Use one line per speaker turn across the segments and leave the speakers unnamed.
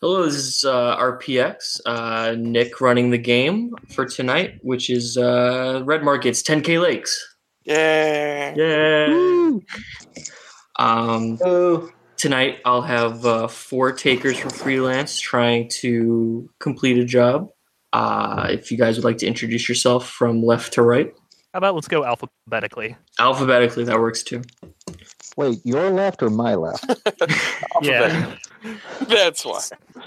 Hello, this is uh, RPX. Uh, Nick running the game for tonight, which is uh, Red Markets 10K Lakes.
Yeah.
Yay!
Woo.
Um,
Oh,
tonight I'll have uh, four takers from freelance trying to complete a job. Uh, if you guys would like to introduce yourself from left to right,
How about let's go alphabetically?
alphabetically that works too.
Wait, your left or my left?
Yeah.
That's why.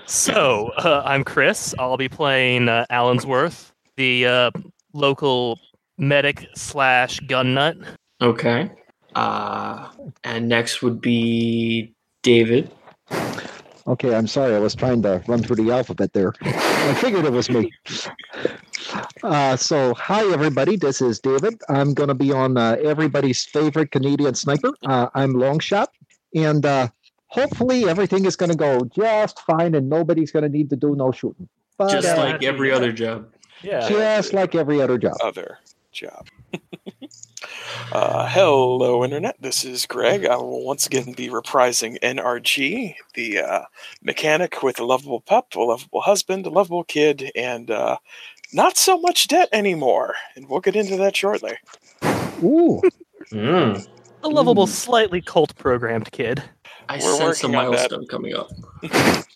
So uh, I'm Chris. I'll be playing uh, Allensworth, the uh, local medic slash gun nut.
Okay. Uh, and next would be David.
Okay, I'm sorry. I was trying to run through the alphabet there. I figured it was me. Uh, so, hi, everybody. This is David. I'm going to be on uh, everybody's favorite Canadian sniper. Uh, I'm Longshot. And uh, hopefully, everything is going to go just fine and nobody's going to need to do no shooting. But,
Just
uh,
like every other job.
Yeah.
just like every other job.
Other job. uh, hello, Internet. This is Greg. I will once again be reprising NRG, the uh, mechanic with a lovable pup, a lovable husband, a lovable kid, and uh, not so much debt anymore. And we'll get into that shortly.
Ooh.
mm.
A lovable, slightly cult programmed kid.
I
We're
sense a
working on that.
milestone coming up.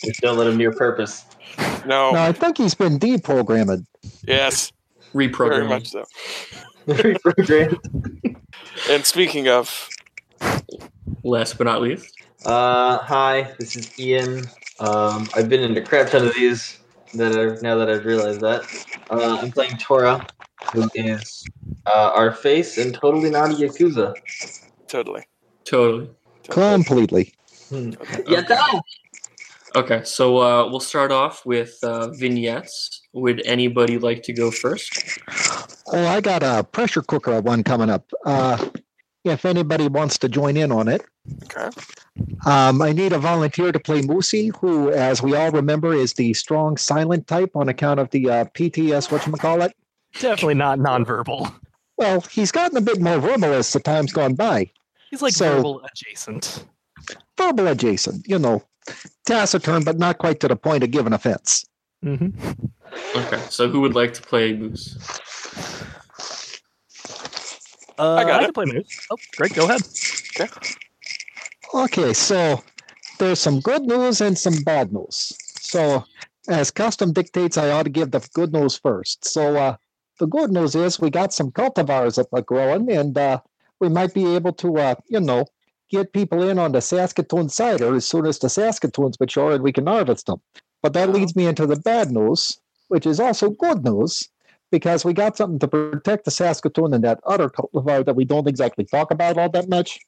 just don't let him do your purpose.
No.
No, I think he's been deprogrammed.
Yes. Very
Reprogramming.
much so.
Reprogrammed.
And speaking of,
Last but not least.
Uh, hi, this is Ian. Um, I've been into a crap ton of these that are now that I've realized that. Uh, I'm playing Tora, who is uh, our face and totally not a Yakuza.
totally.
Totally.
Completely.
Yata!
Okay, so uh, we'll start off with uh, vignettes. Would anybody like to go first?
Oh, I got a pressure cooker one coming up. Uh, if anybody wants to join in on it,
Okay.
um, I need a volunteer to play Moosey, who, as we all remember, is the strong silent type on account of the uh, PTS, whatchamacallit.
Definitely not nonverbal.
Well, he's gotten a bit more verbal as the time's gone by.
He's like
So-
verbal adjacent.
Verbal adjacent, you know, taciturn, but not quite to the point of giving offense.
hmm
Okay, so who would like to play Moose?
Uh,
I got it.
can play moves. Oh, great. Go ahead.
Okay, so there's some good news and some bad news. So, as custom dictates, I ought to give the good news first. So, uh, the good news is we got some cultivars that are growing, and uh, we might be able to, uh, you know, get people in on the Saskatoon cider as soon as the Saskatoon's mature and we can harvest them. But that leads me into the bad news, which is also good news because we got something to protect the Saskatoon and that other cultivar that we don't exactly talk about all that much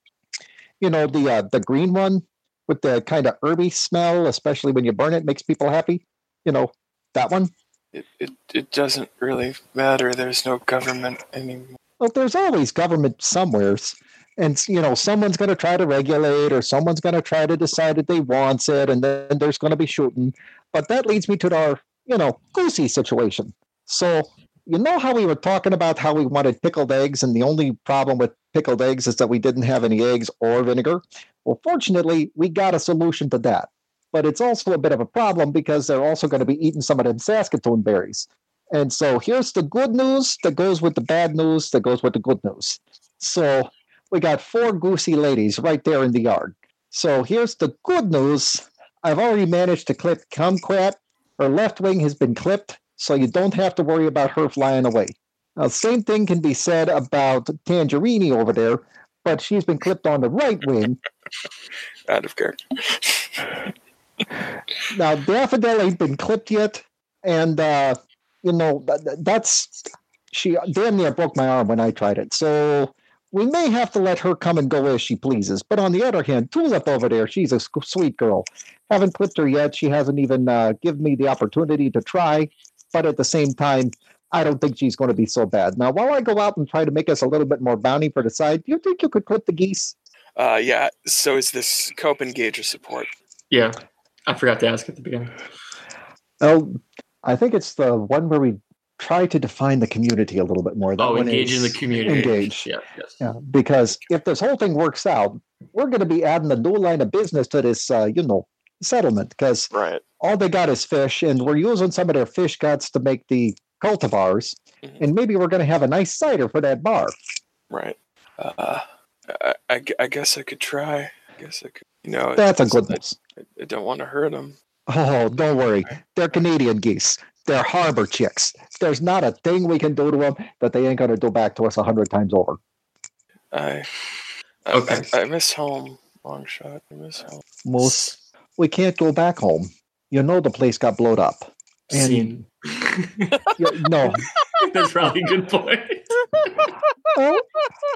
you know the uh, the green one with the kind of herby smell, especially when you burn it, makes people happy. You know that one.
It, it, it doesn't really matter. There's no government anymore.
Well, there's always government somewheres, and you know someone's going to try to regulate, or someone's going to try to decide that they want it, and then there's going to be shooting. But that leads me to our you know goosey situation. So you know how we were talking about how we wanted pickled eggs, and the only problem with pickled eggs is that we didn't have any eggs or vinegar. Well, fortunately, we got a solution to that. But it's also a bit of a problem because they're also going to be eating some of them Saskatoon berries. And so here's the good news that goes with the bad news that goes with the good news. So we got four goosey ladies right there in the yard. So here's the good news. I've already managed to clip Kumquat. Her left wing has been clipped, so you don't have to worry about her flying away. Now, same thing can be said about Tangerini over there, but she's been clipped on the right wing.
Out of character.
Now, Daffodil ain't been clipped yet, and uh, you know th- th- that's she damn near broke my arm when I tried it. So we may have to let her come and go as she pleases. But on the other hand, Tulip over there, she's a sc- sweet girl. Haven't clipped her yet. She hasn't even uh, given me the opportunity to try. But at the same time, I don't think she's going to be so bad. Now, while I go out and try to make us a little bit more bounty for the side, do you think you could clip the geese?
Uh, yeah. So is this Cope Engager support?
Yeah, I forgot to ask at the beginning.
Oh, I think it's the one where we try to define the community a little bit more. That
Oh,
one
engage in the
is-
community.
engage.
Yeah, yes.
Yeah, because if this whole thing works out, we're going to be adding a new line of business to this, uh, you know, settlement because
Right.
all they got is fish, and we're using some of their fish guts to make the cultivars,
Mhm.
and maybe we're going to have a nice cider for that bar.
Right. Uh, I, I gu- I guess I could try. I guess I could. You know, it
That's a
doesn't-
good news.
I, I don't want to hurt him.
Oh, don't worry. They're Canadian geese. They're harbor chicks. There's not a thing we can do to them that they ain't going to do back to us a hundred times over.
I. I,
Okay.
I, I miss home. Long shot. I miss home.
Moose, we can't go back home. You know the place got blowed up. And-
Scene.
You- no,
That's probably a good point.
Oh,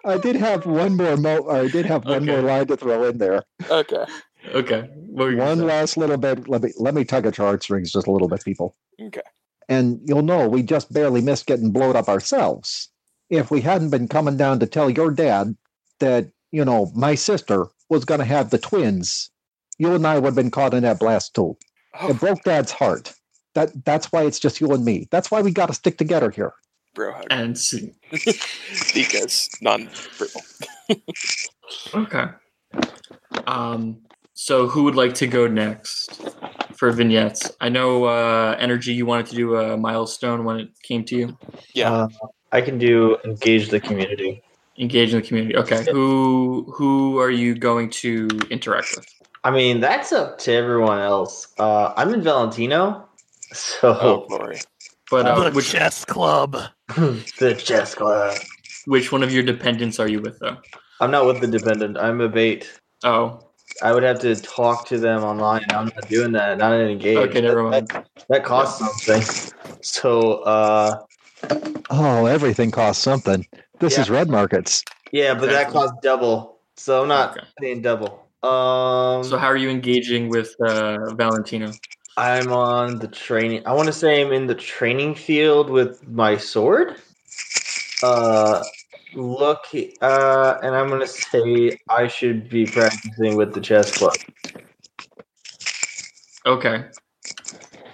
I did have one more mo- or I did have one
Okay.
more line to throw in there.
Okay.
Okay. What were you gonna
One
say?
last little bit. Let me let me tug at your heartstrings just a little bit, people.
Okay.
And you'll know we just barely missed getting blown up ourselves. If we hadn't been coming down to tell your dad that, you know, my sister was going to have the twins, you and I would have been caught in that blast too. It
Oh,
broke dad's heart. That that's why it's just you and me. That's why we got to stick together here.
bro hug.
And scene.
Because non brutal.
Okay. Um, so who would like to go next for vignettes? I know uh, energy. You wanted to do a milestone when it came to you
Yeah.
Uh, I can do engage the community.
engage in the community. Okay. Who who are you going to interact with?
I mean, that's up to everyone else. Uh, I'm in Valentino,
Oh,
so
glory.
But uh,
the
which
chess club.
the chess club.
which one of your dependents are you with though?
I'm not with the dependent. I'm a bait.
Oh,
I would have to talk to them online. I'm not doing that. Not in engage.
okay, never
That-
mind.
That, that costs something. So, uh,
Oh, everything costs something. This is red markets.
yeah, but that
Exactly.
costs double. So I'm not
Okay.
paying double. Um,
So how are you engaging with uh, Valentino?
I'm on the training. I want to say I'm in the training field with my sword. Uh, look, uh, and I'm gonna say I should be practicing with the chess club.
Okay.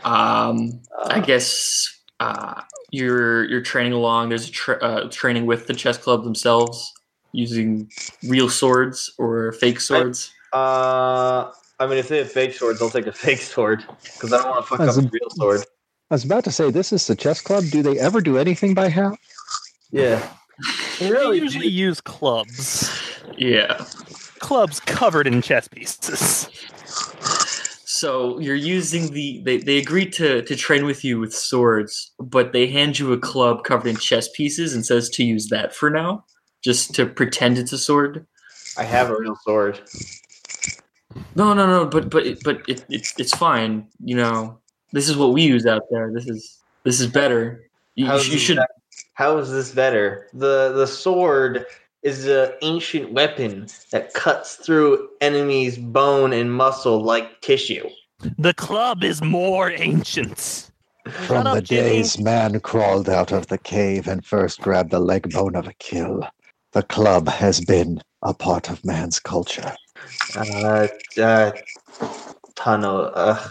Um,
Uh,
I guess uh, you're you're training along. There's a tra- uh, training with the chess club themselves using real swords or fake swords.
Uh, I mean, if they have fake swords, I'll take a fake sword because I don't want to fuck up
As a-
the real sword.
I was about to say, this is the chess club. Do they ever do anything by half?
Yeah,
They
really?
usually use clubs.
yeah.
Clubs covered in chess pieces.
So you're using the they they agreed to to train with you with swords, but they hand you a club covered in chess pieces and says to use that for now, just to pretend it's a sword.
I have a real sword.
No, no, no. But but it, but it, it's it's fine. You know, this is what we use out there. This is this is better. You,
How
you
is
sh- you
this
should
bet- How is this better? The the sword is an ancient weapon that cuts through enemies' bone and muscle like tissue.
The club is more ancient.
From
up,
the
Jimmy.
days man crawled out of the cave and first grabbed the leg bone of a kill, the club has been a part of man's culture.
Uh, uh tunnel. Uh,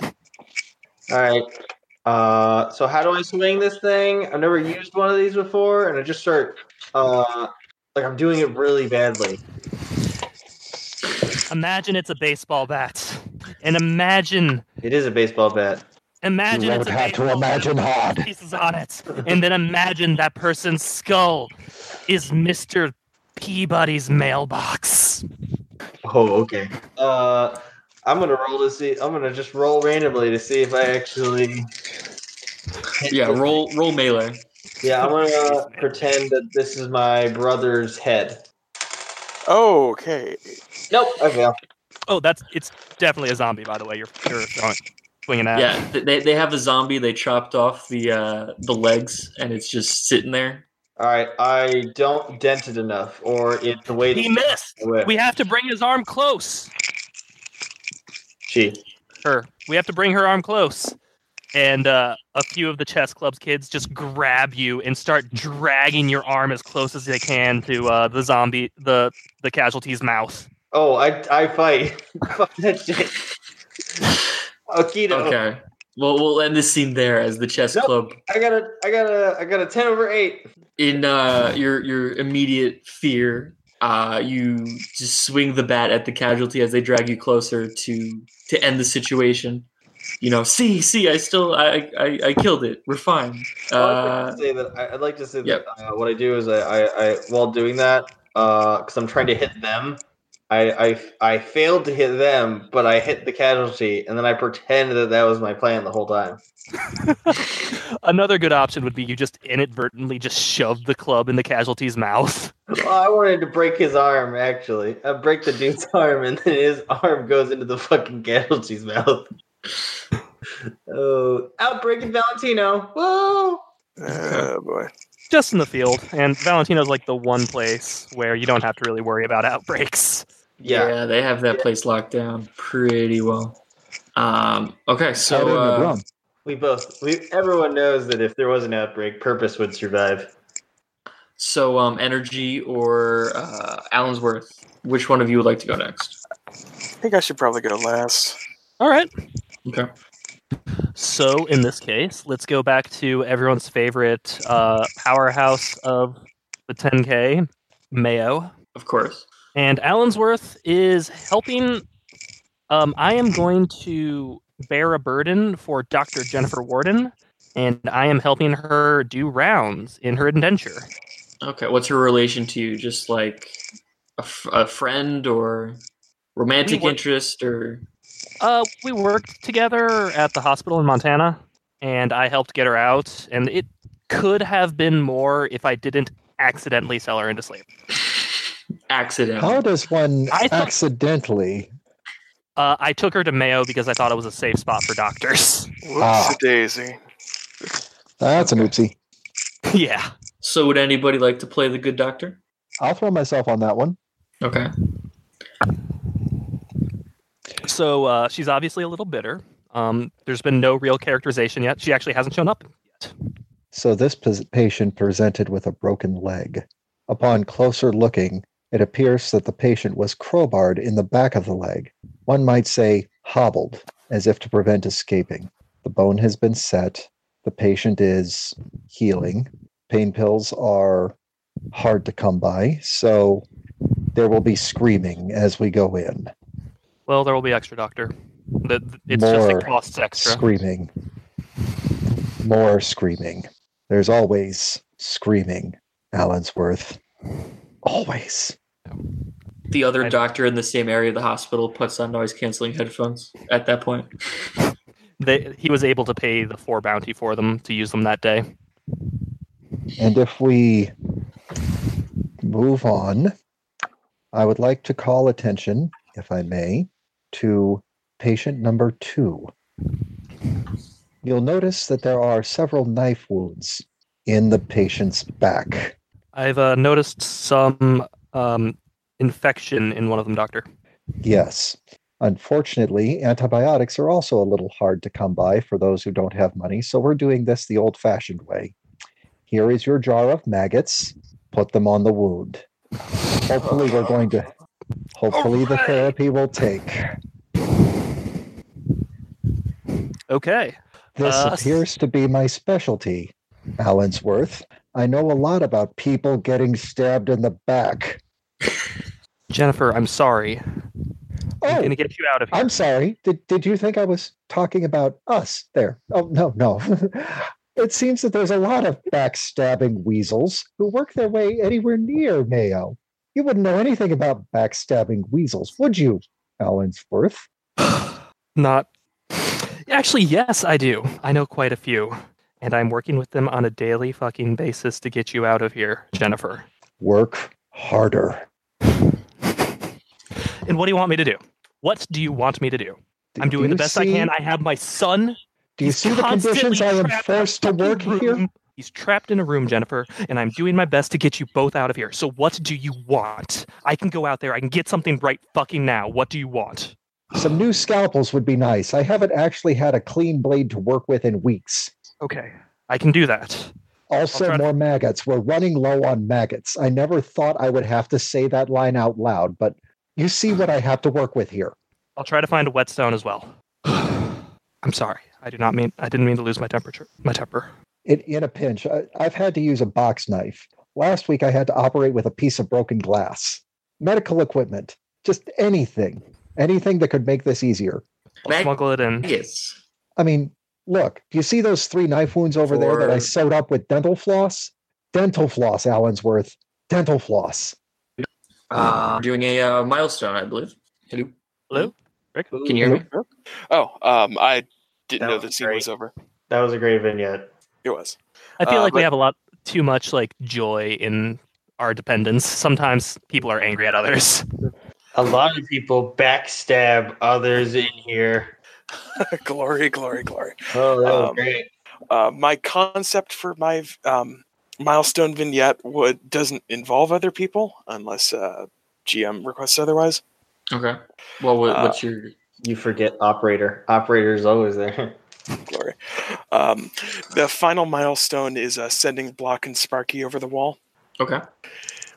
All right. Uh, so how do I swing this thing? I've never used one of these before, and I just start uh, like I'm doing it really badly.
Imagine it's a baseball bat. And imagine
It is a baseball bat.
imagine
you
it's
won't
a
have to
baseball bat
imagine
with
hard.
pieces on it. And then imagine that person's skull is Mr. Peabody's mailbox.
Oh, okay. Uh, I'm gonna roll to see. I'm gonna just roll randomly to see if I actually. hit
yeah
this.
roll roll melee.
Yeah, I'm gonna pretend that this is my brother's head.
Okay.
Nope, I fail.
Oh, that's it's definitely a zombie, by the way. You're you're throwing, swinging at.
Yeah, th- they, they have a zombie. They chopped off the uh, the legs, and it's just sitting there.
All right, I don't dent it enough, or it the weight.
He missed. We have to bring his arm close.
She.
Her. We have to bring her arm close. And uh, a few of the chess club's kids just grab you and start dragging your arm as close as they can to uh, the zombie, the the casualty's mouth.
Oh, I I fight. Fuck that shit. Okito.
Okay. Well, we'll end this scene there as the chess
Nope.
club.
I got a I got a I got a ten over eight.
In uh, your your immediate fear, Uh, you just swing the bat at the casualty as they drag you closer to to end the situation. You know, see, see, I still, I, I, I killed it. We're fine. Uh,
Well, I'd like to say that I- I'd like to say
Yep.
that uh, what I do is I, I, I while doing that because I'm trying to hit them, I, I I failed to hit them, but I hit the casualty, and then I pretend that that was my plan the whole time.
Another good option would be you just inadvertently just shove the club in the casualty's mouth.
Well, I wanted to break his arm actually. I break the dude's arm, and then his arm goes into the fucking casualty's mouth. oh, outbreaking Valentino! Whoa!
Oh boy.
Just in the field, and Valentino's like the one place where you don't have to really worry about outbreaks.
yeah.
Yeah.
they have that place locked down pretty well. Um, okay,
Tied in
so
the
uh,
drum.
We both, we everyone knows that if there was an outbreak, Purpose would survive.
so um, energy or uh, Allensworth, which one of you would like to go next?
I think I should probably go last.
All right.
Okay.
So in this case, let's go back to everyone's favorite uh, powerhouse of the 10K, Mayo.
Of course.
And Allensworth is helping. Um, I am going to bear a burden for Dr. Jennifer Warden, and I am helping her do rounds in her indenture.
Okay, what's her relation to you? Just like a, f- a friend or romantic
We were-
interest or
Uh, we worked together at the hospital in Montana, and I helped get her out. And it could have been more if I didn't accidentally sell her into slavery.
accident?
How does one
I thought-
accidentally?
Uh, I took her to Mayo because I thought it was a safe spot for doctors.
Whoops
Ah.
daisy.
That's an oopsie.
yeah.
So, would anybody like to play the good doctor?
I'll throw myself on that one.
Okay.
So uh, she's obviously a little bitter. Um, there's been no real characterization yet. She actually hasn't shown up.
So this pos- patient presented with a broken leg. Upon closer looking, it appears that the patient was crowbarred in the back of the leg. One might say hobbled, as if to prevent escaping. The bone has been set. The patient is healing. Pain pills are hard to come by, so there will be screaming as we go in.
Well, there will be extra doctor. The, th- it's just
More
it costs extra.
Screaming. More screaming. There's always screaming, Allensworth. Always.
The other
I-
doctor in the same area of the hospital puts on noise canceling headphones at that point.
They, he was able to pay the four bounty for them to use them that day.
And if we move on, I would like to call attention, if I may, to patient number two. You'll notice that there are several knife wounds in the patient's back.
I've uh, noticed some um, infection in one of them, Doctor.
Yes. Unfortunately, antibiotics are also a little hard to come by for those who don't have money, so we're doing this the old fashioned way. Here is your jar of maggots. Put them on the wound. Hopefully, we're going to. Hopefully, the
Hooray!
therapy will take.
Okay.
This
Uh,
appears to be my specialty, Allensworth. I know a lot about people getting stabbed in the back.
Jennifer, I'm sorry. I'm
Oh,
going to get you out of here.
I'm sorry. Did did you think I was talking about us there? Oh no, no. it seems that there's a lot of backstabbing weasels who work their way anywhere near Mayo. You wouldn't know anything about backstabbing weasels, would you, Allensworth?
Not. Actually, yes, I do. I know quite a few. And I'm working with them on a daily fucking basis to get you out of here, Jennifer.
Work harder.
And what do you want me to do? What do you want me to do?
D-
I'm
do
doing the
you
best
see-
I can. I have my son.
Do you
He's
see the
constantly
conditions I am
trapped in a
forced to work
fucking
here?
room. He's trapped in a room, Jennifer, and I'm doing my best to get you both out of here. So what do you want? I can go out there. I can get something right fucking now. What do you want?
Some new scalpels would be nice. I haven't actually had a clean blade to work with in weeks.
Okay. I can do that.
Also,
try to-
more maggots. We're running low on maggots. I never thought I would have to say that line out loud, but you see what I have to work with here.
I'll try to find a whetstone as well. I'm sorry. I do not mean I didn't mean to lose my temperature my temper.
In, in a pinch, I, I've had to use a box knife. Last week, I had to operate with a piece of broken glass. medical equipment, just anything, anything that could make this easier.
I'll
Mag-
smuggle it in.
Maggots.
I mean, look, do you see those three knife wounds over there that I
Or-
sewed up with dental floss? Dental floss, Allensworth. Dental floss.
Uh, we're doing a uh, milestone, I believe. Hello.
Hello? Rick?
Can you hear me?
Oh, um, I didn't
That
know
was
the scene
great.
was over.
That was a great vignette.
It was.
I feel
Uh,
like
but-
we have a lot too much like joy in our dependence. Sometimes people are angry at others.
A lot of people backstab others in here.
glory, glory, glory.
Oh, that was
Um,
great.
Uh, my concept for my um, milestone vignette would doesn't involve other people unless uh, GM requests otherwise.
Okay. Well, what,
Uh,
what's your?
You forget operator. Operator is always there.
Glory. Um, the final milestone is uh, sending Block and Sparky over the wall.
Okay.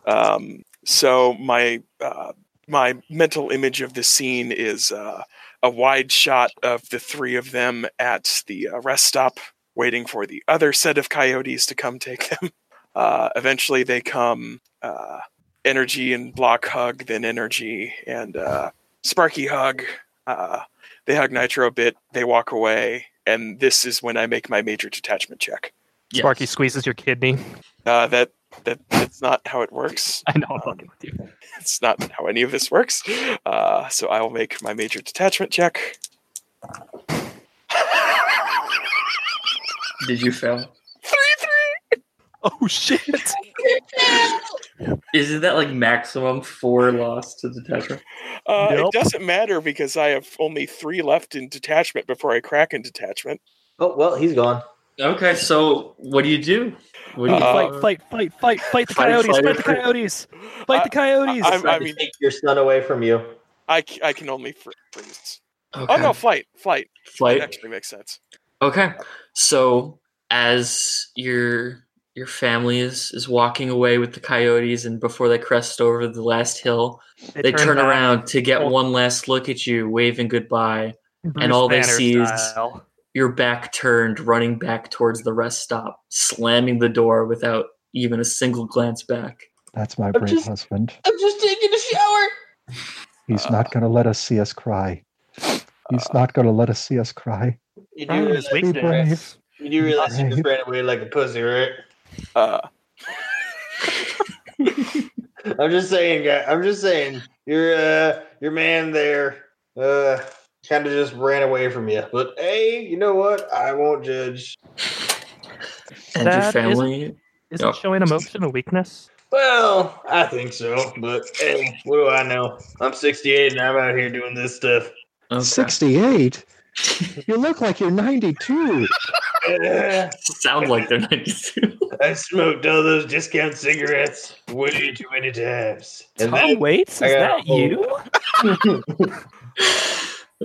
Um, so my uh, my mental image of the scene is uh, a wide shot of the three of them at the uh, rest stop, waiting for the other set of coyotes to come take them. Uh, eventually, they come. Uh, energy and Block hug, then Energy and uh, Sparky hug. Uh, they hug Nitro a bit. They walk away, and this is when I make my major detachment check.
Yes.
Sparky squeezes your kidney.
Uh, that that that's not how it works.
I know I'm fucking with you.
It's not how any of this works. Uh, so I will make my major detachment check.
Did you fail?
Oh shit.
Isn't that like maximum four loss to detachment?
Uh,
Nope.
It doesn't matter because I have only three left in detachment before I crack in detachment.
Oh well, he's gone.
Okay. So what do you do? What do you
Uh,
fight, fight, fight, fight, fight the
Fight,
coyotes,
fight.
fight the coyotes, fight the coyotes.
I-
Trying to
mean-
take your son away from you.
I, c- I can only fr- freeze.
Okay.
Oh no, flight, flight. It
Flight.
actually makes sense.
Okay. So as your your family is is walking away with the coyotes, and before they crest over the last hill, they, turn,
back,
around to get
Oh.
one last look at you, waving goodbye.
Bruce
and all they
Banner
see is-
style.
Your back turned, running back towards the rest stop, slamming the door without even a single glance back.
That's my
I'm
brave
just-
husband.
I'm just taking a shower.
He's
Uh,
not going to let us see us cry. He's
Uh,
not going to let us see us cry.
You do
Brian
realize,
is weakness.
you do realize you just
Right.
ran away like a pussy, right?
Uh,
I'm just saying, guy. I'm just saying, your uh, your man there, uh, kind of just ran away from you. But hey, you know what? I won't judge.
And your
That isn't-
family
Isn't
Yeah.
showing emotion a weakness?
Well, I think so. But hey, what do I know? I'm 68 and I'm out here doing this stuff.
68? you look like you're 92.
Uh,
sound like they're 92.
I smoked all those discount cigarettes way too many times. And
Tom
then,
Waits, is
I got
that
a whole-
you?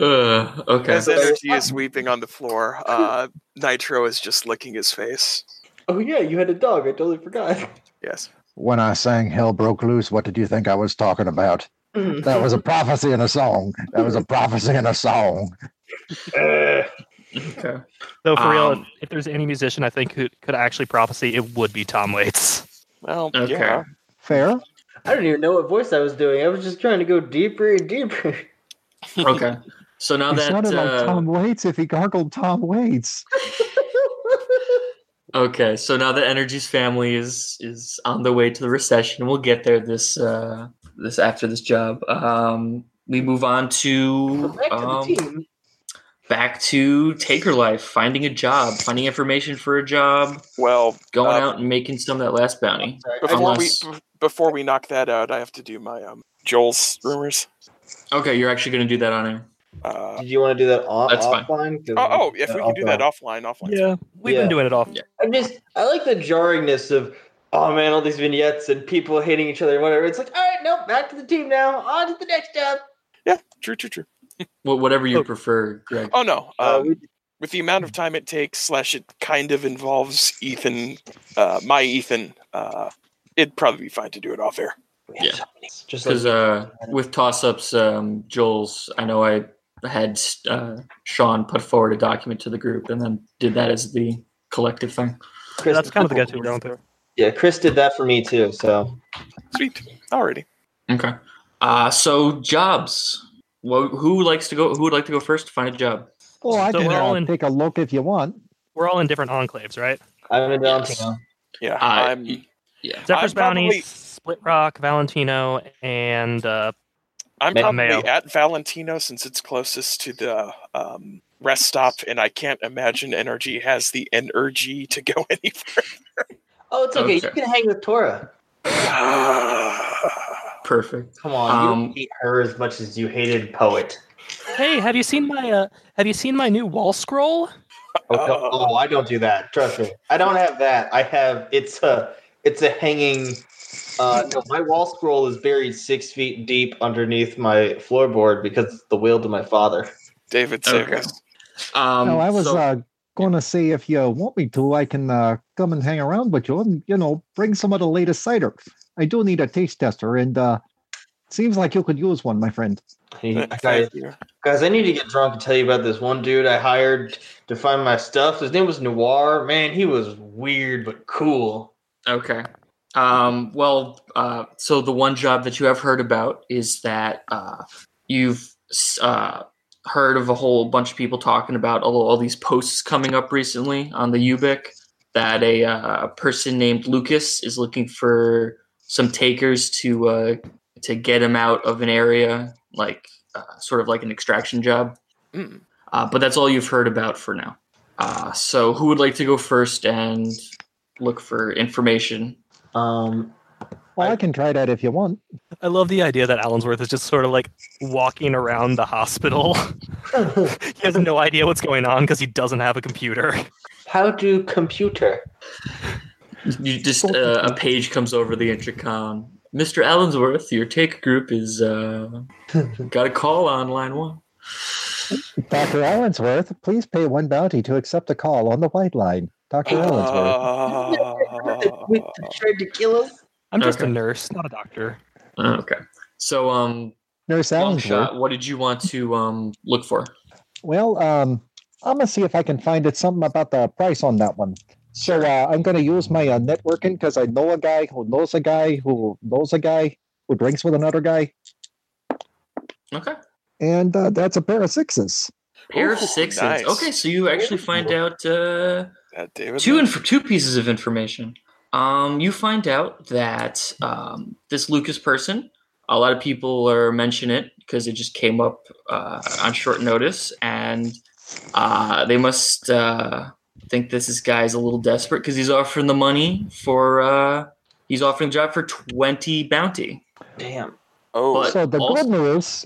uh, okay.
as energy is weeping on the floor, uh, Nitro is just licking his face.
oh yeah, you had a dog. I totally forgot.
Yes.
When I sang Hell Broke Loose, what did you think I was talking about?
Uh,
That was a prophecy in a song. That was a prophecy in a song.
Uh,
okay.
Though for real, if,
Um,
if there's any musician I think who could actually prophecy, it would be Tom Waits.
Well,
Okay.
yeah.
Fair?
I don't even know what voice I was doing. I was just trying to go deeper and deeper.
Okay. So now
He
that
sounded like
uh,
Tom Waits if he gargled Tom Waits.
okay, so now that Energy's family is is on the way to the recession, we'll get there this uh this after this job. Um we move on to,
Back to the
um,
team.
back to Taker Life, finding a job, finding information for a job,
Well,
going
Uh,
out and making some of that last bounty.
Sorry, I
before
Unless-
we b- before we knock that out, I have to do my um, Joel's rumors.
Okay, you're actually going to do that on air.
Uh,
Did you want to do that off-
That's fine.
offline? 'Cause
oh, oh, if
uh,
we can do that
offline.
offline, offline.
we've been
Yeah.
doing it all.
Yeah.
I'm just, I like the jarringness of, oh man, all these vignettes and people hating each other and whatever. It's like, all right, nope, back to the team now. On to the next job.
True, true, true.
Wh- Whatever you
Oh.
prefer, Greg.
Oh no.
Uh,
Um,
we,
with the amount of time it takes, slash, it kind of involves Ethan, uh, my Ethan. Uh, it'd probably be fine to do it off air.
we have
yeah.
so many. Just
because
like,
uh, with toss-ups, um, Joel's. I know I had uh, Sean put forward a document to the group, and then did that as the collective thing.
Chris,
That's kind of the go-to, don't they?
Yeah, Chris did that for me too. So
Sweet. Already.
Okay. Uh, so jobs. Wha who likes to go? Who would like to go first to find a job?
Well, I
So
can
we're all
uh,
in-
take a look if you want.
We're all in different enclaves, right?
I'm in
Yes.
downtown.
Yeah,
I- e
I'm.
Yeah.
Zephyr's Bounty,
probably-
Split Rock, Valentino, and uh,
I'm
Ma-
probably
Mayo.
at Valentino since it's closest to the um, rest stop, and I can't imagine NRG has the energy to go any
Oh, it's okay.
Okay.
You can hang with Tora.
further.
Perfect.
Come on, you
Um,
don't hate her as much as you hated poet.
hey, have you seen my uh, have you seen my new wall scroll?
Oh, no,
Oh.
oh, I don't do that. Trust me, I don't have that. I have it's a it's a hanging. Uh, no, my wall scroll is buried six feet deep underneath my floorboard because it's the will to my father.
David, save
Okay.
us.
Um,
no, I was
so-
uh, going to say if you want me to, I can uh, come and hang around with you and, you know, bring some of the latest cider. I do need a taste tester, and uh, seems like you could use one, my friend.
Th-
guys,
Thank you.
guys, I need to get drunk and tell you about this one dude I hired to find my stuff. His name was Noir. Man, he was weird but cool.
Okay. Um, well, uh, so the one job that you have heard about is that uh, you've uh, heard of a whole bunch of people talking about all, all these posts coming up recently on the Ubic that a uh, person named Lucas is looking for some takers to uh, to get him out of an area, like uh, sort of like an extraction job.
Mm.
Uh, but that's all you've heard about for now. Uh, so, who would like to go first and look for information?
Um,
Well, I,
I-
can try that if you want.
I love the idea that Allensworth is just sort of like walking around the hospital. he has no idea what's going on because he doesn't have a computer.
how to computer?
You just uh, a page comes over the intercom. Mr. Allensworth, your take group is uh, got a call on line one.
Dr. Allensworth, please pay one bounty to accept a call on the white line. Dr. Allensworth.
Oh,
Uh,
tried to kill us.
I'm just
Okay.
a nurse, not a doctor.
Oh, Okay. So, um,
Nurse
long
Allensworth.
shot. What did you want to um look for?
Well, um, I'm gonna see if I can find it something about the price on that one. So uh, I'm gonna use my uh, networking because I know a guy who knows a guy who knows a guy who drinks with another guy,
Okay.
and uh, that's a pair of sixes.
Pair of
Ooh,
sixes.
nice.
Okay, so you actually find out uh,
that David,
two inf- two pieces of information. Um, you find out that um, this Lucas person, a lot of people are mention it because it just came up uh, on short notice, and uh, they must uh, think this is guy's a little desperate because he's offering the money for uh, he's offering the job for twenty bounty.
Damn.
oh,
But
So the
also-
good news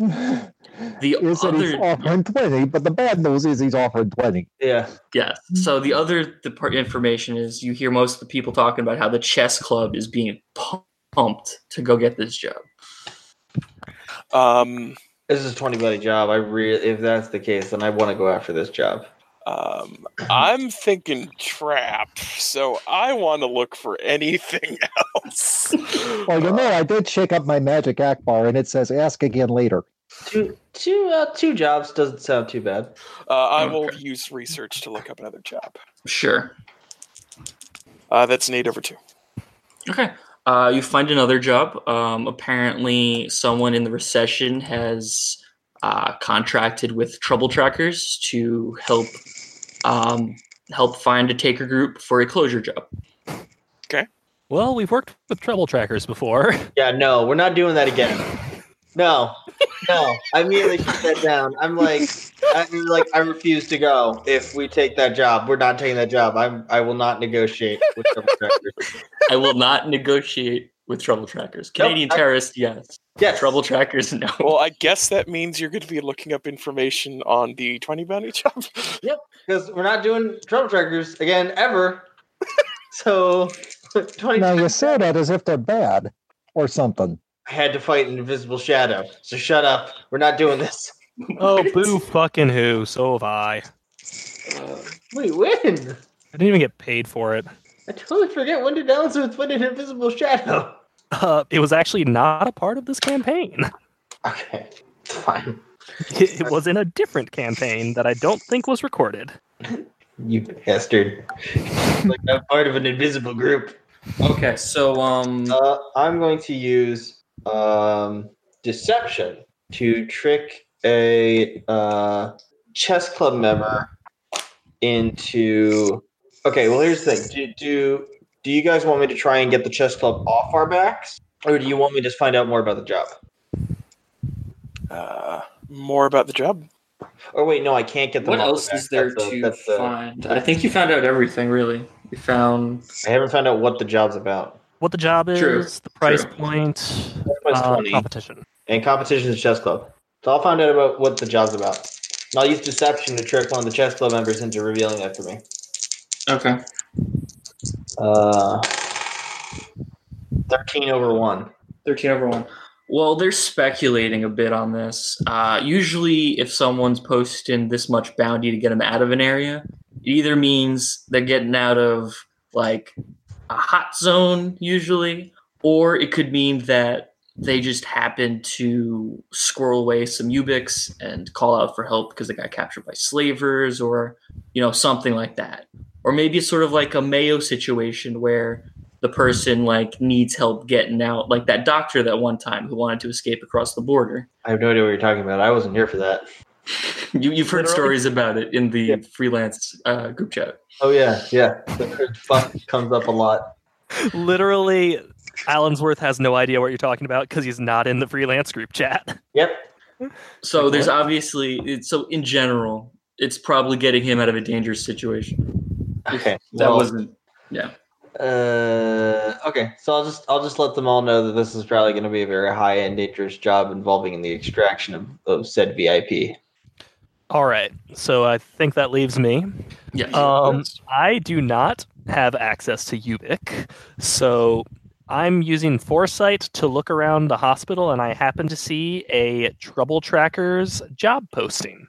The
is that he's
other
offering twenty, but the bad news is he's offering twenty.
Yeah.
Yeah. So the other the part information is you hear most of the people talking about how the chess club is being pu- pumped to go get this job.
um,
This is a 20 buddy job. I really, if that's the case, then I want to go after this job.
um, I'm thinking trap, so I want to look for anything else.
Well, you know, I did shake up my magic act bar, and it says "Ask again later."
Two, two, uh, two jobs doesn't sound too bad.
Uh, I will use research to look up another job.
Sure.
Uh, that's Nate over two.
Okay. Uh, you find another job. Um, apparently, someone in the recession has uh, contracted with Trouble Trackers to help um, help find a taker group for a closure job.
Well, we've worked with trouble trackers before.
Yeah, no, we're not doing that again. No, no. I immediately shut that down. I'm like, I'm like, I refuse to go if we take that job. We're not taking that job. I'm, I will not negotiate with the contractors.
I will not negotiate with Trouble Trackers. Canadian
I-
terrorists, yes.
Yes.
Trouble Trackers, no.
Well, I guess that means you're going to be looking up information on the twenty bounty job.
because we're not doing trouble trackers again ever. So, 20.
Now you say that as if they're bad or something.
I had to fight an invisible shadow. So shut up. We're not doing this.
oh, boo fucking who. So have I.
We win.
I didn't even get paid for it.
I totally forget when did Allensworth win an invisible shadow.
Uh, it was actually not a part of this campaign.
Okay, fine.
It, it was in a different campaign that I don't think was recorded.
You bastard. like I'm part of an invisible group.
Okay, so um,
Uh, I'm going to use um, deception to trick a uh, chess club member into. Okay, well here's the thing. Do, do do you guys want me to try and get the chess club off our backs, or do you want me to find out more about the job?
Uh, more about the job.
Or Oh, wait, no, I can't get them.
What
off
else
the
is
back.
there
That's the-
to
that's the-
find? I think you found out everything, really. You found
I haven't found out what the job's about.
What the job is,
True.
the price
True.
point,
That's
uh,
funny.
competition.
And competition is chess club. So I'll find out about what the job's about. And I'll use deception to trick one of the chess club members into revealing that for me.
okay.
Uh, thirteen over one.
13 over 1. Well, they're speculating a bit on this. Uh, usually, if someone's posting this much bounty to get them out of an area, it either means they're getting out of like a hot zone, usually, or it could mean that they just happen to squirrel away some ubics and call out for help because they got captured by slavers or, you know, something like that. Or maybe it's sort of like a Mayo situation where the person like needs help getting out like that doctor that one time who wanted to escape across the border
I have no idea what you're talking about. I wasn't here for that.
you, you've heard
Literally.
stories about it in the freelance uh, group chat
Oh yeah, yeah. The word fuck comes up a lot.
Literally, Allensworth has no idea what you're talking about because he's not in the freelance group chat.
Yep.
so there's obviously it's, so in general it's probably getting him out of a dangerous situation
Okay.
that
well,
wasn't
Uh, okay, so I'll just I'll just let them all know that this is probably going to be a very high and dangerous job involving the extraction of, of said VIP.
All right, so I think that leaves me.
yeah
Um, I do not have access to Ubik, so I'm using Foresight to look around the hospital, and I happen to see a Trouble Trackers job posting.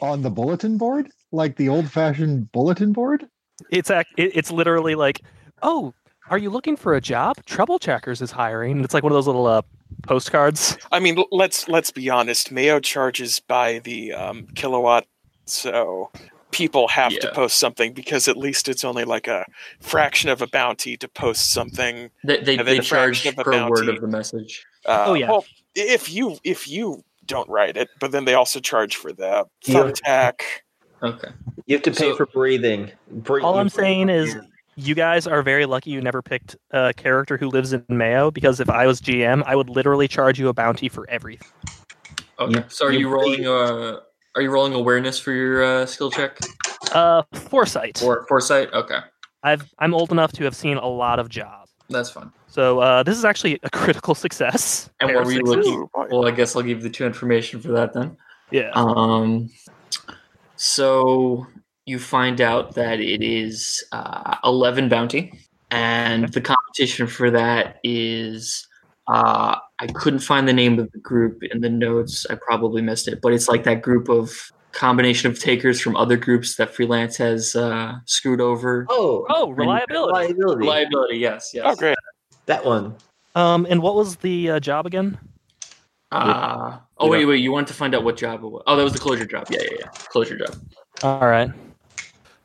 on the bulletin board, like the old-fashioned bulletin board.
It's act- it, it's literally like, oh, are you looking for a job? Trouble Trackers is hiring. And it's like one of those little uh, postcards.
I mean, l- let's let's be honest. Mayo charges by the um, kilowatt, so people have to
Yeah.
post something because at least it's only like a fraction of a bounty to post something.
they, they,
and then
they
the fraction
charge
of a
per word
bounty.
of the message
Uh,
Oh, yeah.
Well, if you if you don't write it, but then they also charge for the
You have-
thumbtack.
okay
You have to pay
So-
for breathing. Breathe-
All
you
I'm
breathe
saying
on
is
air.
you guys are very lucky you never picked a character who lives in Mayo because if I was GM, I would literally charge you a bounty for everything.
okay so are
you
you rolling uh are you rolling awareness for your uh, skill check
Uh, Foresight.
or foresight okay
I've I'm old enough to have seen a lot of jobs.
that's fine
So uh, this is actually a critical success.
And
Pair
what
of
were you
sixes.
looking-
Ooh, boy.
well i guess i'll give you the two information for that then
Yeah.
Um, so you find out that it is uh, 11 bounty, and the competition for that is uh, I couldn't find the name of the group in the notes. I probably missed it, but it's like that group of combination of takers from other groups that freelance has uh, screwed over.
oh
oh, reliability.
reliability.
Reliability, yes, yes.
Oh, great.
That one.
Um, and what was the uh, job again?
Uh, oh, wait, wait. You wanted to find out what job it was. Oh, that was the closure job. Yeah, yeah, yeah. Closure job.
All right.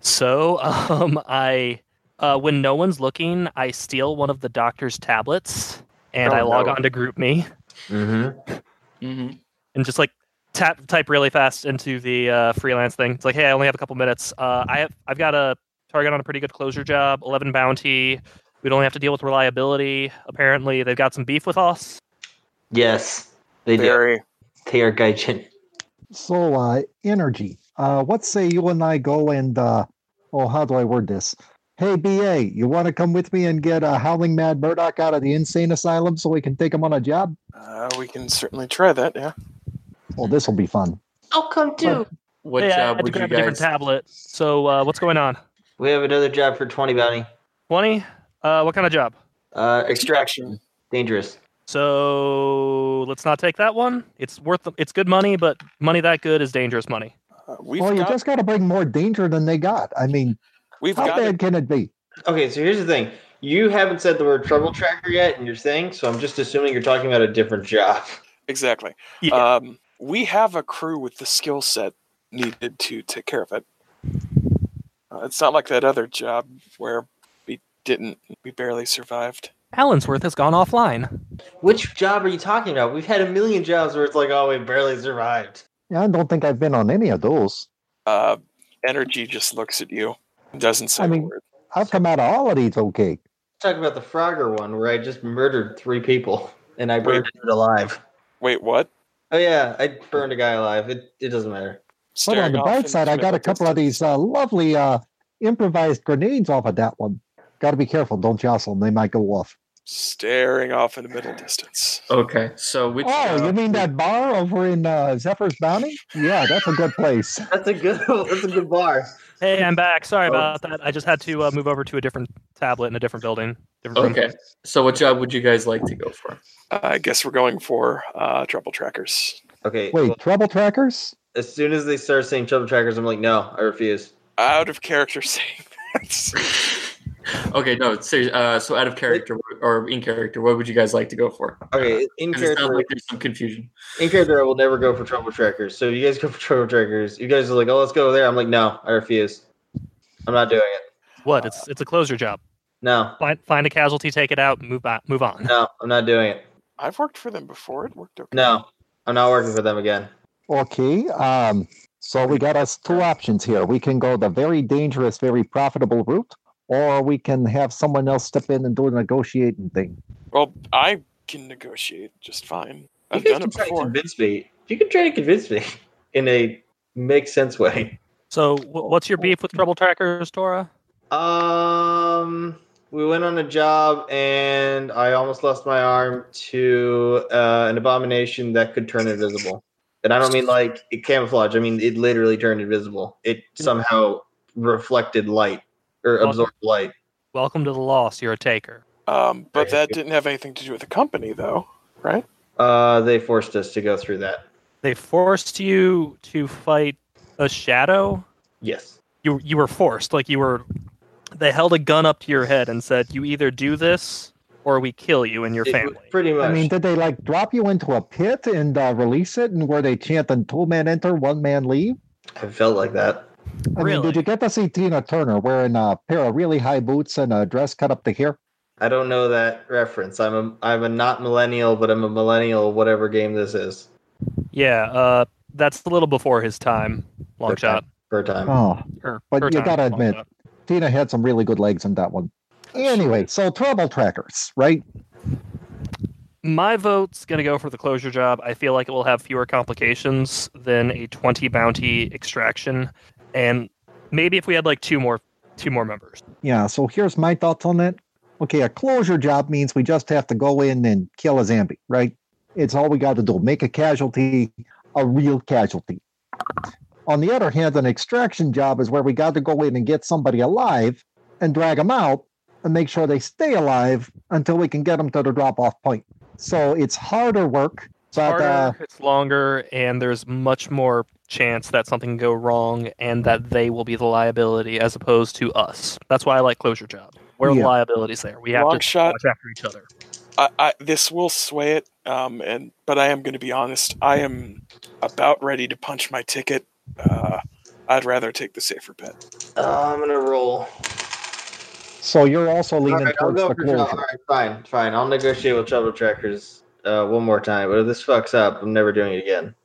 So, um, I, uh, when no one's looking, I steal one of the doctor's tablets and
Oh,
I log
no.
on to GroupMe
Mm-hmm.
hmm
and just like tap type really fast into the uh, freelance thing. It's like, hey, I only have a couple minutes. Uh, I have I've got a target on a pretty good closure job, eleven bounty. We don't have to deal with reliability. Apparently, they've got some beef with us.
Yes, they do.
Very.
They are gaijin.
So uh, energy. Uh, what say you and I go and uh, oh, how do I word this? Hey, BA, you want to come with me and get uh, Howling Mad Murdoch out of the insane asylum so we can take him on a job?
Uh, we can certainly try that. Yeah.
Well, this will be fun.
I'll come too.
What
Hey, I
job
had to
would you
grab a different
guys?
tablet. So, uh, what's going on?
We have another job for twenty bounty.
Twenty. Uh, what kind of job?
Uh,
Extraction.
dangerous.
So let's not take that one. It's worth it's good money, but money that good is dangerous money.
Uh, we've
well, you
got.
just got to bring more danger than they got. I mean,
We've
how
got.
bad can it be?
Okay, so here's the thing. You haven't said the word trouble tracker yet in your thing, so I'm just assuming you're talking about a different job.
Exactly.
Yeah.
Um, we have a crew with the skill set needed to take care of it. Uh, it's not like that other job where we didn't, we barely survived.
Allensworth has gone offline.
Which job are you talking about? We've had a million jobs where it's like, oh, we barely survived.
Yeah, I don't think I've been on any of those.
Uh, energy just looks at you, doesn't say
I
a
mean-
word.
I've come out of all of these okay.
Talk about the Frogger one where I just murdered three people and I burned it alive.
Wait, what?
Oh yeah, I burned a guy alive. It it doesn't
But
matter.
on
Staring
the
off
bright
into
side, I got a
middle
couple of
distance.
these uh, lovely uh, improvised grenades off of that one. Got to be careful. Don't jostle them. They might go off.
Staring off into middle distance.
Okay, so which?
oh,
uh,
you mean that bar over in uh, Zephyr's Bounty? Yeah, that's a good place.
That's a good that's a good bar.
Hey, I'm back.
Oh.
Sorry about that. I just had to uh, move over to a different tablet in a different building. Different room.
Okay, so what job would you guys like to go for?
I guess we're going for uh, trouble trackers.
Okay.
Wait, trouble trackers?
As soon as they start saying trouble trackers, I'm like, no, I refuse.
Out of character saying that.
Okay, no, seriously. Uh, so out of character or in character, what would you guys like to go for?
Okay, in
'Cause Uh, it sounds
character,
like there's some confusion.
in character, I will never go for trouble trackers. So if you guys go for trouble trackers, you guys are like, oh, let's go over there. I'm like, no, I refuse. I'm not doing it.
What? It's it's a closure job.
No,
Find, find a casualty, take it out, move on. Move on.
no, I'm not doing it.
I've worked for them before. It worked okay.
No, I'm not working for them again.
Okay. Um, so we got us two options here. We can go the very dangerous, very profitable route, or we can have someone else step in and do a negotiating thing.
Well, I can negotiate just fine.
You
I've
guys
done
can
it
try to
before.
convince me. You can try to convince me in a make sense way.
So, wh- what's your beef with trouble trackers, Tora?
Um, we went on a job and I almost lost my arm to uh, an abomination that could turn invisible. And I don't mean like it camouflage. I mean it literally turned invisible. It somehow reflected light or
Awesome.
absorbed light.
Welcome to the loss. You're a taker.
Um, but that didn't have anything to do with the company, though, right?
Uh, they forced us to go through that.
They forced you to fight a shadow.
Yes.
You you were forced. Like you were. They held a gun up to your head and said, "You either do this or we kill you and your
It was
family."
Pretty much.
I mean, did they like drop you into a pit and uh, release it, and where they chanting two men enter, one man leave?
I felt like that.
I mean,
Really?
did you get to see Tina Turner wearing a pair of really high boots and a dress cut up to here?
I don't know that reference. I'm a I'm a not millennial, but I'm a millennial. Whatever game this is
Yeah. Uh, that's a little before his time. Long
Okay.
shot.
for a time.
Oh,
Her-
But
her
you
time,
gotta
long
admit-
shot.
Tina had some really good legs in that one. Anyway, so trouble trackers, right?
my vote's gonna go for the closure job. I feel like it will have fewer complications than a twenty bounty extraction, and maybe if we had like two more two more members.
Yeah, so here's my thoughts on that. Okay, a closure job means we just have to go in and kill a zombie, right? It's all we got to do. Make a casualty a real casualty. On the other hand, an extraction job is where we got to go in and get somebody alive and drag them out and make sure they stay alive until we can get them to the drop off point. So it's harder work,
It's
but uh,
harder, it's longer, and there's much more chance that something can go wrong and that they will be the liability as opposed to us. That's why I like closure job. We're
Yeah.
the liabilities there. We have
Long
to
shot.
watch after each other.
I, I this will sway it. Um, and but I am going to be honest. I am about ready to punch my ticket. Uh, I'd rather take the safer bet.
Uh, I'm gonna roll.
so you're also
All
leaning
right, I'll
towards
go
the
for trouble.
closure.
All right, fine, fine. I'll negotiate with trouble trackers uh, one more time. But if this fucks up, I'm never doing it again.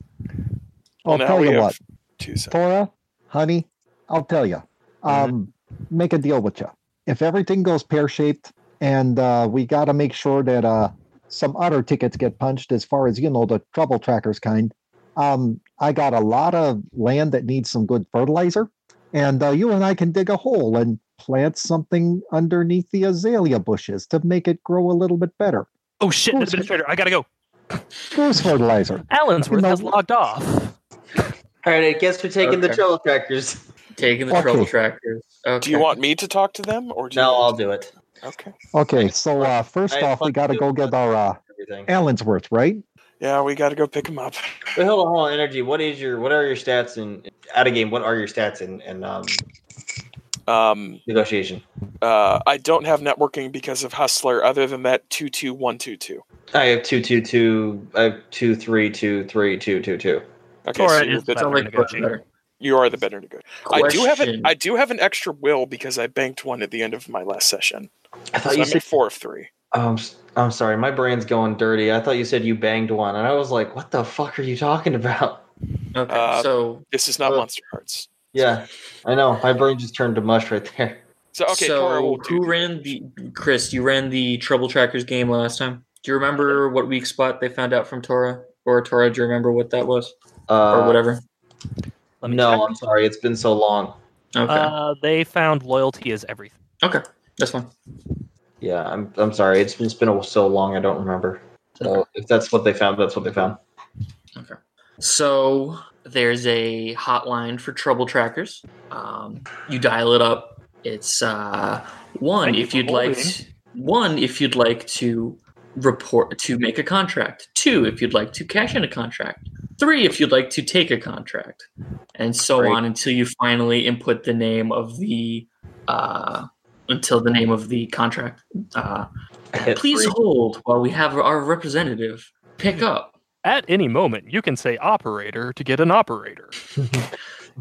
I'll
Now
tell
we
you
have
what.
Two seconds.
Tora, honey, I'll tell you. Um, Make a deal with you. If everything goes pear shaped, and uh, we got to make sure that uh, some other tickets get punched, as far as you know, the trouble trackers kind. Um, I got a lot of land that needs some good fertilizer, and uh, you and I can dig a hole and plant something underneath the azalea bushes to make it grow a little bit better.
Oh shit,
Cool.
administrator, I gotta go.
Goose fertilizer.
Allensworth
No.
has logged off.
All right, I guess we're taking the
Okay.
trouble trackers.
Taking the
Okay.
trouble trackers. Okay.
Do you want me to talk to them, or do
No,
you
I'll do it.
Okay.
Okay, so uh, first
I-
off, we got to go get our uh,
Everything.
Allensworth, right?
Yeah, we got to go pick them up.
Wait, hold on, hold on. Energy. What is your? What are your stats in out of game? What are your stats in in um,
Um,
negotiation?
uh, I don't have networking because of Hustler. Other than that, two two one two two.
I have two, two, two. I have two, three, two, three, two, two, two.
Okay,
Tora
so you're
is
the,
better.
Sounds like
Negotiate.
better.
you are the better negotiator. I do have an
Question.
I do have an extra will because I banked one at the end of my last session.
I thought
So
you
I'm
said
at four of three.
Um, I'm sorry, my brain's going dirty. I thought you said you banged one, and I was like, "What the fuck are you talking about?"
Okay,
Uh,
so
This is not
Uh,
Monster Hearts.
Yeah, I know. My brain just turned to mush right there.
So okay, Tora
so
will do
who ran the Chris? You ran the Trouble Trackers game last time. Do you remember what weak spot they found out from Tora or Tora? Do you remember what that was
Uh,
or whatever?
Let me
No,
check.
I'm sorry. It's been so long.
Okay,
Uh, they found loyalty is everything.
okay, that's fine.
Yeah, I'm. I'm sorry. It's been, it's been so long. I don't remember. So if that's what they found, that's what they found.
So there's a hotline for trouble trackers. Um, you dial it up. It's uh, one
Thank you
if
for
you'd like
holding.
to, one if you'd like to report to make a contract. Two if you'd like to cash in a contract. Three if you'd like to take a contract, and so
Great.
on until you finally input the name of the uh, until the name of the contract. Uh,
I hit
please
three.
hold while we have our representative pick up.
At any moment, you can say operator to get an operator.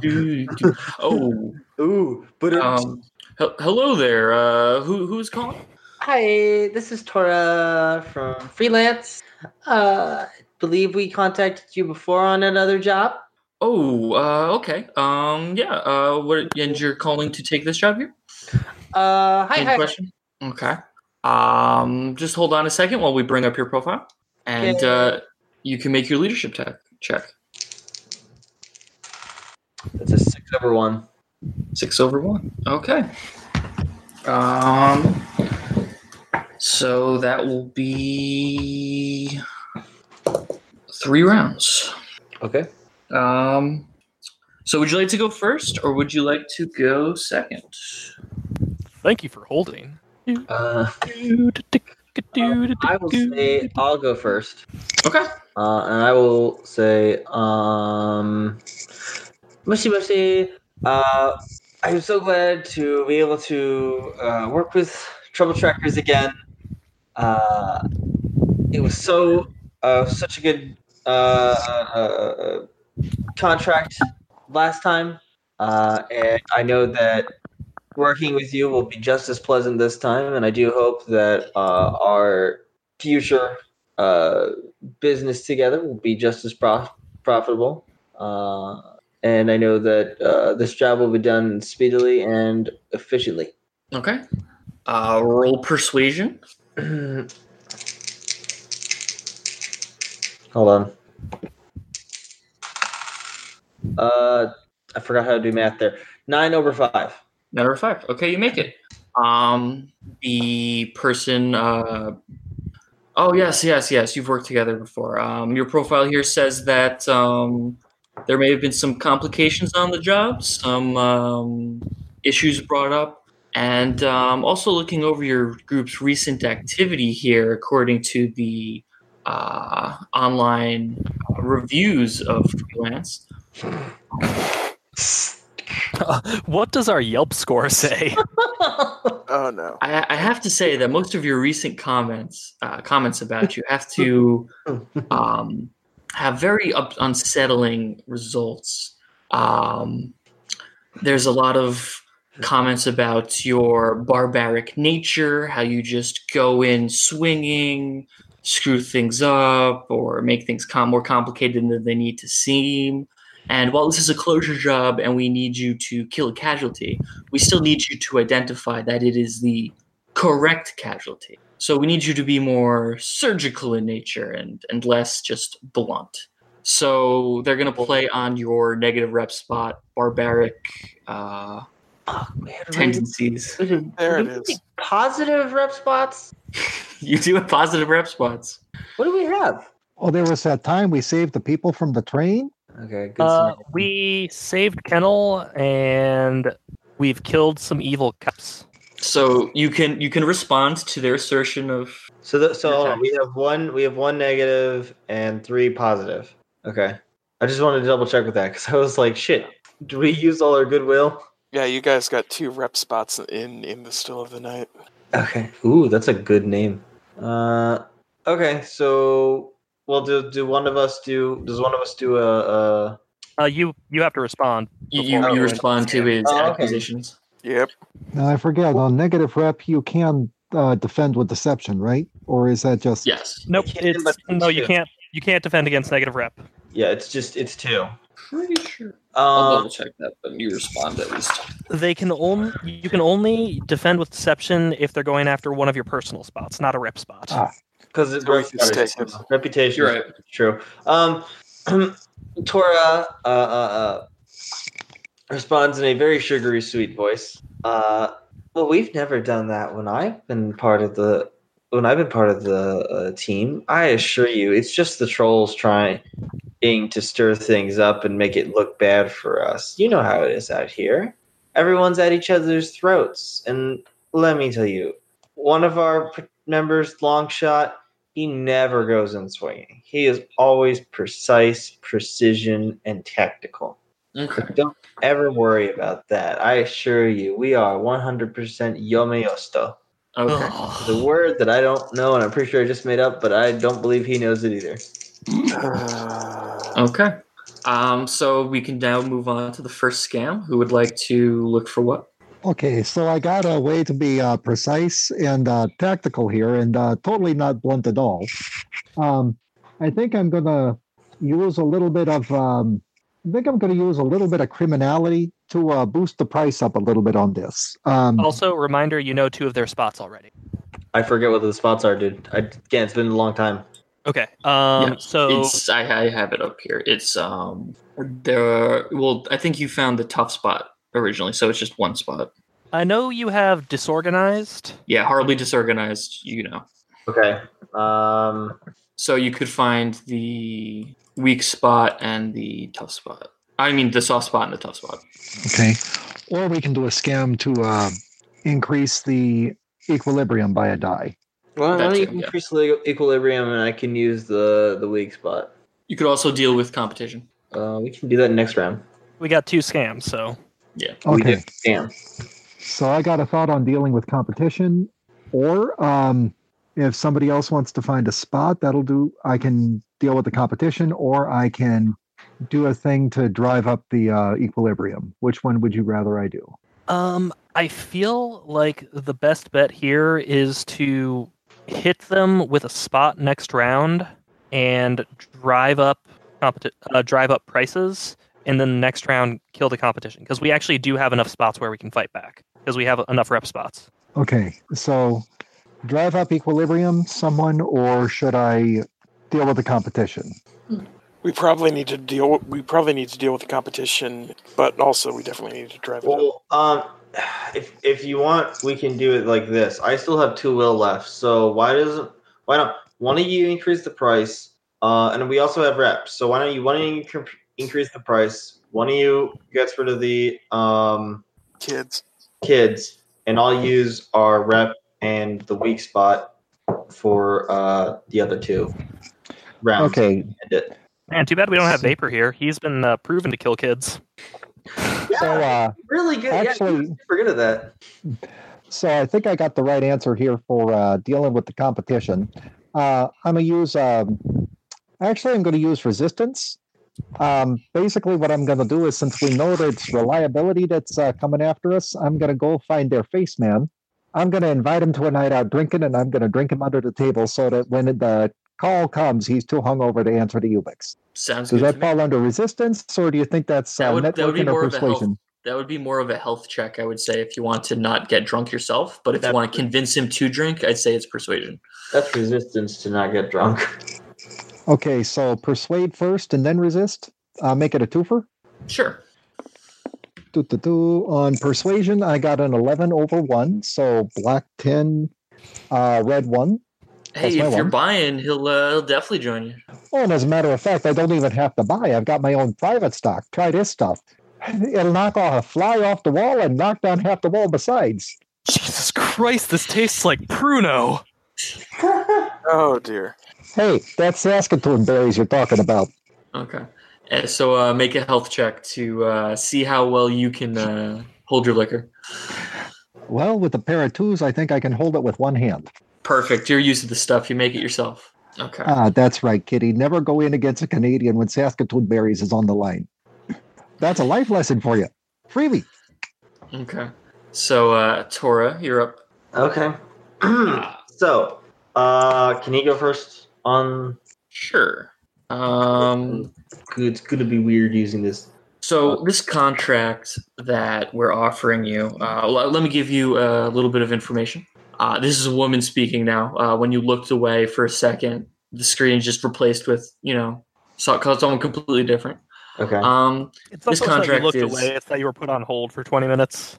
Do- do- oh.
Ooh, but it,
Um, hel- hello there. Uh, who who's calling?
Hi, this is Tora from Freelance. Uh, believe we contacted you before on another job.
Oh, uh, okay. Um, yeah. Uh, what? And you're calling to take this job here?
Uh, hi,
Any
hi.
question? Okay. Um, just hold on a second while we bring up your profile, and
Okay.
uh, you can make your leadership tech check.
it's a six over one.
Six over one. Okay. Um. So that will be three rounds.
Okay.
Um, so would you like to go first, or would you like to go second?
Thank you for holding.
Uh, I will say I'll go first.
Okay.
Uh, and I will say, um, mushy mushy. Uh, I'm so glad to be able to uh, work with Trouble Trackers again. Uh, it was so uh, such a good uh, uh, contract last time, uh, and I know that working with you will be just as pleasant this time. And I do hope that uh, our future uh, business together will be just as prof- profitable. Uh, and I know that uh, this job will be done speedily and efficiently.
Okay. Uh, roll persuasion.
Hold on. Uh, I forgot how to do math there. Nine over five.
Matter of fact. Okay, you make it. Um, the person. Uh, oh yes, yes, yes. You've worked together before. Um, your profile here says that um, there may have been some complications on the job, some um, issues brought up, and um, also looking over your group's recent activity here, according to the uh, online reviews of freelance.
what does our Yelp score say?
Oh no.
I, I have to say that most of your recent comments uh, comments about you have to um, have very up- unsettling results. Um, there's a lot of comments about your barbaric nature, how you just go in swinging, screw things up, or make things com- more complicated than they need to seem. And while this is a closure job and we need you to kill a casualty, we still need you to identify that it is the correct casualty. So we need you to be more surgical in nature and, and less just blunt. So they're going to play on your negative rep spot, barbaric uh,
We had
tendencies.
we
There it
did
is.
we Positive rep spots.
You do have positive rep spots.
What do we have?
Oh, there was that time we saved the people from the train.
Okay, good.
Uh,
Samaritan.
we saved Kennel and we've killed some evil cops.
So you can you can respond to their assertion of
so the, so hold on, we have one we have one negative and three positive. Okay, I just wanted to double check with that because I was like, shit, do we use all our goodwill?
Yeah, you guys got two rep spots in in the still of the night.
Okay. Ooh, that's a good name. Uh, okay. So, well, do do one of us do? Does one of us do a? a
Uh, you you have to respond.
you, you,
Before-
you respond to his
Oh, okay.
accusations.
Yep.
Now I forget on negative rep you can uh, defend with deception, right? Or is that just
Yes.
Nope.
You can't
It's,
defend against
no, you
two.
can't. You can't defend against negative rep.
Yeah, it's just it's two.
Pretty sure. I'll
Um,
double check that, but you respond at least.
They can only you can only defend with deception if they're going after one of your personal spots, not a rep spot.
Ah.
because it's
So we can stake it.
reputation.
You're right.
is True. Um, Tora uh, uh, uh, responds in a very sugary, sweet voice. Uh, well, we've never done that when I've been part of the when I've been part of the uh, team. I assure you, it's just the trolls trying to stir things up and make it look bad for us. You know how it is out here. Everyone's at each other's throats, and let me tell you, one of our p- members, long shot, he never goes in swinging. He is always precise, precision, and tactical.
Okay.
Don't ever worry about that. I assure you, we are 100% yomeyosto.
Okay.
The word that I don't know, and I'm pretty sure I just made up, but I don't believe he knows it either.
Okay. Um, so we can now move on to the first scam. Who would like to look for what?
Okay, so I got a way to be uh, precise and uh, tactical here and uh, totally not blunt at all. Um, I think I'm going to use a little bit of, um, I think I'm going to use a little bit of criminality to uh, boost the price up a little bit on this. Um,
Also, reminder: you know two of their spots already.
I forget what the spots are, dude. I, again, it's been a long time.
Okay. Um.
Yeah,
so
It's I, I have it up here. It's um there. Well, I think you found the tough spot originally, so it's just one spot.
I know you have disorganized.
Yeah, hardly disorganized. You know,
Okay. Um,
so you could find the weak spot and the tough spot. I mean, the soft spot and the tough spot.
okay. Or we can do a scam to uh, increase the equilibrium by a die.
why
That
don't you
too, yeah.
increase the equilibrium and I can use the, the weak spot?
You could also deal with competition.
Uh, we can do that next round.
We got two scams, so
We
Okay.
do. Damn.
So I got a thought on dealing with competition, or um, if somebody else wants to find a spot, that'll do. I can deal with the competition, or I can do a thing to drive up the uh, equilibrium. Which one would you rather I do?
um, I feel like the best bet here is to hit them with a spot next round and drive up competi- uh, drive up prices, and then the next round kill the competition because we actually do have enough spots where we can fight back because we have enough rep spots.
Okay, so drive up equilibrium, someone, or should I deal with the competition?
We probably need to deal. We probably need to deal with the competition, but also we definitely need to drive it up.
Well, um, if if you want, we can do it like this. I still have two will left, so why doesn't why not one of you increase the price? Uh, and we also have reps, so why don't you one of you incre- increase the price? One of you gets rid of the um
Kids,
kids, and I'll use our rep and the weak spot for uh the other two rounds.
Okay,
End it.
Man, too bad we don't have Vapor here. He's been uh, proven to kill kids.
so uh,
really good. yeah,
actually-
you're super good at that.
So I think I got the right answer here for uh, dealing with the competition. Uh, I'm going to use, um, actually, I'm going to use resistance. Um, basically, what I'm going to do is since we know that it's reliability that's uh, coming after us, I'm going to go find their face man. I'm going to invite him to a night out drinking, and I'm going to drink him under the table so that when the call comes, he's too hungover to answer the Ubix.
Sounds
Does
good.
that
to me.
fall under resistance, or do you think that's
That
uh,
would- that would be
networking
more
or
of a health-
persuasion?
That would be more of a health check, I would say, if you want to not get drunk yourself. But if you
That's
want to convince him to drink, I'd say it's persuasion.
That's resistance to not get drunk.
Okay, so persuade first and then resist. Uh, make it a twofer.
Sure.
Do, do, do. On persuasion, I got an 11 over 1, so black 10, uh, red 1. That's
Hey,
my
if you're
one.
buying, he'll uh, he'll definitely join you.
Oh, and as a matter of fact, I don't even have to buy. I've got my own private stock. Try this stuff. It'll knock off a fly off the wall and knock down half the wall besides.
Jesus Christ, this tastes like Pruno.
Oh dear.
Hey, that's Saskatoon berries you're talking about.
Okay. Uh, so uh, make a health check to uh, see how well you can uh, hold your liquor.
Well, with a pair of twos, I think I can hold it with one hand.
Perfect. You're used to the stuff. You make it yourself. Okay.
Ah, that's right, Kitty. Never go in against a Canadian when Saskatoon berries is on the line. That's a life lesson for you. Freebie.
Okay. So uh, Tora, you're up.
Okay. so, uh, can he go first on?
Sure. Um,
It's gonna be weird using this.
so this contract that we're offering you, uh, l- let me give you a little bit of information. Uh, this is a woman speaking now. Uh, when you looked away for a second, the screen is just replaced with you know so- someone completely different.
Okay.
Um,
It's
This
also not that
contract
you looked
is-
away. It's that you were put on hold for 20 minutes.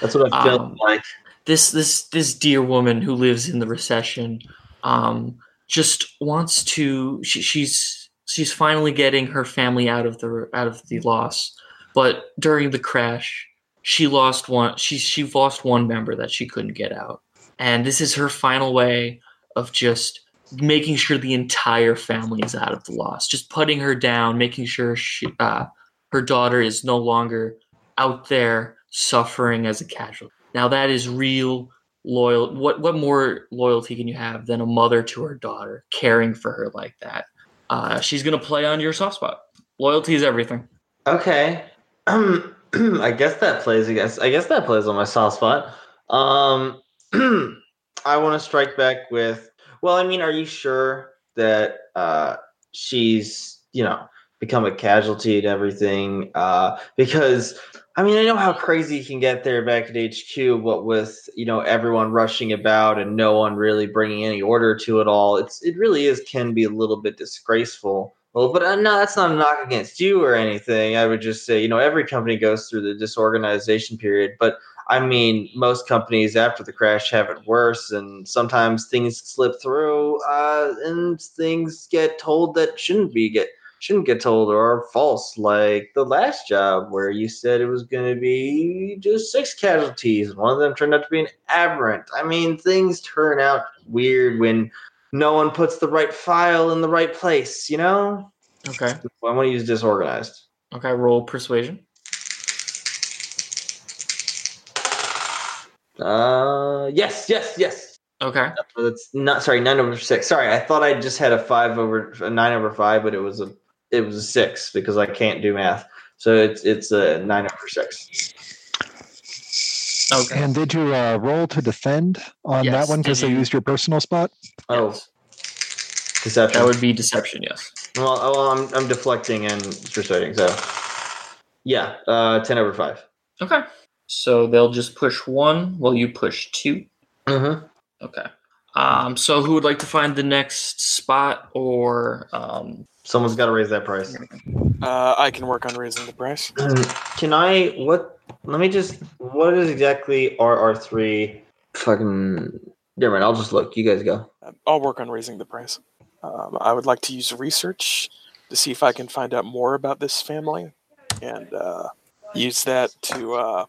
That's what I felt
um,
like.
this this this dear woman who lives in the recession um just wants to she, she's she's finally getting her family out of the out of the loss but during the crash she lost one she she lost one member that she couldn't get out and this is her final way of just making sure the entire family is out of the loss just putting her down making sure she uh, her daughter is no longer out there suffering as a casualty now that is real loyal. What what more loyalty can you have than a mother to her daughter, caring for her like that? Uh, she's gonna play on your soft spot. Loyalty is everything.
Okay. Um, I guess that plays against. I guess that plays on my soft spot. Um, I want to strike back with. Well, I mean, are you sure that uh, she's you know become a casualty to everything? Uh, because I mean, I know how crazy you can get there back at HQ. What with you know everyone rushing about and no one really bringing any order to it all. It's it really is can be a little bit disgraceful. Well, but uh, no, that's not a knock against you or anything. I would just say, you know, every company goes through the disorganization period, but I mean, most companies after the crash have it worse, and sometimes things slip through, uh, and things get told that shouldn't be get shouldn't get told or are false, like the last job where you said it was going to be just six casualties, and one of them turned out to be an aberrant. I mean, things turn out weird when no one puts the right file in the right place, you know?
Okay.
I want to use disorganized.
Okay. Roll persuasion.
Uh, yes, yes, yes.
Okay.
Uh, That's not sorry, nine over six. Sorry, I thought I just had a five over a nine over five, but it was a it was a six because I can't do math. So it's it's a nine over six.
Okay.
And did you uh, roll to defend on
Yes,
that one because
did
they
you-
used your personal spot?
Oh,
Yes.
deception.
that would be deception. Yes.
well, oh, well, I'm I'm deflecting and persuading. So yeah, uh, ten over five.
Okay. So they'll just push one while you push two.
Mm-hmm.
Okay. Um, so who would like to find the next spot or um,
Someone's got to raise that price.
Uh, I can work on raising the price.
Can I? What? Let me just. What is exactly RR three? Fucking. Never mind. I'll just look. You guys go.
Um, I'll work on raising the price. Um, I would like to use research to see if I can find out more about this family and uh, use that to uh,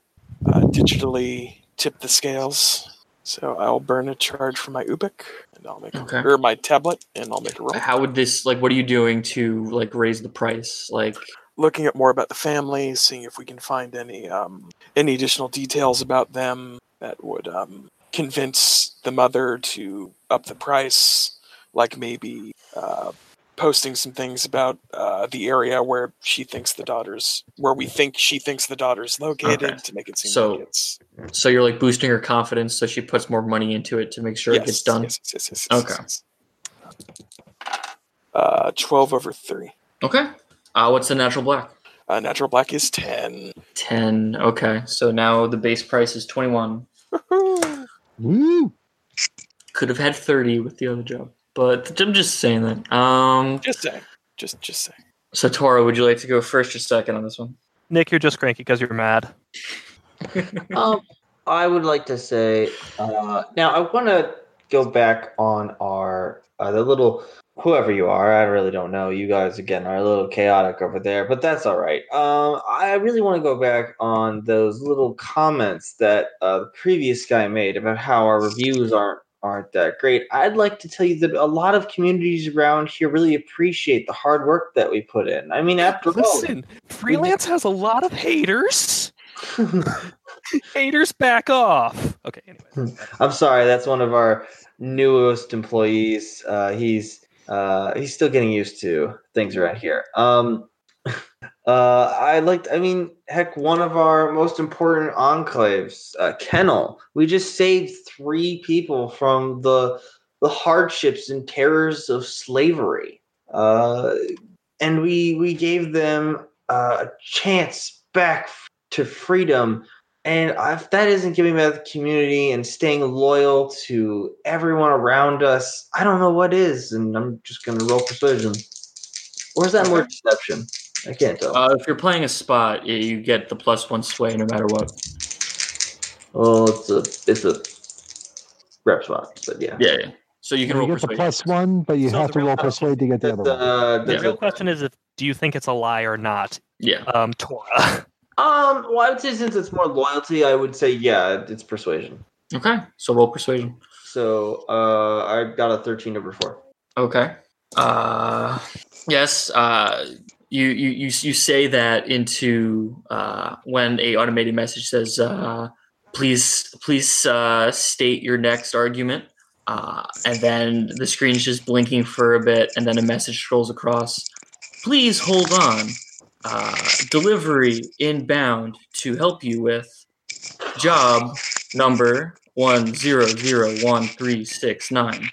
uh, digitally tip the scales. So I'll burn a charge for my Ubik and I'll make
Okay.
a, or my tablet and I'll make a roll.
how would this like what are you doing to like raise the price like
Looking at more about the family, seeing if we can find any um, any additional details about them that would um, convince the mother to up the price, like maybe uh, posting some things about uh, the area where she thinks the daughter's where we think she thinks the daughter's located
Okay.
to make it seem
So-
like it's
So you're like boosting her confidence, so she puts more money into it to make sure it gets done.
Yes, yes, yes, yes,
Okay.
yes, yes. Uh, twelve over three.
Okay. Uh, what's the natural black?
Uh, natural black is ten.
Ten. Okay. So now the base price is twenty one.
Woohoo!
Woo!
Could have had thirty with the other job, but I'm just saying that. Um.
Just saying. Just, just saying.
So Toro, would you like to go first or second on this one?
Nick, you're just cranky because you're mad.
um, I would like to say uh, now. I want to go back on our uh, the little whoever you are. I really don't know. You guys again are a little chaotic over there, but that's all right. Um, I really want to go back on those little comments that uh, the previous guy made about how our reviews aren't aren't that great. I'd like to tell you that a lot of communities around here really appreciate the hard work that we put in. I mean,
Oh,
after all,
Listen, freelance has a lot of haters. haters back off. Okay, anyway.
Hmm.
I'm sorry, that's one of our newest employees. Uh, he's uh, he's still getting used to things around here. Um, Uh, I liked. I mean, heck, one of our most important enclaves, uh, Kennel. We just saved three people from the the hardships and terrors of slavery, uh, and we we gave them uh, a chance back f- to freedom. And if that isn't giving back to the community and staying loyal to everyone around us, I don't know what is. And I'm just gonna roll persuasion. Or is that more deception? I can't tell.
Uh, if you're playing a spot, y- you get the plus one sway no matter what.
Oh, it's a it's a rep spot, but yeah.
Yeah, yeah. So you can
you
roll
get the
persuasion.
plus one, but you
So
have
the
to
real
roll
question
persuade to get the
That's,
other one.
uh,
The
that's
real
a-
question is if do you think it's a lie or not,
Yeah.
um, Tora?
um. Well, I would say since it's more loyalty, I would say yeah, it's persuasion.
Okay. So roll persuasion.
So uh, I got a thirteen over four.
Okay. Uh, yes. Uh, you, you you you say that into uh, when a automated message says, uh, "Please please uh, state your next argument," uh, and then the screen's just blinking for a bit, and then a message scrolls across. Please hold on. Uh, delivery inbound to help you with job number one zero zero one three six nine.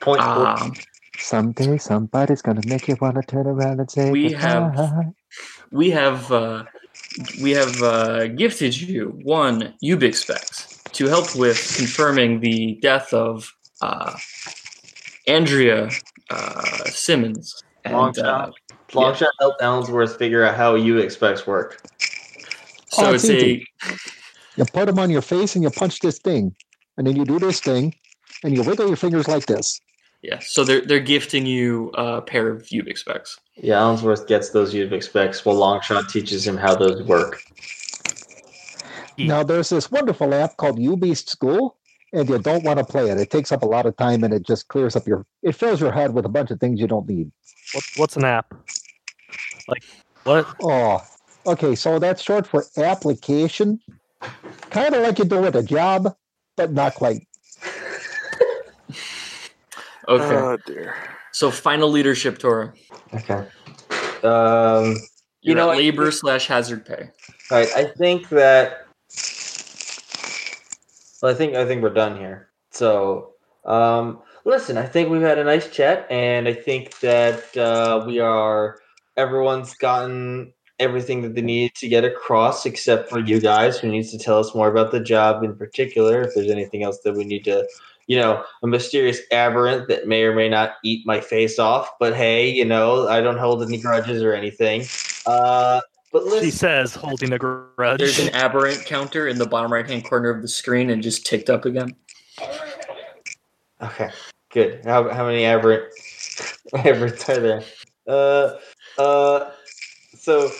Point four.
Um,
Someday somebody's gonna make you wanna turn around and say
We
goodbye.
have- we have uh, we have uh, gifted you one Ubix specs to help with confirming the death of uh, Andrea uh, Simmons.
Long
And uh,
shot. Longshot helped Allensworth figure out how you expects work.
so
Oh,
it's
it's
a
easy. You put them on your face and you punch this thing, and then you do this thing, and you wiggle your fingers like this.
yeah. So they're they're gifting you a pair of Ubix specs.
Yeah, Allensworth gets those you expects while Longshot teaches him how those work.
Yeah.
Now there's this wonderful app called UBeast School, and you don't want to play it. It takes up a lot of time, and it just clears up your. It fills your head with a bunch of things you don't need.
What, what's an app? Like what?
Oh, okay. So that's short for application. Kind of like you do with a job, but not quite.
Okay.
Uh,
Oh dear.
so final leadership, Torah.
Okay. Um.
You're
You
you
know,
know,
I-
at labor slash hazard pay.
All right, I think that. Well, I think I think we're done here. So, um, listen, I think we've had a nice chat, and I think that uh, we are everyone's gotten everything that they needed to get across, except for you guys, who needs to tell us more about the job in particular. If there's anything else that we need to, you know, a mysterious aberrant that may or may not eat my face off, but hey, you know, I don't hold any grudges or anything. Uh, but
She
listen.
says holding a
There's
grudge.
an aberrant counter in the bottom right hand corner of the screen and just ticked up again.
Okay, good. How, how many aberrant aberrants are there? Uh, uh. So.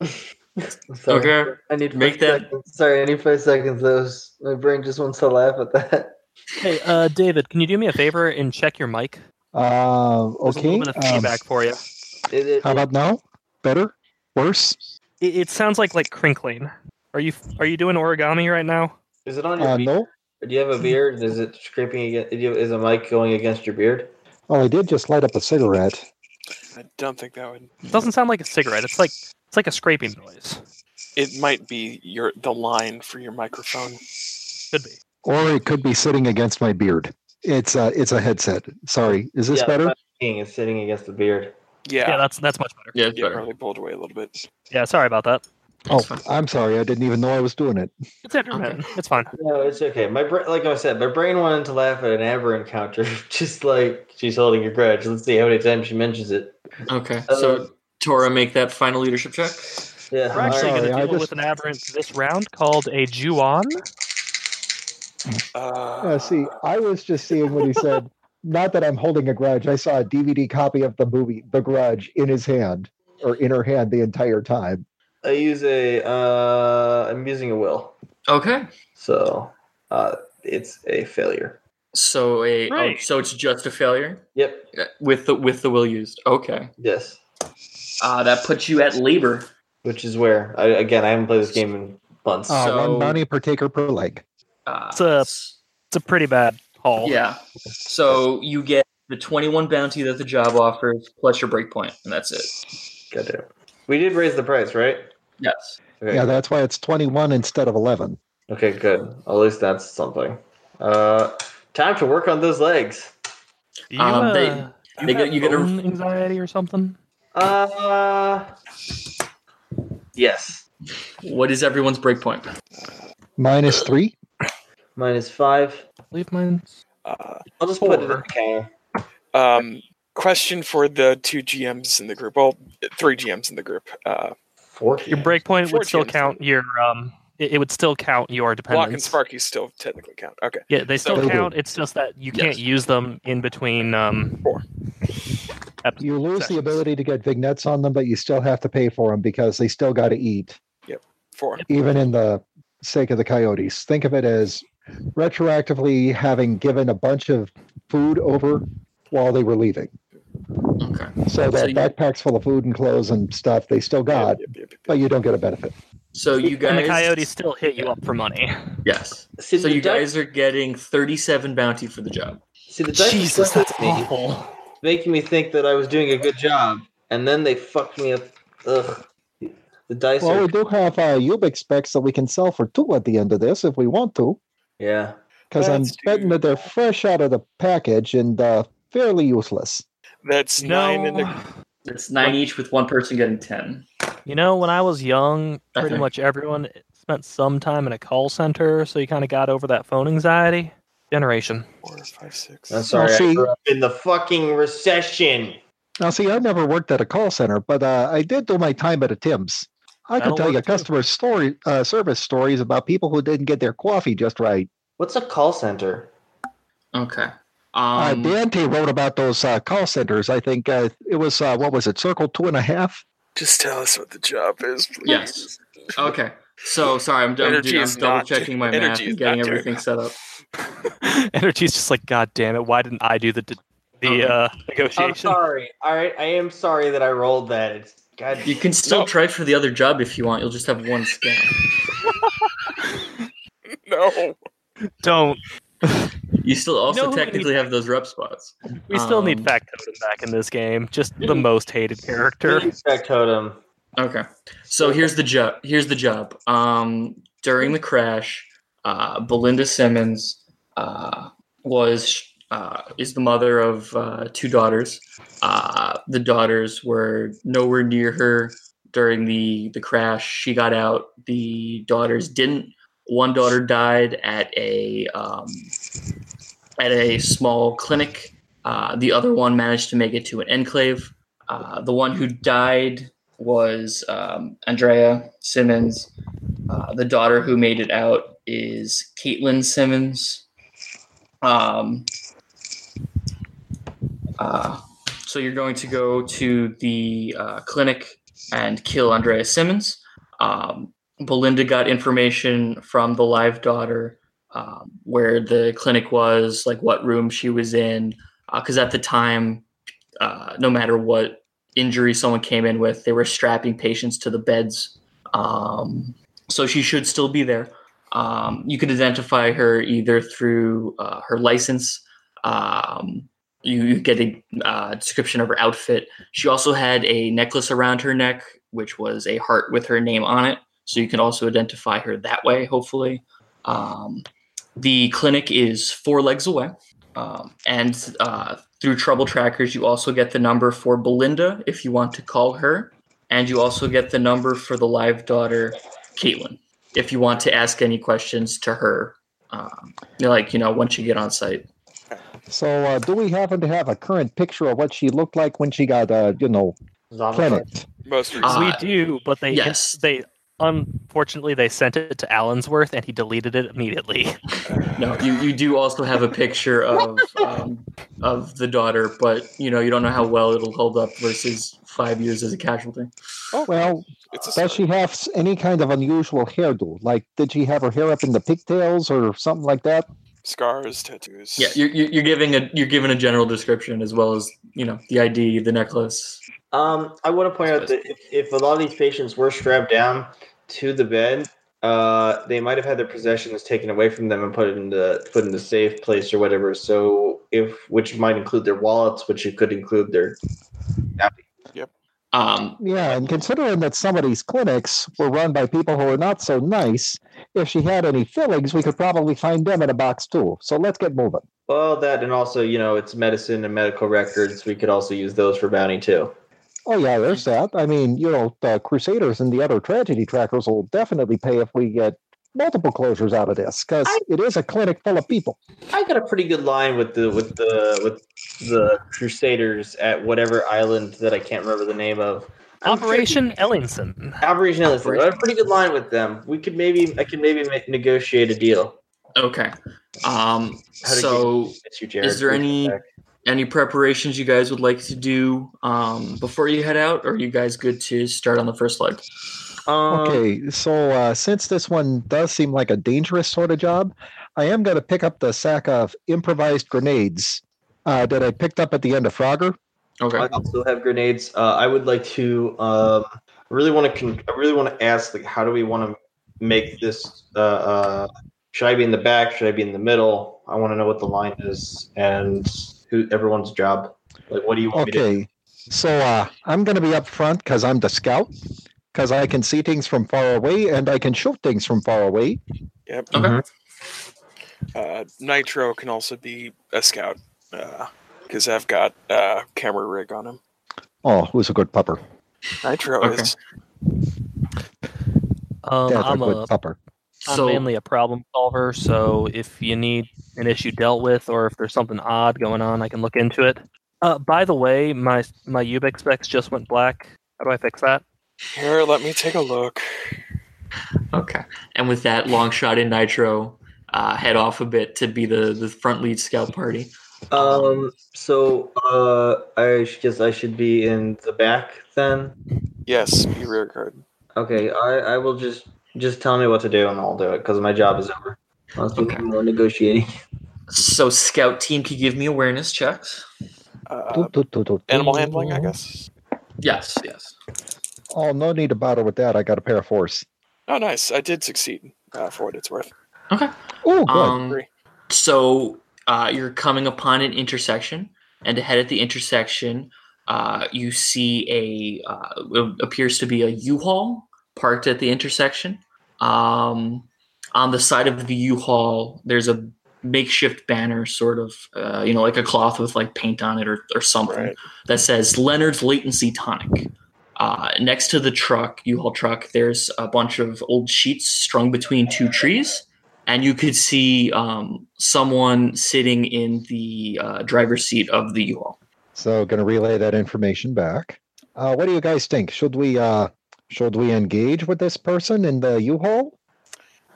sorry,
Okay.
I need five
Make that-
seconds. Sorry, I need five seconds. That was my brain just wants to laugh at that.
Hey, uh, David, can you do me a favor and check your mic?
Uh,
There's a
okay.
little bit of
um,
feedback for you.
It, it,
how about now? Better? Worse?
It, it sounds like like crinkling. Are you are you doing origami right now?
is it on your
Uh,
beard?
no.
Do you have a beard? Is it scraping against? Do you, is a mic going against your beard?
Well, Oh, I did just light up a cigarette.
I don't think that would.
It doesn't sound like a cigarette. It's like it's like a scraping noise.
It might be your the line for your microphone.
Could be.
Or it could be sitting against my beard. It's a, it's a headset. Sorry. Is this
yeah,
better?
It's sitting against the beard.
Yeah,
Yeah, that's that's much better.
Yeah, it's
yeah,
better.
probably pulled away a little bit.
Yeah, sorry about that.
Oh,
It's fine.
I'm sorry. I didn't even know I was doing it.
It's intermittent. It's fine.
No, it's okay. My brain, like I said, my brain wanted to laugh at an aberrant counter, just like she's holding a grudge. Let's see how many times she mentions it.
Okay.
Uh,
So Tora make that final leadership check.
Yeah,
We're actually
sorry,
going
I
to deal with
just-
an aberrant this round called a Juon.
Uh,
Uh, see, I was just seeing what he said. Not that I'm holding a grudge. I saw a DVD copy of the movie The Grudge in his hand or in her hand the entire time.
I use a. Uh, I'm using a will,
Okay.
so uh, it's a failure.
So a oh,
Right.
so it's just a failure
Yep.
Yeah, with the with the will used. Okay.
Yes.
Uh, that puts you at labor.
Which is where I, again I haven't played this game in months.
Uh,
So-
one bounty per taker per leg.
Uh,
It's a- It's a pretty bad haul.
yeah. So you get the 21 bounty that the job offers plus your breakpoint, and that's it.
Got it. We did raise the price, right?
Yes.
Okay.
Yeah, that's why it's 21 instead of 11.
Okay, good. At least that's something. Uh, time to work on those legs.
Do
Um, they- they
have
get- you get a-
uh, bone anxiety or something.
Uh, yes.
What is everyone's breakpoint?
Minus three.
Minus five.
I believe mine's
Uh,
I'll just put it in
Four.
the counter.
um, question for the two GMs in the group. Well, three GMs in the group. Uh,
Four.
your breakpoint would still
Fortunes.
count your um. It, it would still count your dependence.
Block and Sparky still technically count. Okay.
Yeah, they still
They do.
count. It's just that you
Yes.
can't use them in between. Um,
Four.
ep-
You lose
sessions.
the ability to get vignettes on them, but you still have to pay for them because they still got to eat,
Four.
even in the sake of the coyotes. Think of it as retroactively having given a bunch of food over while they were leaving.
Okay.
So that
you-
backpack's full of food and clothes and stuff they still
Yep,
got,
yep, yep, yep,
but you don't get a benefit.
So you guys.
And the coyotes still hit you up for money.
Yes.
See,
so
the
you
dice-
guys are getting 37 bounty for the job.
See, the dice Jesus, that's me,
awful.
making me think that I was doing a good job, and then they fucked me up. Ugh. The dice
Well,
are.
we do have uh, Ubix specs that we can sell for two at the end of this if we want to,
Yeah.
because I'm
Let's
betting
do
that they're fresh out of the package and uh, fairly useless.
That's nine in the
No,
That's nine each with one person getting 10.
you know, when I was young,
I
pretty
think-
much everyone spent some time in a call center, so you kind of got over that phone anxiety generation.
four, five, six.
I'm
So,
sorry. I
see-
grew up in the fucking recession.
Now, see, I never worked at a call center, but uh, I did do my time at a Tim's. I
That'll
could tell you
work, too.
customer story uh, service stories about people who didn't get their coffee just right.
What's a call center?
Okay. Um,
uh, Dante wrote about those uh, call centers. I think uh, it was uh, what was it, Circle Two and a Half?
Just tell us what the job is, please.
Yes. okay. So sorry, I'm, I'm,
Energy
dude, I'm
is
double
not-
checking my
energy
math
is
and getting
not doing
everything
that.
set up.
Energy's just like, God damn it! Why didn't I do the d- the
Okay.
uh,
I'm
negotiation?
sorry. All right, I am sorry that I rolled that. It's God.
You can still
No.
try for the other job if you want. You'll just have one scan.
No.
Don't.
You still also
who we need
technically have those rep spots.
We still need
Um,
Factotum back in this game. Just the most hated character.
Respect totem.
Okay. So here's the job. Here's the job. Um, during the crash, uh, Belinda Simmons uh, was uh, is the mother of uh, two daughters. Uh, the daughters were nowhere near her during the the crash. She got out. The daughters didn't. One daughter died at a um, at a small clinic. Uh, the other one managed to make it to an enclave. Uh, the one who died was um, Andrea Simmons. Uh, the daughter who made it out is Caitlin Simmons. Um, uh, so you're going to go to the uh, clinic and kill Andrea Simmons. Um, Belinda got information from the live daughter um, where the clinic was, like what room she was in, because at the time, uh, no matter what injury someone came in with. They were strapping patients to the beds. Um, so she should still be there. Um, you can identify her either through uh, her license. Um, you, you get a uh, description of her outfit. She also had a necklace around her neck, which was a heart with her name on it. So you can also identify her that way, hopefully. Um, the clinic is four legs away. Um, and uh, through Trouble Trackers, you also get the number for Belinda if you want to call her. And you also get the number for the live daughter, Caitlin, if you want to ask any questions to her. Um, like, you know, once you get on site.
So, uh, do we happen to have a current picture of what she looked like when she got, uh, you know, clinicked?
Most recent.
Uh,
we do, but they
yes.
they unfortunately they sent it to Allensworth and he deleted it immediately.
No, you, you do also have a picture of um, of the daughter, but, you know, you don't know how well it'll hold up versus five years as a casualty.
Oh, Well,
it's a
Does
start.
she have s- any kind of unusual hairdo? Like, did she have her hair up in the pigtails or something like that?
scars, tattoos.
Yeah, you're, you're you're giving a you're giving a general description as well as you know the ID, the necklace.
Um, I want to point out that if, if a lot of these patients were strapped down to the bed, uh, they might have had their possessions taken away from them and put it into put in a safe place or whatever. So if which might include their wallets, which it could include their
Um,
Yeah, and considering that some of these clinics were run by people who are not so nice, if she had any fillings, we could probably find them in a box too. So let's get moving.
Well, that and also, you know, it's medicine and medical records. We could also use those for bounty too.
Oh yeah, there's that. I mean, you know, the Crusaders and the other tragedy trackers will definitely pay if we get multiple closures out of this because
I-
it is a clinic full of people.
I got a pretty good line with the with the with the Crusaders at whatever island that I can't remember the name of. I'm pretty-
Operation Ellingson.
Operation Ellis. I got a pretty good line with them. We could maybe I could maybe ma- negotiate a deal.
okay. Um,
How did
so
Miss you, Jared.
Is there any- any preparations you guys would like to do um, before you head out, or are you guys good to start on the first leg?
Um,
Okay, so uh, since this one does seem like a dangerous sort of job, I am going to pick up the sack of improvised grenades uh, that I picked up at the end of Frogger.
Okay.
I also have grenades. Uh, I would like to. Um, I really want to. Con- I really want to ask. Like, how do we want to make this? Uh, uh, should I be in the back? Should I be in the middle? I want to know what the line is and who everyone's job. Like, what do you want me to? do?
Okay, so uh, I'm going to be up front because I'm the scout, because I can see things from far away and I can shoot things from far away.
Yep.
Okay. Mm-hmm.
Uh, Nitro can also be a scout because I've got uh, camera rig on him.
Oh, who's a good pupper?
Nitro
Okay.
is
Um,
Dad's
I'm
a good
a
pupper.
I'm
So
mainly a problem solver, so if you need an issue dealt with or if there's something odd going on, I can look into it. Uh, by the way, my my Ubix specs just went black. How do I fix that?
here. Let me take a look.
okay. And with that long shot in Nitro, uh, head off a bit to be the the front lead scout party.
Um. So, uh, I sh- guess I should be in the back then.
Yes, be rear guard.
Okay. I I will just just tell me what to do and I'll do it because my job is over. Let's do
Okay.
more negotiating.
So scout team could give me awareness checks.
Uh,
Doot, doot, doot, doot,
animal
doot.
handling, I guess.
Yes. Yes.
Oh, no need to bother with that. I got a pair of fours.
Oh, nice. I did succeed uh, for what it's worth.
Oh, good.
Um,
Agree.
so uh, you're coming upon an intersection, and ahead at the intersection, uh, you see a uh, what appears to be a U-Haul parked at the intersection. Um, on the side of the U-Haul, there's a makeshift banner, sort of, uh, you know, like a cloth with like paint on it or or something
Right.
that says Leonard's Latency Tonic. Uh, next to the truck, U-Haul truck, there's a bunch of old sheets strung between two trees, and you could see um, someone sitting in the uh, driver's seat of the U-Haul.
So going to relay that information back. Uh, what do you guys think? Should we uh, should we engage with this person in the U-Haul?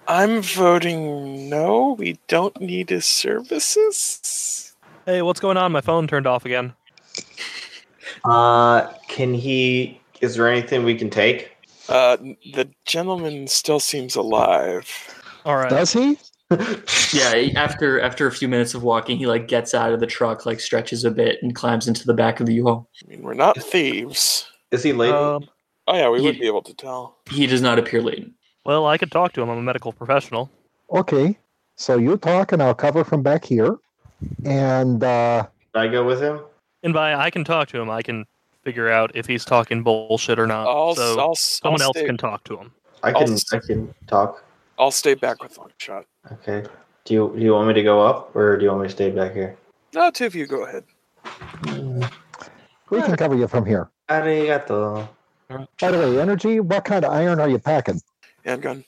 I'm voting no. We don't need his services.
Hey, what's going on? My phone turned off again.
Uh, can he? Is there anything we can take?
Uh, the gentleman still seems alive.
All right.
Does he?
Yeah, he- after after a few minutes of walking, he like gets out of the truck, like stretches a bit, and climbs into the back of the U-Haul.
I mean, we're not thieves.
Is he late?
um,
Oh yeah, we would
Yeah.
be able to tell.
He does not appear latent.
well, I could talk to him. I'm a medical professional.
Okay. So you talk and I'll cover from back here. And uh,
Should I go with him?
And by I can talk to him, I can figure out if he's talking bullshit or not.
I'll,
Uh, so
I'll, I'll
someone else
stay,
can talk to him.
I can
I'll-
I can talk.
I'll stay back with long shot.
Okay. Do you do you want me to go up or do you want me to stay back here?
No, two of you go ahead.
we can cover you from here.
Arigato.
By the way, energy, what kind of iron are you packing?
Handgun.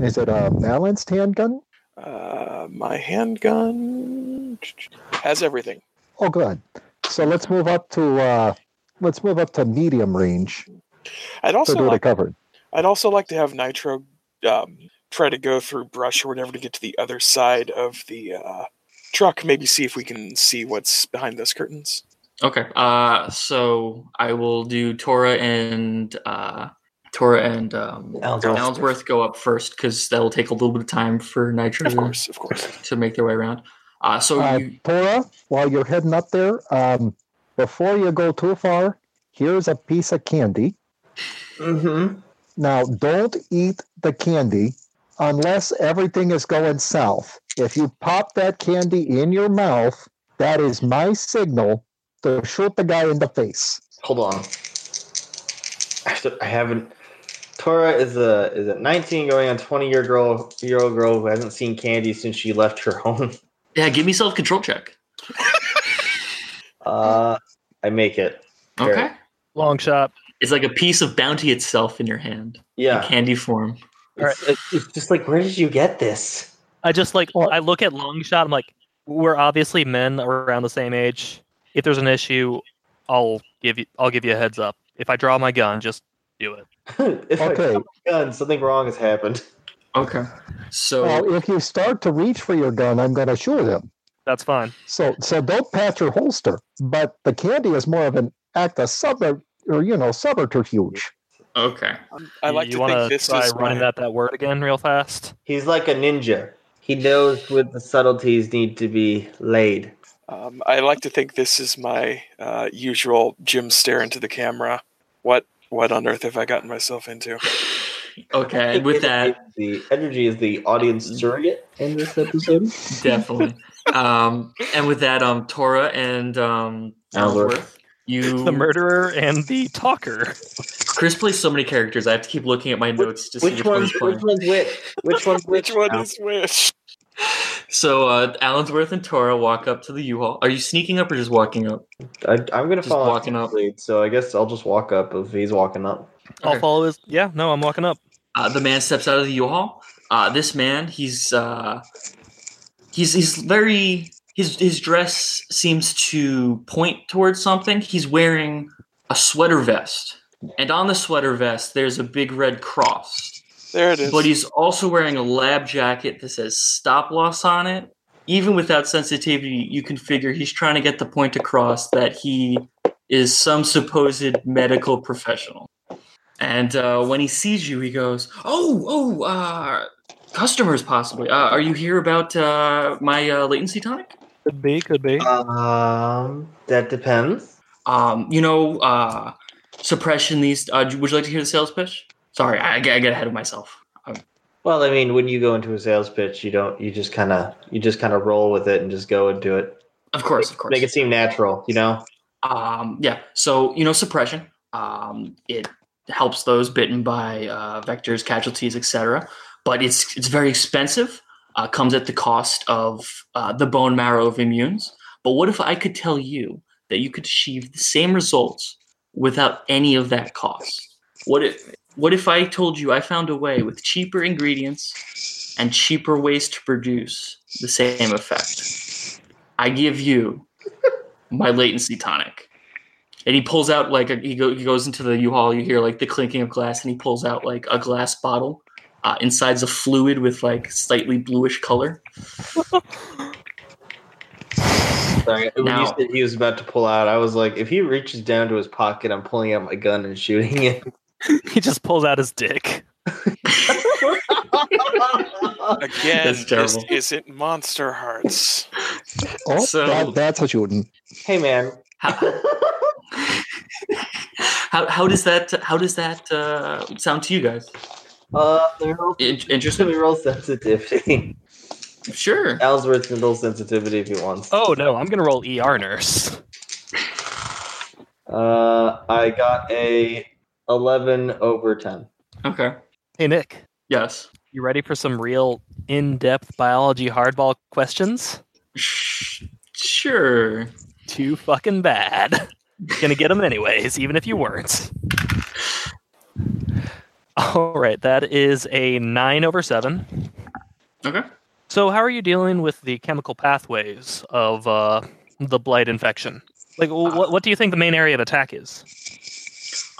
Is it a balanced handgun?
Uh, my handgun has everything.
Oh, good. So let's move up to uh, let's move up to medium range
I'd
to
also uh,
do the
like,
covered.
I'd also like to have Nitro um, try to go through brush or whatever to get to the other side of the uh, truck. Maybe see if we can see what's behind those curtains.
Okay, uh, so I will do Torah and uh, Torah and um,
Ellsworth.
Ellsworth go up first because that'll take a little bit of time for Nitro
Of course, of course.
to make their way around. Uh, so
Uh,
you,
Tora, while you're heading up there, um, before you go too far, here's a piece of candy.
Mm-hmm.
Now, don't eat the candy unless everything is going south. If you pop that candy in your mouth, that is my signal to shoot the guy in the face.
Hold on. still, I haven't. Tora is a is a 19 going on 20 year girl year old girl who hasn't seen candy since she left her home.
Yeah, give me self control check.
Uh, I make it.
Okay.
Sure.
Long shot.
It's like a piece of bounty itself in your hand, in
Yeah,
candy form.
it's, it's just like where did you get this?
I just like
Well-
I look at long shot. I'm like, we're obviously men around the same age. If there's an issue, I'll give you I'll give you a heads up. If I draw my gun, just do it.
if I
Okay.
got my gun, something wrong has happened.
Okay. So
Well, if you start to reach for your gun, I'm going to shoot him.
That's fine.
So, so don't pat your holster. But the candy is more of an act of sub or you know subterfuge.
okay.
Um, I
You-
like
you
to
wanna
think this
try
is
running
my-
that that word again real fast.
He's like a ninja. He knows when the subtleties need to be laid.
Um, I like to think this is my uh, usual Jim stare into the camera. What what on earth have I gotten myself into?
Okay. And with that,
the energy is the audience surrogate in this episode.
definitely. Um, and with that, um, Torah and um,
Alworth.
Alworth, you
The murderer and the talker.
Chris plays so many characters. I have to keep looking at my notes to see which
Which
one
one's
he's
which
playing.
one's which? Which one's which?
Which one
now?
is which?
So uh, Allensworth and Torah walk up to the U-Haul. Are you sneaking up or just walking up?
I, I'm gonna
Just
follow
walking up.
lead, so I guess I'll just walk up if he's walking up.
I'll
Okay.
follow his. Yeah, no, I'm walking up.
Uh, the man steps out of the U-Haul. Uh, this man, he's uh, he's he's very his his dress seems to point towards something. He's wearing a sweater vest, and on the sweater vest there's a big red cross.
There it is.
But he's also wearing a lab jacket that says stop loss on it. Even without sensitivity, you can figure he's trying to get the point across that he is some supposed medical professional. And uh, when he sees you, he goes, Oh, oh, uh, customers possibly. Uh, are you here about uh, my uh, latency tonic?
Could be, could be.
Um, that depends.
Um, you know, uh, suppression these. Uh, would you like to hear the sales pitch? Sorry, I, I get ahead of myself.
Well, I mean, when you go into a sales pitch, you don't. You just kind of you just kind of roll with it and just go and do it.
Of course, of course.
Make it seem natural, you know.
Um, yeah, so you know suppression. Um, it helps those bitten by uh, vectors, casualties, etc. But it's it's very expensive. Uh, comes at the cost of uh, the bone marrow of immunes. But what if I could tell you that you could achieve the same results without any of that cost? What if what if I told you I found a way with cheaper ingredients and cheaper ways to produce the same effect? I give you my latency tonic. And he pulls out like a, he, go, he goes into the U-Haul. You hear like the clinking of glass, and he pulls out like a glass bottle. Uh, inside's a fluid with like slightly bluish color.
Sorry, when you
Now-
said he was about to pull out, I was like, if he reaches down to his pocket, I'm pulling out my gun and shooting it.
He just pulls out his dick.
Again,
That's
this
terrible.
isn't Monster Hearts.
Oh,
So-
that, that's a shooting.
hey, man.
How, how, how does that how does that uh, sound to you guys?
Uh, they're all
In-
just gonna
interesting.
roll sensitivity.
Sure.
Ellsworth can roll sensitivity if he wants.
Oh no, I'm gonna roll ER nurse.
Uh, I got a 11 over 10.
Okay.
Hey Nick,
Yes.
you ready for some real in-depth biology hardball questions?
Sh- sure.
Too fucking bad. Gonna get them anyways, even if you weren't. All right, that is a nine over seven.
Okay.
So, how are you dealing with the chemical pathways of uh, the blight infection? Like, wh- what, what do you think the main area of attack is?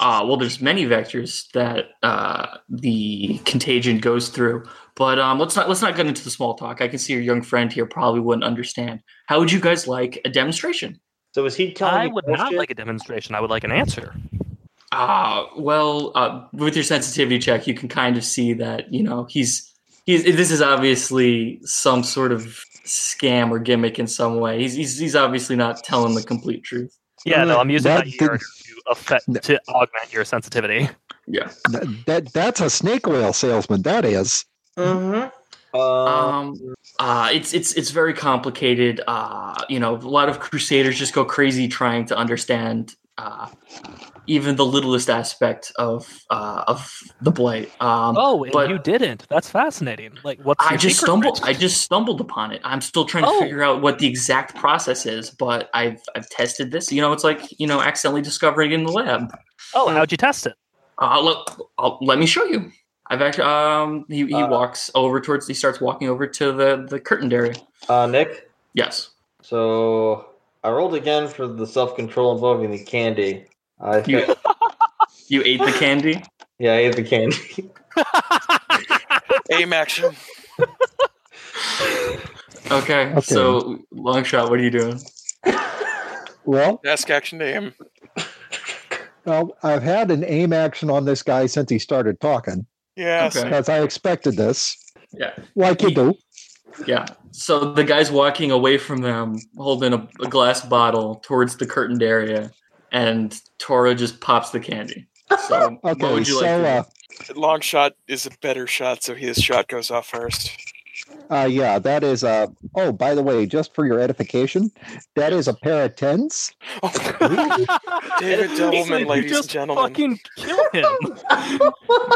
Uh, well, there's many vectors that uh, the contagion goes through, but um, let's not let's not get into the small talk. I can see your young friend here probably wouldn't understand. How would you guys like a demonstration?
So is he telling
I
you
would not
bullshit?
like a demonstration. I would like an answer.
Uh, well, uh, with your sensitivity check, you can kind of see that you know he's he's this is obviously some sort of scam or gimmick in some way. He's he's, he's obviously not telling the complete truth.
Yeah, no,
Uh,
I'm using
that
that ER
did-
to affect
No.
to augment your sensitivity.
Yeah.
That, that that's a snake oil salesman. That is.
Mm-hmm.
Uh-huh.
Uh,
Um, uh, it's it's it's very complicated. Uh, you know, a lot of crusaders just go crazy trying to understand uh, even the littlest aspect of uh, of the blight. Um,
Oh, and
but-
you didn't. That's fascinating. Like, what's
I
your
just
secret,
stumbled.
Chris?
I just stumbled upon it. I'm still trying to
Oh.
figure out what the exact process is, but I've I've tested this. You know, it's like you know, accidentally discovering it in the lab.
oh, how'd you test it?
Uh, look, I'll, let me show you. I've actually. Um, he he
Uh.
walks over towards. He starts walking over to the the curtain dairy.
Uh, Nick,
Yes.
so I rolled again for the self control involving the candy. I
You you ate the candy.
yeah, I ate the candy.
Aim action.
Okay,
Okay.
So long shot. What are you doing?
Well,
Desk action to aim.
well, I've had an aim action on this guy since he started talking,
Yes.
Okay.
because I expected this.
Yeah.
Like you do.
Yeah. So the guy's walking away from them, holding a, a glass bottle towards the curtained area, and Tora just pops the candy. So
Okay,
what would you
so
like? to
uh,
Long shot is a better shot, so his shot goes off first.
Uh, yeah, that is Uh, oh, by the way, just for your edification, that is a pair of tens.
Oh, David
He said
Doubleman,
you
ladies and
just
gentlemen.
Fucking kill him.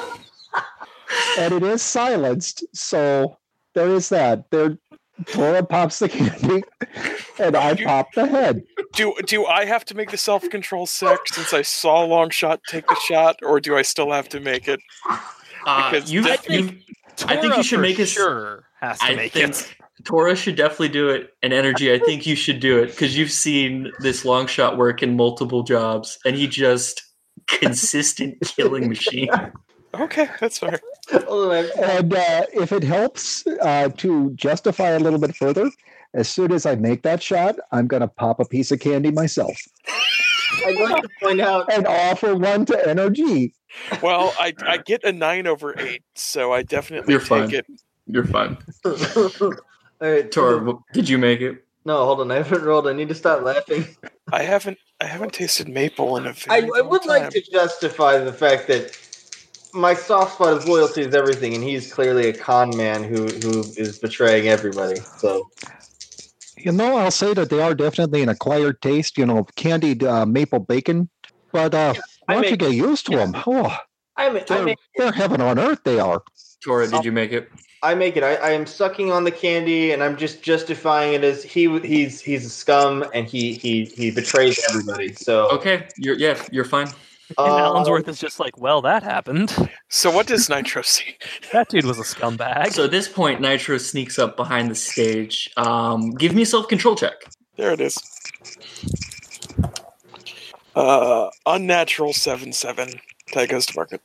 and it is silenced. So there is that. There, Tora pops the candy, and I pop the head.
Do do I have to make the self control sec since I saw long shot take the shot, or do I still have to make it?
Uh,
Because
you,
I
you,
think-
I think you should
for
make a-
sure has to
I
make
think
it.
Tora should definitely do it. And energy, I think you should do it because you've seen this long shot work in multiple jobs, and he just consistent killing machine.
Okay, that's fair.
Hold on, I-
And uh, if it helps uh, to justify a little bit further, as soon as I make that shot, I'm going to pop a piece of candy myself
I'd like to point out
and offer one to Energy.
Well, I I get a nine over eight, so I definitely
You're
take
fine.
it.
You're fine.
All right,
Tora, wh- did you make it?
No, hold on. I haven't rolled. I need to stop laughing.
I haven't I haven't tasted maple in a
I,
very
I would
long
like
time.
to justify the fact that my soft spot is loyalty is everything, and he's clearly a con man who who is betraying everybody. So
You know, I'll say that they are definitely an acquired taste, you know, candied uh, maple bacon. But uh,
I
once you
make-
get used to
yeah.
them, oh,
I make I
they're,
make,
they're heaven on earth, they are.
Tora, did you make it?
I make it. I, I am sucking on the candy, and I'm just justifying it as he he's he's a scum, and he he he betrays everybody. So
Okay. You're yeah. You're fine.
And
uh,
Allensworth is just like, well, that happened.
So what does Nitro see?
That dude was a scumbag.
So at this point, Nitro sneaks up behind the stage. Um, give me a self control check.
There it is. Uh, unnatural seven seven. That goes to market.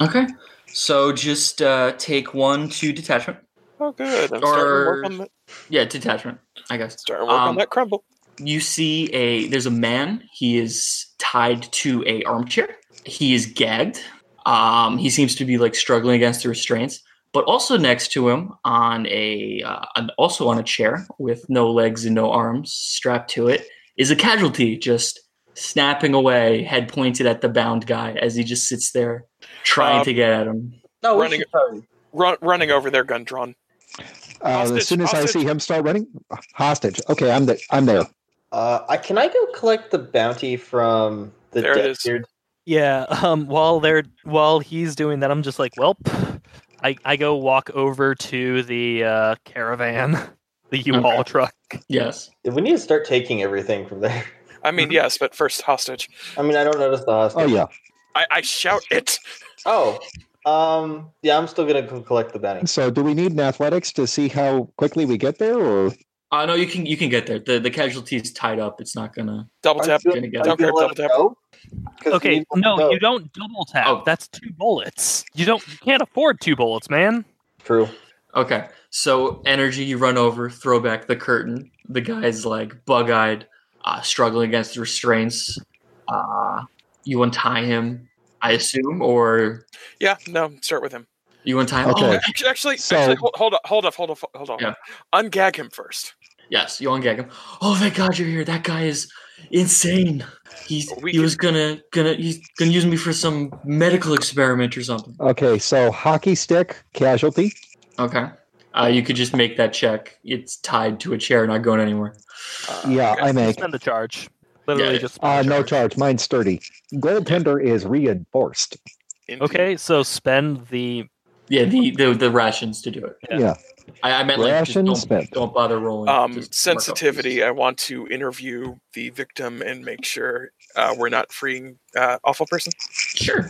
Okay. So just uh, take one to detachment.
Oh, good. I'm starting to
Or-
work on that.
Yeah, detachment. I guess.
Starting to work
Um,
on that crumble.
You see a there's a man. He is tied to a armchair. He is gagged. Um, he seems to be like struggling against the restraints. But also next to him on a uh, an- also on a chair with no legs and no arms strapped to it is a casualty just snapping away, head pointed at the bound guy as he just sits there trying
Um,
to get at him.
no, we
running-
should hurry.
Run, running over there, gun drawn.
Uh,
Hostage,
as soon as I see
hostage.
him start running, hostage. Okay, I'm the, I'm there.
Uh, I can I go collect the bounty from the
There it
dead
is.
beard?
Yeah, um while they're while he's doing that, I'm just like, welp. I, I go walk over to the uh, caravan, the U-Haul truck.
Yes.
We need to start taking everything from there.
I mean,
mm-hmm.
yes, but first hostage.
I mean, I don't notice the hostage.
Oh yeah.
I, I shout it.
Oh, um, yeah, I'm still gonna go collect the bounty.
So do we need an athletics to see how quickly we get there, or
Uh, no, you can you can get there. The the casualty is tied up. It's not gonna
Double tap.
gonna get.
Are you
Don't care,
gonna let
double
him
tap.
go? 'Cause he
Okay,
needs to
no,
go.
you don't double tap.
Oh.
That's two bullets. You don't you can't afford two bullets, man.
True.
Okay. So energy, you run over, throw back the curtain. The guy's like bug eyed, uh, struggling against the restraints. Uh, you untie him, I assume, or
Yeah, no, start with him.
you untie him.
Okay.
Oh,
Actually, actually,
So-
actually hold, hold up, hold up, hold up, hold on.
Yeah.
Ungag him first.
yes, you ungag him. Oh, thank God you're here. That guy is insane. He's
We
he was gonna gonna he's gonna use me for some medical experiment or something.
okay? So hockey stick casualty.
Okay. Uh, you could just make that check. It's tied to a chair, not going anywhere.
Uh,
Yeah, I make.
Spend the charge. Literally
Yeah.
just spell
Uh, no
charge.
charge. Mine's sturdy. Goaltender is reinforced.
Indeed.
Okay, so spend the
Yeah, the, the the rations to do it.
Yeah.
Yeah.
I, I meant like just
Rations,
don't,
but-
don't bother rolling. just
Um,
mark up
sensitivity. I want to interview the victim and make sure uh, we're not freeing uh, awful person.
these. Sure.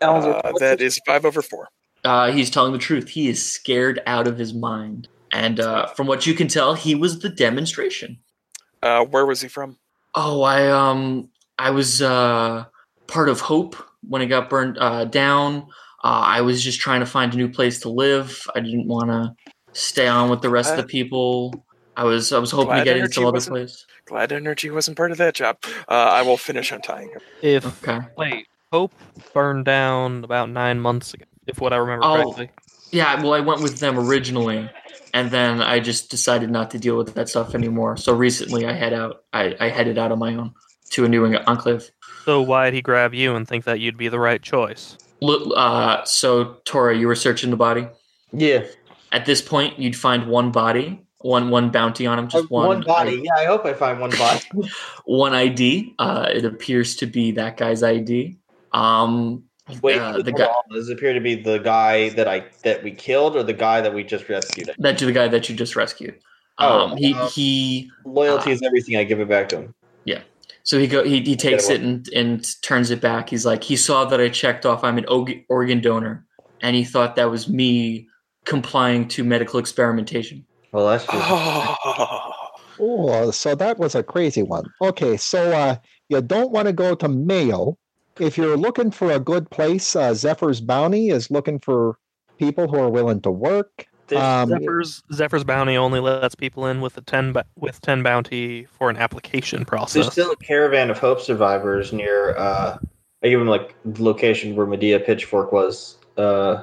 Uh, that is five over four.
Uh, he's telling the truth. He is scared out of his mind. And uh, from what you can tell, he was the demonstration.
Uh, where was he from?
Oh, I um I was uh part of Hope when it got burned uh, down. Uh, I was just trying to find a new place to live. I didn't want to stay on with the rest of the people. I was I was hoping
Uh, Glad
to get into
energy
some other
wasn't-
place.
Glad energy wasn't part of that job. Uh, I will finish untying him.
if
Okay.
wait hope burned down about nine months ago, if what I remember
Oh.
correctly.
Yeah, well, I went with them originally, and then I just decided not to deal with that stuff anymore. So recently, I head out. I, I headed out on my own to a new en- enclave.
So why'd he grab you and think that you'd be the right choice?
Look, uh, so Tora, you were searching the body.
Yeah,
At this point, you'd find one body, one one bounty on him,
Uh,
just
one,
one
body. yeah, I hope I find one body.
one ID. Uh, it appears to be that guy's ID. Um,
Wait,
uh,
hold
the guy
on. does it appear to be the guy that I that we killed, or the guy that we just rescued?
that the guy that you just rescued.
Oh,
Um, he
um,
he
Loyalty
Ah.
is everything. I give it back to him.
So he go he, he takes
what-
it and, and turns it back. He's like, he saw that I checked off I'm an og- organ donor, and he thought that was me complying to medical experimentation.
Well, that's just
Oh,
Oh, so that was a crazy one. Okay, so uh, you don't want to go to Mayo. If you're looking for a good place, uh, Zephyr's Bounty is looking for people who are willing to work.
There's
Um,
Zephyr's Zephyr's bounty only lets people in with a ten bo- with ten bounty for an application
There's
process.
still a caravan of Hope survivors near. Uh, I give him like the location where Medea Pitchfork was. Uh,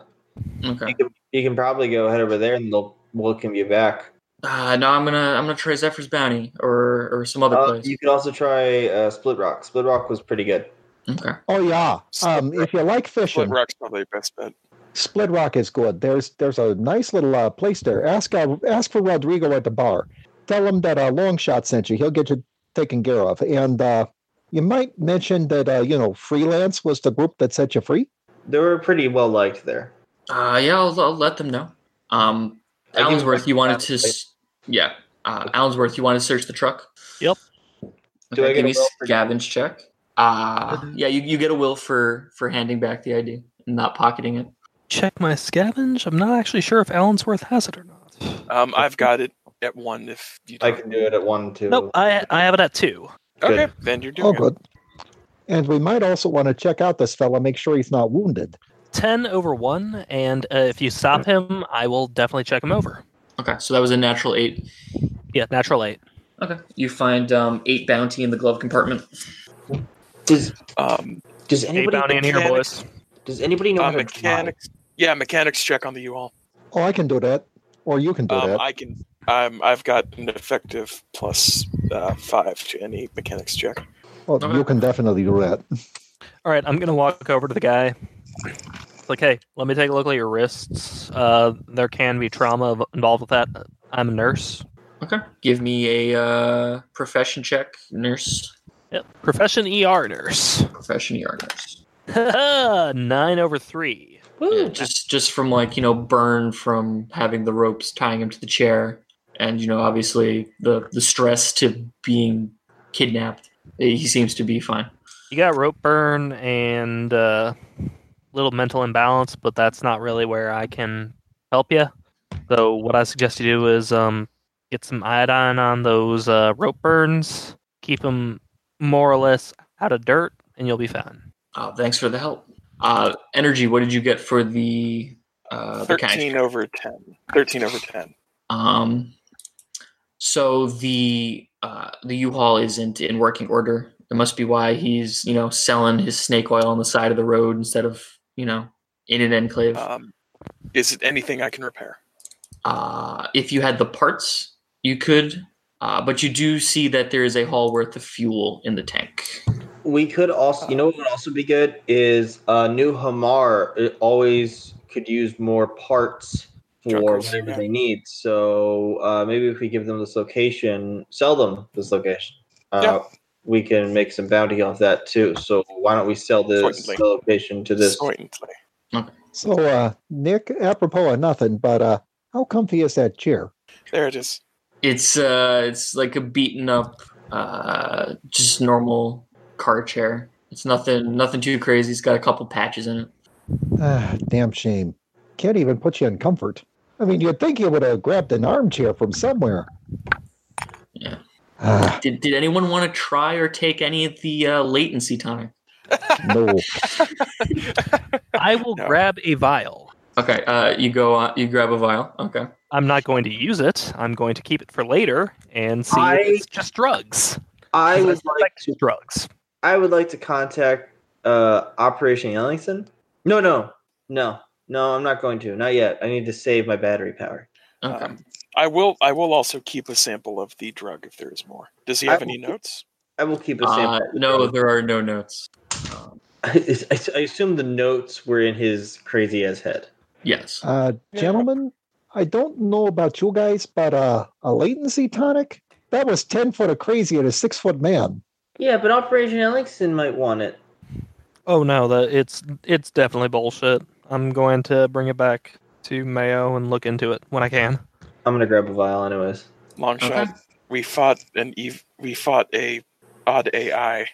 Okay.
you, can, you can probably go head over there and they'll welcome you back.
Uh, now I'm gonna I'm gonna try Zephyr's bounty or or some other
Uh,
place.
you could also try uh, Split Rock. Split Rock was pretty good.
okay.
Oh yeah.
Split
Um, if you like
Split
fishing,
Rock's probably best bet.
Split Rock is good. There's there's a nice little uh, place there. Ask uh, ask for Rodrigo at the bar. Tell him that uh, long shot sent you. He'll get you taken care of. And uh, you might mention that uh, you know freelance was the group that set you free.
They were pretty well liked there.
Uh, yeah, I'll, I'll let them know. Um,
I give him,
Allensworth,
like,
you wanted
that
to,
place.
s- yeah. Uh, Allensworth, you want to search the truck?
Yep.
Okay,
Do I get
give
a
me
will for-
scavenge check? Uh, yeah, you, you get a will for for handing back the ID and not pocketing it.
Check my scavenge. I'm not actually sure if Allensworth has it or not.
Um, I've got it at one. If you
I
don't.
can do it at one too.
Nope, I I have it at two.
good.
okay, then you're doing
Oh,
it.
good. And we might also want to check out this fella, make sure he's not wounded.
10 over 1 and uh, if you stop him i will definitely check him over
Okay, so that was a natural eight.
yeah natural 8
Okay, you find um, eight bounty in the glove compartment.
Does
Um,
does
hey
anybody
bounty in here
mechanics-
boys
Does anybody know
uh,
how to drive?
mechanics. Yeah, mechanics check on the U-Haul.
Oh, I can do that, or you can do
Um,
that.
I can. I'm. I've got an effective plus uh, five to any mechanics check.
well,
okay.
you can definitely do that.
all right i'm gonna walk over to the guy it's like hey let me take a look at your wrists uh, there can be trauma of- involved with that i'm a nurse
Okay, give me a uh, profession check, nurse,
yep. profession er nurse
profession ER nurse.
9 over 3
Yeah, just just from like you know burn from having the ropes tying him to the chair, and you know obviously the the stress to being kidnapped. He seems to be fine.
you got rope burn and uh, little mental imbalance, but that's not really where I can help you. So what I suggest you do is um, get some iodine on those uh, rope burns, keep them more or less out of dirt, and you'll be fine.
Uh, thanks for the help. Uh, energy. What did you get for the uh, the mechanic?
Thirteen over ten. Thirteen over ten.
Um, so the uh, the U-Haul isn't in working order. It must be why he's you know selling his snake oil on the side of the road instead of you know in an enclave.
Um, is it anything I can repair?
Uh, if you had the parts, you could. Uh, but you do see that there is a haul worth of fuel in the tank.
We could also, you know, what would also be uh, good is uh, new Hamar. It always could use more parts for
Truckers,
whatever
yeah.
they need. So uh, maybe if we give them this location, sell them this location. Uh,
Yeah.
We can make some bounty off that too. So why don't we sell this
Certainly.
location to this?
Certainly.
So, uh, Nick, apropos of nothing, but uh, how comfy is that chair?
There it is.
It's uh, it's like a beaten up, uh, just normal car chair. It's nothing, nothing too crazy. It's got a couple patches in it.
Ah, damn shame. Can't even put you in comfort. I mean, you'd think you would have grabbed an armchair from somewhere.
Yeah.
Ah,
Did, did anyone want to try or take any of the uh, latency time?
no.
I will
No.
grab a vial.
Okay, uh, you go, uh, you grab a vial. Okay,
I'm not going to use it. I'm going to keep it for later and see
I-
if it's just drugs.
I would
suspect
like
it's drugs.
I would like to contact uh, Operation Ellingson. No, no, no, no. I'm not going to. Not yet. I need to save my battery power.
okay.
Um, I will. I will also keep a sample of the drug if there is more. Does he have
I-
any notes?
I will keep a sample.
Uh, no, there are no notes. Um,
I, I assume the notes were in his crazy ass head.
yes.
Uh,
Yeah.
gentlemen, I don't know about you guys, but uh, a latency tonic? That was 10 foot of crazy and a six foot man.
Yeah, but Operation Ellingson might want it.
Oh no, the, it's it's definitely bullshit. I'm going to bring it back to Mayo and look into it when I can.
I'm gonna grab a vial anyways.
Long
Okay.
shot. We fought an ev- We fought a odd AI,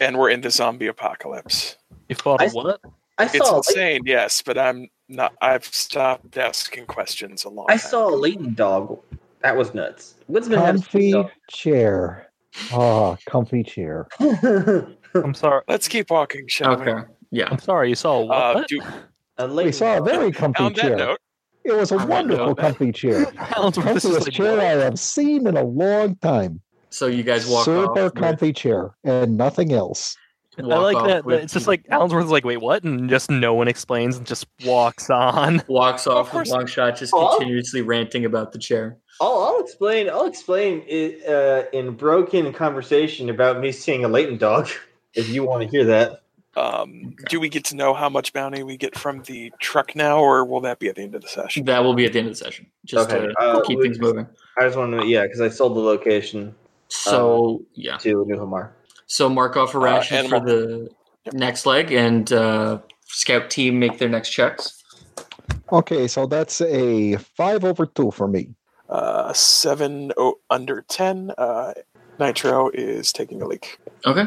and we're in the zombie apocalypse.
You fought
I-
a what?
I
It's
saw. a
insane, yes, but I'm not. I've stopped asking questions a long
I
time.
saw a latent dog. That was nuts. Woodsman had
Comfy
a
chair. Ah, comfy chair.
dog.
I'm sorry.
Let's keep walking, shall
Okay. Yeah.
I'm sorry. You saw a what?
we? Uh, do,
a
We
latent
saw a
dog.
very comfy
on that
chair.
note,
It was a
On that
wonderful
note.
comfy chair.
This is
Comfiest
like-
chair I have seen in a long time.
So you guys walk off.
Super
with-
comfy chair and nothing else.
I
walk
like
off
that. that
with-
It's just like Allensworth's like, wait, what? And just no one explains and just walks on.
walks off with
course.
long shot, just
Oh.
continuously ranting about the chair.
I'll, I'll explain. I'll explain it uh, in broken conversation about me seeing a latent dog. If you want to hear that,
um, do we get to know how much bounty we get from the truck now, or will that be at the end of the session?
That will be at the end of the session, just
Okay,
to
uh,
keep
we-
things moving.
I just want to. Yeah, because I sold the location
So yeah,
to New Hamar.
so mark off a
Uh,
ration for
animal-
the
Yep.
next leg, and uh, scout team make their next checks.
Okay, so that's a five over two for me.
Uh, seven o- under ten. Uh, Nitro is taking a leak.
Okay.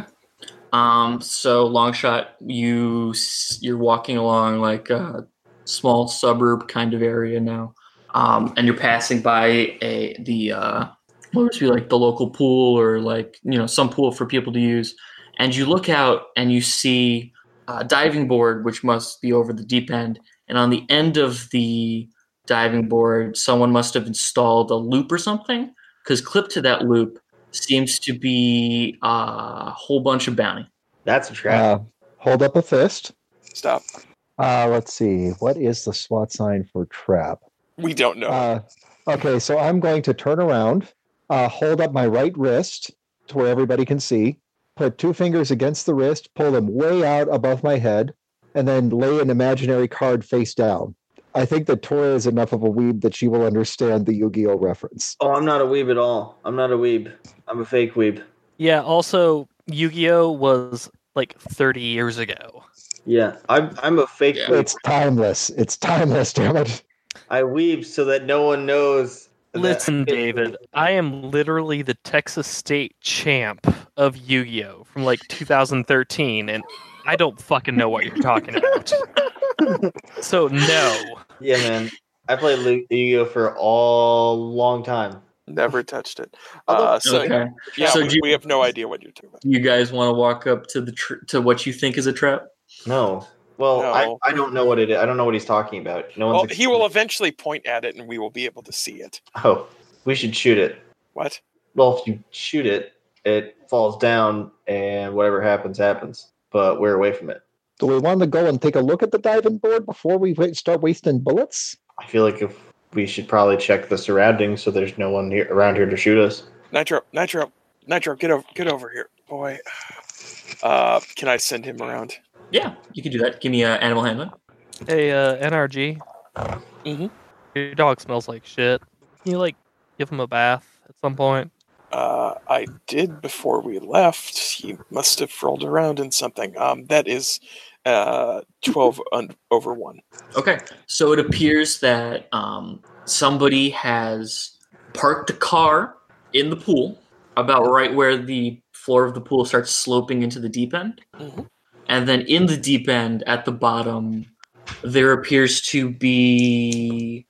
Um. So long shot, you s- you're walking along like a small suburb kind of area now, um, and you're passing by a the uh, what would be like the local pool or like you know some pool for people to use, and you look out and you see a diving board which must be over the deep end, and on the end of the diving board, someone must have installed a loop or something because clipped to that loop seems to be uh, a whole bunch of bounty.
That's a trap.
Uh, hold up a fist.
Stop.
Uh, let's see. What is the SWAT sign for trap?
We don't know.
Uh, okay, so I'm going to turn around, uh, hold up my right wrist to where everybody can see, put two fingers against the wrist, pull them way out above my head, and then lay an imaginary card face down. I think that Tora is enough of a weeb that she will understand the Yu Gi Oh reference.
oh, I'm not a weeb at all. I'm not a weeb. I'm a fake weeb.
Yeah. Also, Yu-Gi-Oh was like 30 years ago.
Yeah, I'm. I'm a fake
Yeah.
weeb.
It's timeless. It's timeless, damn it.
I weeb so that no one knows. that-
Listen, David, I am literally the Texas State champ of Yu-Gi-Oh from like 2013, and I don't fucking know what you're talking about. so no,
Yeah, man. I played Lu- Yu-Gi-Oh for a long time.
Never touched it.
Although-
Uh, so
Oh, okay.
yeah,
So
we,
do you-
we have no idea what you're talking about.
You guys want to walk up to the tr- to what you think is a trap?
No. Well,
No.
I, I don't know what it is. I don't know what he's talking about. No
Well,
one's.
he will eventually point at it, and we will be able to see it.
Oh, we should shoot it.
What?
Well, if you shoot it, it falls down, and whatever happens, happens. But we're away from it.
Do we want to go and take a look at the diving board before we wa- start wasting bullets?
I feel like if we should probably check the surroundings so there's no one here, around here to shoot us.
Nitro, Nitro, Nitro, get over, get over here, boy. Uh, can I send him around?
Yeah, you can do that. Give me uh, animal handling.
hey uh, NRG,
Mhm.
Your dog smells like shit. Can you like give him a bath at some point?
Uh, I did before we left. He must have rolled around in something. Um, that is uh, 12 un- over 1.
Okay, so it appears that um, somebody has parked the car in the pool, about right where the floor of the pool starts sloping into the deep end.
Mhm.
And then in the deep end, at the bottom, there appears to be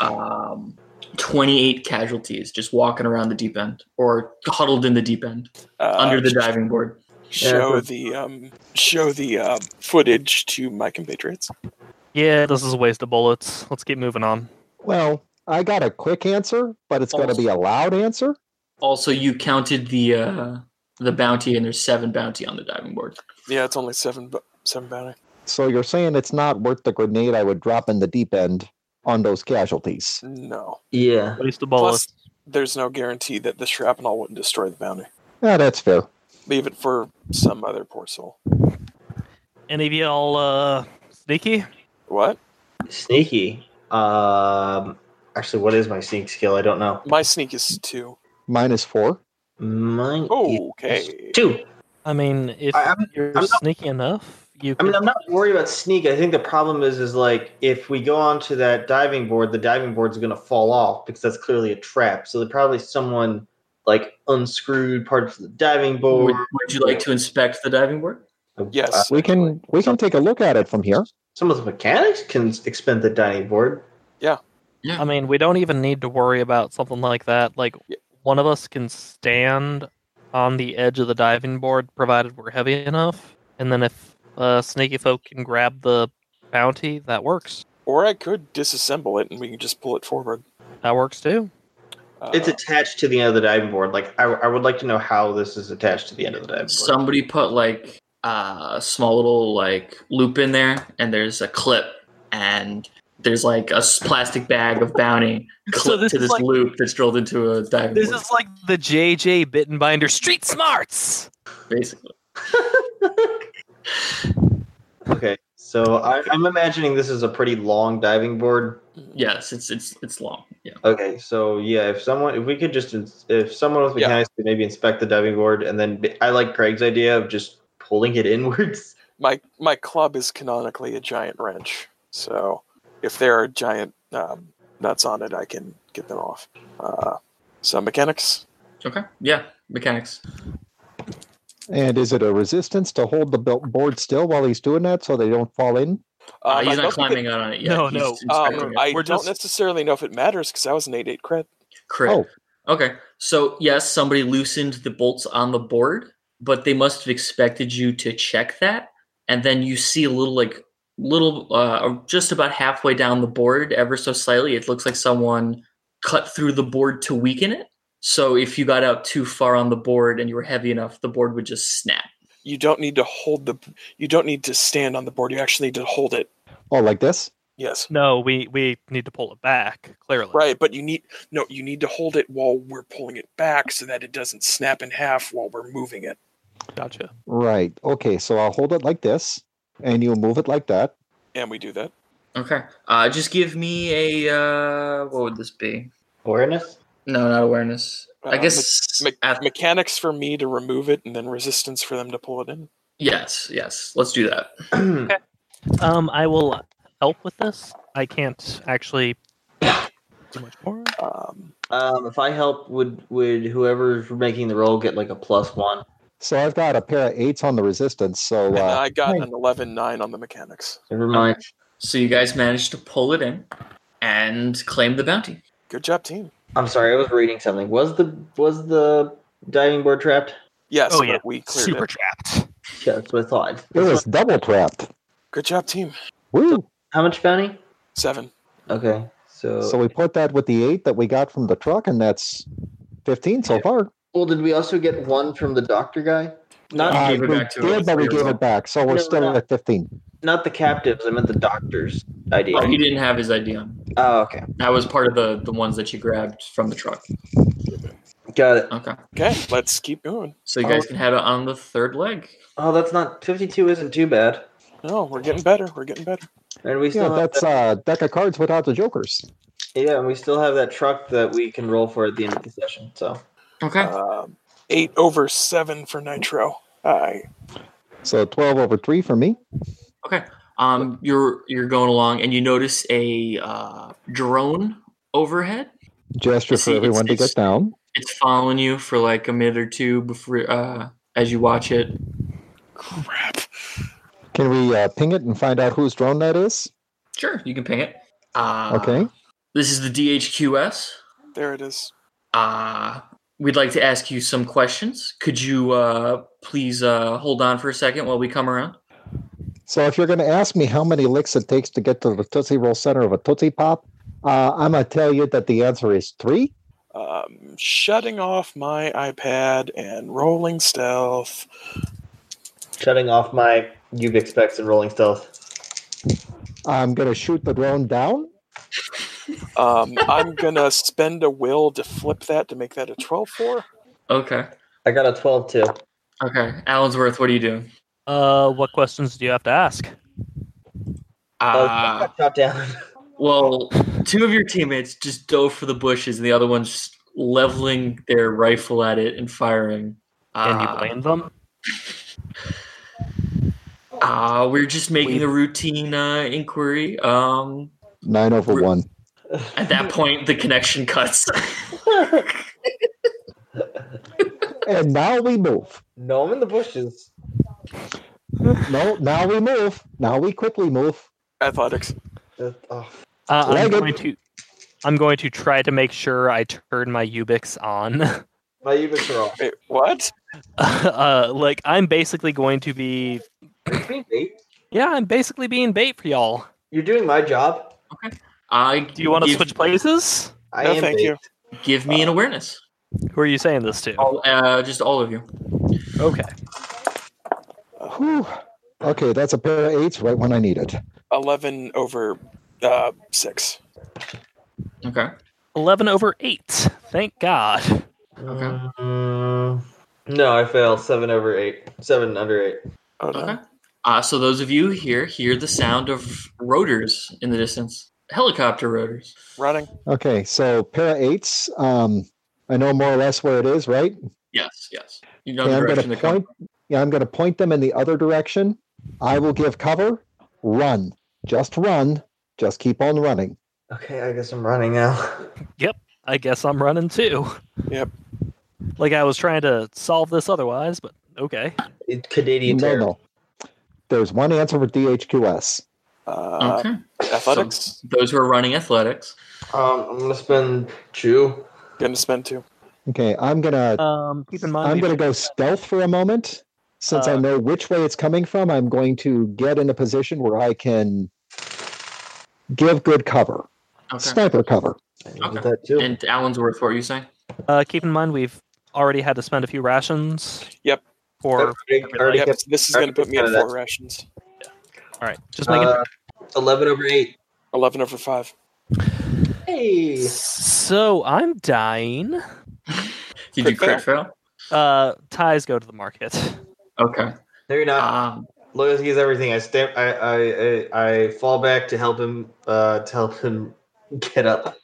um, 28 casualties just walking around the deep end or huddled in the deep end
Uh,
under the diving board.
show
Yeah.
the um, show the uh, footage to my compatriots.
Yeah, this is a waste of bullets. Let's keep moving on.
Well, I got a quick answer, but it's going to be a loud answer.
Also, you counted the uh, the bounty, and there's seven bounty on the diving board.
Yeah, it's only seven bu- seven bounty.
So you're saying it's not worth the grenade I would drop in the deep end on those casualties.
No,
Yeah.
Waste of bullets.
Plus- there's no guarantee that the shrapnel wouldn't destroy the bounty.
Yeah, that's fair.
Leave it for some other poor soul.
Any of y'all uh, sneaky?
What?
Sneaky. Um, actually, what is my sneak skill? I don't know.
My sneak is two.
Minus four.
Mine.
Oh.
is
Okay.
Two.
I mean, if
I- I'm-
you're
I'm not-
sneaky enough, you.
I mean,
could-
I'm not worried about sneak. I think the problem is, is like if we go onto that diving board, the diving board's going to fall off because that's clearly a trap. So there probably someone like unscrewed part of the diving board.
Would, would you like to inspect the diving board?
Yes.
We can we can take a look at it from here.
Some of the mechanics can expend the diving board.
I mean, we don't even need to worry about something like that. Like,
Yeah.
one of us can stand on the edge of the diving board, provided we're heavy enough. And then if uh, sneaky folk can grab the bounty, that works.
Or I could disassemble it and we can just pull it forward.
That works too.
Uh,
It's attached to the end of the diving board. Like I, I would like to know how this is attached to the end of the diving board.
Somebody put like a small little like loop in there, and there's a clip, and there's like a s- plastic bag of bounty clipped
this
to
is
this
like-
loop that's drilled into a diving
This
board.
is like the JJ Bittenbinder Street Smarts!
Basically,
okay, so I, I'm imagining this is a pretty long diving board.
yes, it's it's it's long. Yeah,
Okay, so yeah, if someone, if we could just, ins- if someone with
Yeah.
mechanics could maybe inspect the diving board, and then b- I like Craig's idea of just pulling it inwards.
my my club is canonically a giant wrench, so if there are giant um, nuts on it, I can get them off. Uh, so mechanics.
okay, yeah, mechanics.
And is it a resistance to hold the belt board still while he's doing that so they don't fall in?
Uh,
Um, I
he's
don't
not
think
climbing out on it yet.
No,
he's
no,
It, um,
inspecting it.
I
We're
don't
just-
necessarily know if it matters because I was an eight eight crit.
Crit.
Oh.
Okay. So yes, somebody loosened the bolts on the board, but they must have expected you to check that. And then you see a little like little uh just about halfway down the board, ever so slightly, it looks like someone cut through the board to weaken it. So if you got out too far on the board and you were heavy enough, the board would just snap.
You don't need to hold the. You don't need to stand on the board. You actually need to hold it.
Oh, like this?
Yes.
No, we, we need to pull it back, clearly.
Right, but you need no. You need to hold it while we're pulling it back so that it doesn't snap in half while we're moving it.
Gotcha.
Right. Okay, so I'll hold it like this and you move it like that.
And we do that.
Okay. Uh just give me a uh what would this be?
Awareness.
No, not awareness. I
Uh,
guess
me-
ath-
Mechanics for me to remove it, and then resistance for them to pull it in.
yes, yes. Let's do that.
okay.
Um, I will help with this. I can't actually do much more.
Um,
Um, if I help, would would whoever's making the roll get like a plus one?
So I've got a pair of eights on the resistance, so
And
uh,
I got
Hey.
an 11 9 on the mechanics.
Never mind.
So you guys managed to pull it in and claim the bounty.
Good job, team.
I'm sorry, I was reading something. Was the was the diving board trapped?
Yes,
Oh, yeah.
but we cleared
Super
it.
trapped.
Yeah, that's what I thought.
it was double trapped.
Good job, team.
Woo!
How much bounty?
Seven.
Okay, so,
So we put that with the eight that we got from the truck, and that's fifteen so far.
well, did we also get one from the doctor guy? Not
You
Uh,
gave
we
it back to him
did,
with
but we
three
gave
roll.
it back, so we're
No,
still
no.
at fifteen.
not the captives. I meant the doctor's idea.
Oh, he didn't have his ID on.
Oh, okay,
That was part of the the ones that you grabbed from the truck.
got it.
Okay,
Okay, let's keep going.
so
Uh,
you guys can have it on the third leg.
Oh, that's not fifty-two. Isn't too bad.
No, we're getting better. We're getting better.
And we
Yeah,
still have
that's
that-
uh deck of cards without the jokers.
Yeah, and we still have that truck that we can roll for at the end of the session. So
Okay.
Uh,
Um, eight over seven for Nitro. I
So 12 over 3 for me.
Um, you're you're going along, and you notice a uh, drone overhead.
Gesture
See, it's-
for everyone to
it's-
get down.
It's following you for like a minute or two before uh, as you watch it.
crap.
Can we uh, ping it and find out whose drone that is?
Sure, you can ping it. Uh,
Okay.
This is the DHQS.
There it is.
Uh, we'd like to ask you some questions. Could you uh, please uh, hold on for a second while we come around?
So if you're going to ask me how many licks it takes to get to the Tootsie Roll Center of a Tootsie Pop, uh, I'm going to tell you that the answer is three.
Um, shutting off my iPad and rolling stealth.
shutting off my you've expects and rolling stealth.
I'm going to shoot the drone down.
Um, I'm gonna spend a will to flip that to make that a twelve four.
Okay.
I got a twelve too.
Okay. Allensworth, what are you doing?
Uh, what questions do you have to ask?
Oh,
Uh,
Chop down.
well, two of your teammates just dove for the bushes, and the other one's just leveling their rifle at it and firing.
And
Uh,
Um,
you blame them?
Uh, we're just making
We-
a routine uh, inquiry. Um,
Nine over
Re-
one.
at that point, the connection cuts.
And now we move.
no, I'm in the bushes.
No, now we move. Now we quickly move.
Athletics.
Uh, oh,
Uh, I'm
Leg up.
going to. I'm going to try to make sure I turn my Ubix on.
my Ubix are off.
Wait, what?
uh, like I'm basically going to be.
Are you being bait?
Yeah, I'm basically being bait for y'all.
You're doing my job.
I
Do you want to
give,
switch places?
I
No,
am
thank
bait.
you.
Give me an awareness.
Who are you saying this to?
All, uh, just all of you.
Okay.
Whew. Okay, that's a pair of eights right when I need it.
Eleven over uh, six.
Okay.
11 over 8. Thank God.
Okay.
Mm, no, I fail. Seven over eight. Seven under eight.
Oh no.
Okay. Uh, so those of you here hear the sound of rotors in the distance, helicopter rotors.
Running.
Okay, so pair of eights. Um, I know more or less where it is, right?
Yes, yes. You know
Okay,
the
I'm
direction
going
they
to
come.
point. Yeah, I'm going to point them in the other direction. I will give cover. Run. Just run. Just keep on running.
Okay, I guess I'm running now.
I guess I'm running too.
Yep.
Like I was trying to solve this otherwise, but okay.
It, Canadian
no,
terror.
no. There's one answer for DHQS.
Uh,
Okay.
Athletics.
Those who are running athletics.
Um, I'm gonna spend two.
Gonna spend two.
Okay, I'm going to
Um, keep in mind.
I'm
we-
going to go stealth for a moment. Since I
Uh,
know which way it's coming from, I'm going to get in a position where I can give good cover,
Okay.
sniper cover.
I needed
Okay.
that too.
And Allensworth, what are you saying?
uh, keep in mind we've already had to spend a few rations.
Yep.
For
That's big. I already
Yep,
kept-
this is gonna put me at
Alright.
four rations.
all right, just making.
uh, Eleven over eight.
Eleven over five.
Hey.
so I'm dying.
Did you
Crit
crit fail?
Uh, ties go to the market.
Okay.
No, you're not.
Um,
Loyalty is everything. I stamp. I, I I I fall back to help him. Uh, to help him get up.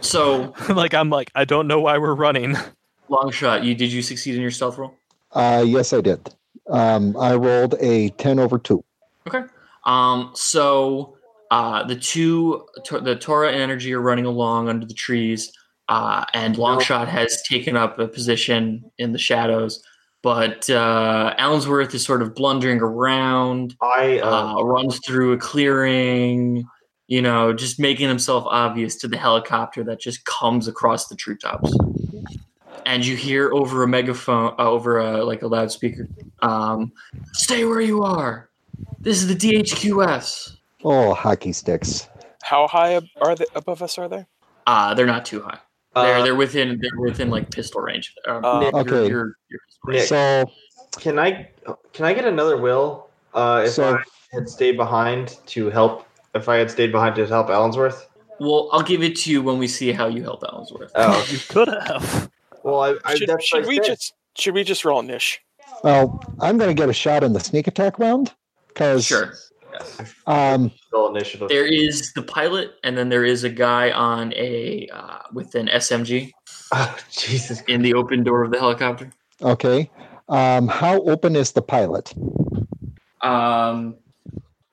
so
like I'm like I don't know why we're running.
long shot. You did you succeed in your stealth roll?
Uh, yes, I did. Um, I rolled a 10 over 2.
Um, so uh, the two, to- the Torah and Energy are running along under the trees, uh, and Longshot has taken up a position in the shadows. But uh, Allensworth is sort of blundering around,
I uh,
uh, runs through a clearing, you know, just making himself obvious to the helicopter that just comes across the treetops. And you hear over a megaphone, uh, over a, like a loudspeaker, um, "Stay where you are. This is the DHQS.
Oh, hockey sticks.
How high ab- are they above us? Are they?
Uh, they're not too high. They're
uh,
they're within they're within like pistol range. Um,
Uh,
your-
Okay.
your- your pistol
Nick.
range.
So,
can I can I get another will? Uh, if
so
I had stayed behind to help, if I had stayed behind to help Allensworth.
Well, I'll give it to you when we see how you help Allensworth.
Oh
you could have.
well, I, I
Should,
that's
should
what I
we
said.
just should we just roll Nish?
well, I'm going to get a shot in the sneak attack round because
sure.
Yes.
Um,
All initiative.
There is the pilot, and then there is a guy on a uh, with an SMG
Oh, Jesus.
in the open door of the helicopter.
okay. Um, how open is the pilot?
Um,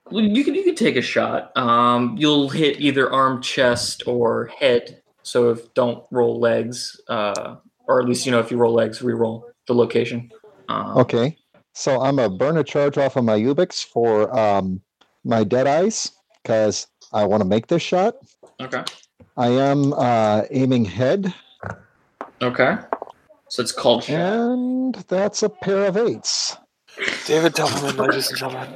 well, you can you can take a shot. Um, you'll hit either arm, chest, or head. So if don't roll legs, uh, or at least you know if you roll legs, re-roll the location. Um,
Okay. So I'm a burn a charge off of my Ubix for um, my dead eyes because I want to make this shot.
Okay.
I am uh, aiming head,
Okay. So it's called shot.
and that's a pair of eights.
David Doubleman, ladies and gentlemen.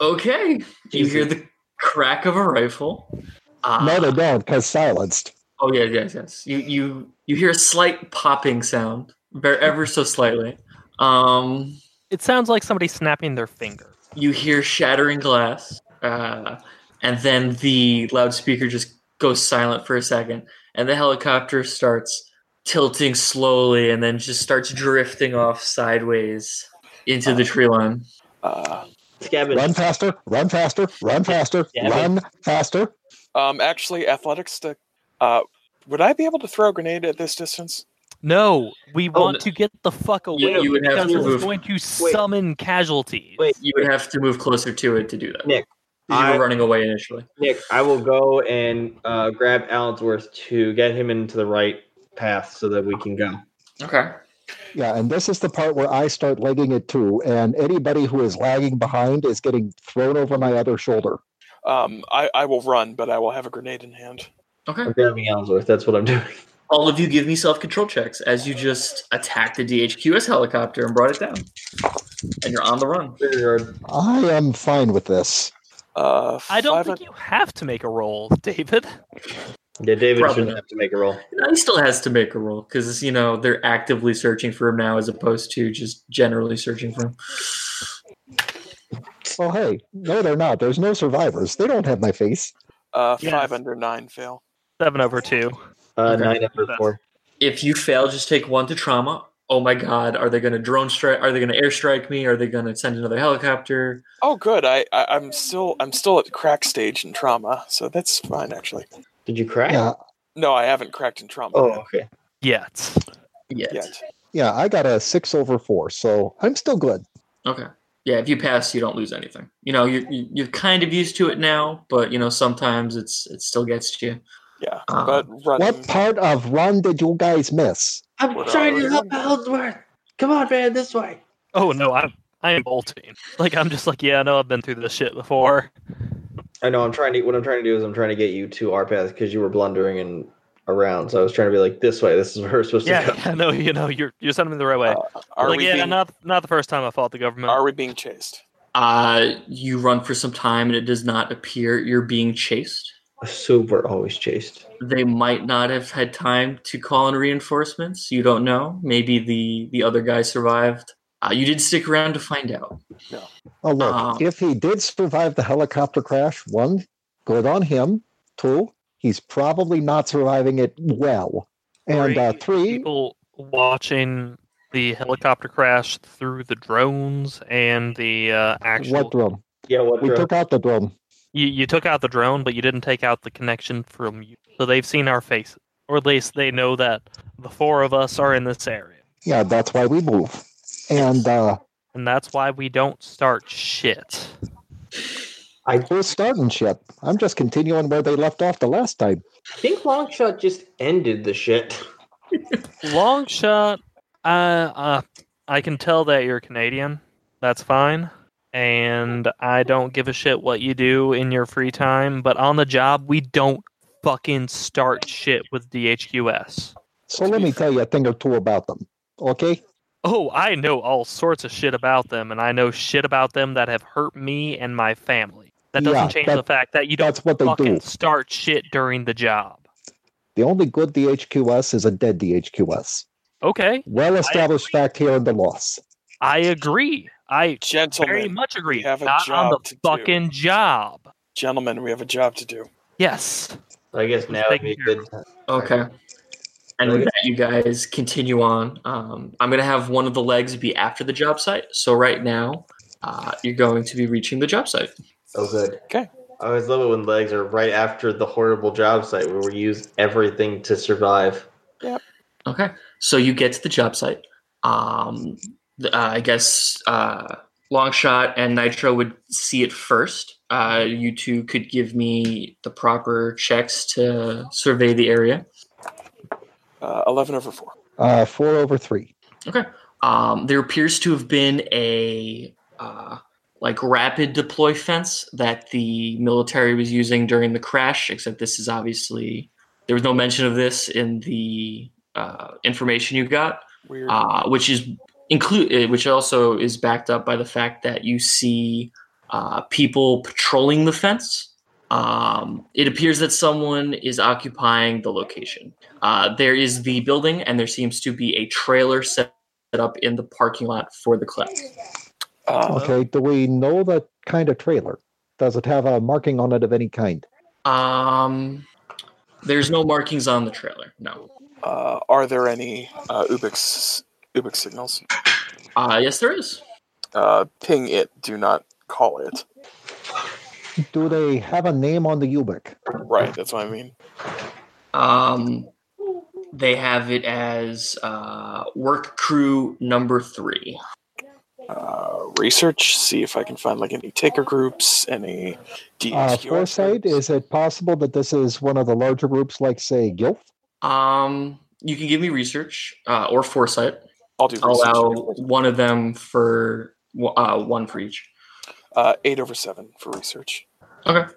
Okay. You hear the crack of a rifle. Uh,
No, they don't because silenced.
Oh yeah, yes, yes. You you you hear a slight popping sound, ver- ever so slightly. Um,
It sounds like somebody snapping their finger.
you hear shattering glass, uh, and then the loudspeaker just goes silent for a second, and the helicopter starts tilting slowly, and then just starts drifting off sideways into the tree line.
Uh,
Run
Scabbage.
faster, run faster, run faster,
Damn it.
run faster.
um, actually, athletics to. Uh, would I be able to throw a grenade at this distance?
No, we
Oh,
want
no.
to get the fuck away
you would have
because
to
it's
move.
going to summon casualties.
Wait.
You would have to move closer to it to do that.
Nick,
'Cause you
I-
were running away initially.
Nick, I will go and uh, grab Allensworth to get him into the right path so that we can go.
Okay.
Yeah, and this is the part where I start legging it too, and anybody who is lagging behind is getting thrown over my other shoulder.
Um, I, I will run, but I will have a grenade in hand.
Okay.
I'm grabbing Allensworth. That's what I'm doing.
All of you give me self control checks as you just attacked the DHQS helicopter and brought it down. And you're on the run.
I am fine with this.
Uh,
I don't
five
think you have to make a roll, David.
Yeah, David
Probably
shouldn't
not.
have to make a roll.
Now, He still has to make a roll because, you know, they're actively searching for him now as opposed to just generally searching for him.
Oh, hey, no, they're not. There's no survivors. They don't have my face.
uh,
Yes.
five under nine fail.
Seven over two.
Uh,
Okay.
Nine over four.
If you fail, just take one to trauma. Oh my God, are they going to drone strike? Are they going to airstrike me? Are they going to send another helicopter?
Oh, good. I, I I'm still I'm still at crack stage in trauma, so that's fine actually.
Did you crack?
Yeah,
No, I haven't cracked in trauma
Oh, okay.
Yet.
Yes.
yet.
yeah, I got a six over four, so I'm still good.
Okay. Yeah, if you pass, you don't lose anything. You know, you're, you- you're kind of used to it now, but, you know, sometimes it's it still gets to you.
Yeah,
Uh,
but running.
What part of run did you guys miss?
I'm
What
trying
are
to
we
help
doing?
Allensworth. Come on, man, this way.
Oh no, I'm I am bolting. Like I'm just like, yeah, no, I've been through this shit before.
I know. I'm trying to. What I'm trying to do is I'm trying to get you to our path because you were blundering and around. So I was trying to be like, this way. This is where we're supposed
Yeah,
to go.
yeah, no, you know, you're you're sending me the right way.
Uh, Are
like,
we
yeah,
being
not not the first time I fought the government.
are we being chased?
Uh, you run for some time and it does not appear you're being chased.
So we're always chased.
They might not have had time to call in reinforcements. You don't know. Maybe the the other guy survived. Uh, you did stick around to find out.
Oh, look,
Uh-huh.
Um,
if he did survive the helicopter crash, one, good on him. Two, he's probably not surviving it well. And uh, three,
people watching the helicopter crash through the drones and the uh, actual.
what drum?
Yeah. What?
We took out the drum.
You you took out the drone, but you didn't take out the connection from you. So they've seen our faces, or at least they know that the four of us are in this area,
Yeah, that's why we move. And uh,
and that's why we don't start shit.
we're starting ship. I'm just continuing where they left off the last time.
I think Longshot just ended the shit.
Long shot. Uh, uh, I can tell that you're Canadian. That's fine. And I don't give a shit what you do in your free time, but on the job, we don't fucking start shit with DHQS.
So let me tell you a thing or two about them. Okay?
Oh, I know all sorts of shit about them, and I know shit about them that have hurt me and my family. That doesn't
Yeah,
change
that-
the fact that you don't
That's what they
fucking
do.
start shit during the job.
The only good DHQS is a dead DHQS.
Okay,
Well established fact here in the loss.
I agree. I
Gentlemen,
very much agree.
have a
Not on
job
the
to do.
fucking job.
gentlemen, we have a job to do.
Yes.
I guess now would be a good time.
Okay. And with that, you guys continue on. Um, I'm gonna have one of the legs be after the job site. So right now, uh, you're going to be reaching the job site.
Oh, good.
Okay.
I always love it when legs are right after the horrible job site where we use everything to survive.
Okay. So you get to the job site. Um, th- uh, I guess uh, Longshot and Nitro would see it first. Uh, you two could give me the proper checks to survey the area.
Uh, 11 over 4.
Uh, four over three.
Um, there appears to have been a uh, like rapid deploy fence that the military was using during the crash. Except this is obviously there was no mention of this in the uh, information you got,
Weird.
Ah,
uh, which is include which also is backed up by the fact that you see uh, people patrolling the fence. Um, it appears that someone is occupying the location. Uh, there is the building, and there seems to be a trailer set set up in the parking lot for the club.
Uh,
Okay. Do we know the kind of trailer? Does it have a marking on it of any kind?
Um, there's no markings on the trailer. No.
uh, are there any uh, Ubix, Ubix signals?
Uh, yes, there is.
Uh, ping it, do not call it.
Do they have a name on the Ubik?
Right, that's what I mean.
Um, they have it as uh, work crew number three.
Uh, research, see if I can find like any taker groups, any
Uh,
DHQS.
foresight,
groups.
is it possible that this is one of the larger groups, like, say, Guild?
Um, you can give me research uh, or foresight.
I'll do
I'll
research.
allow one of them for uh, one for each.
Uh, 8 over 7 for research.
Okay.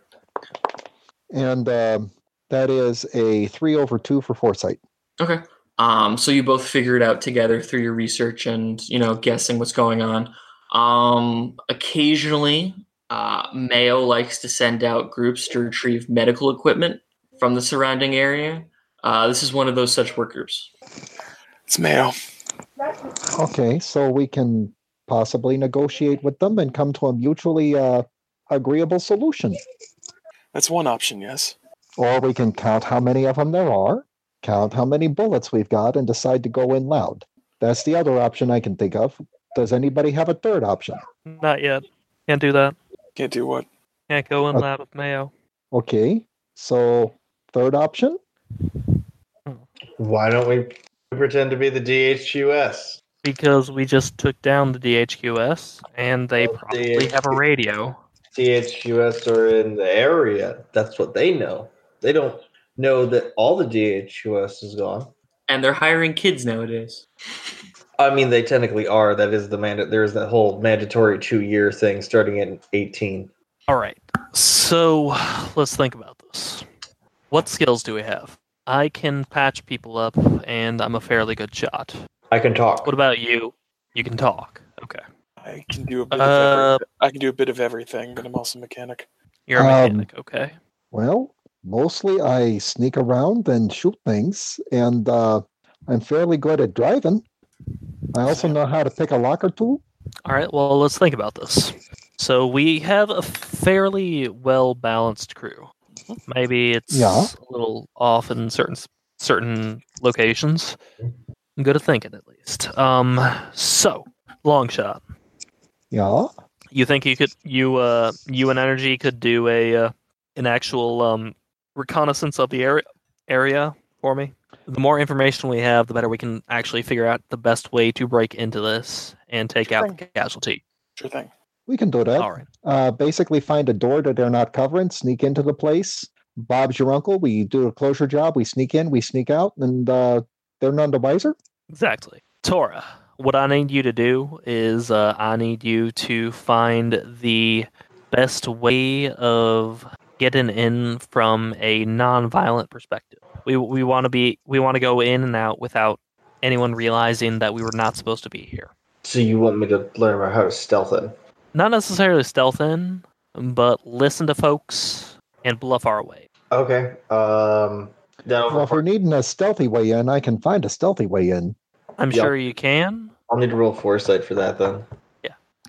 And um, that is a three over two for foresight.
Okay. Um, so you both figure it out together through your research and you know guessing what's going on. Um, occasionally, uh, Mayo likes to send out groups to retrieve medical equipment from the surrounding area. Uh, this is one of those such work groups.
It's mail.
Okay, so we can possibly negotiate with them and come to a mutually uh, agreeable solution.
That's one option, yes.
Or we can count how many of them there are, count how many bullets we've got, and decide to go in loud. That's the other option I can think of. Does anybody have a third option?
Not yet. Can't do that.
Can't do what?
Can't go in
Okay.
lab with Mayo.
Okay, so third option?
Why don't we pretend to be the DHQS?
Because we just took down the DHQS and they
Oh,
probably have a radio.
DHQS are in the area. That's what they know. They don't know that all the DHQS is gone.
And they're hiring kids nowadays.
I mean, they technically are. That is the mandate. There's that whole mandatory two year thing starting at 18.
All right. So let's think about this. What skills do we have? I can patch people up and I'm a fairly good shot.
I can talk.
What about you? You can talk. Okay.
I can do a bit of
Uh,
everything. I can do a bit of everything, but I'm also a mechanic.
You're a
Um,
mechanic, okay?
Well, mostly I sneak around and shoot things, and uh, I'm fairly good at driving. I also
Same.
know how to pick a lock or two.
All right, well, let's think about this. So we have a fairly well balanced crew. Maybe it's
Yeah.
a little off in certain s- certain locations. Good at thinking, at least. Um, so long shot.
Yeah.
You think you could you uh you and energy could do a uh, an actual um reconnaissance of the area area for me? The more information we have, the better we can actually figure out the best way to break into this and take out the casualty.
Sure thing.
We can do that.
All right.
Uh, basically, find a door that they're not covering, sneak into the place. Bob's your uncle. We do a closure job. We sneak in, we sneak out, and uh, they're none the wiser.
Exactly. Tora, what I need you to do is uh, I need you to find the best way of getting in from a non-violent perspective. We we want to be we want to go in and out without anyone realizing that we were not supposed to be here.
So you want me to learn how to stealth in?
Not necessarily stealth in, but listen to folks and bluff our way.
Okay. Um. That'll
Well, if we're needing a stealthy way in, I can find a stealthy way in.
I'm
Yeah.
sure you can.
I'll need to roll foresight for that then.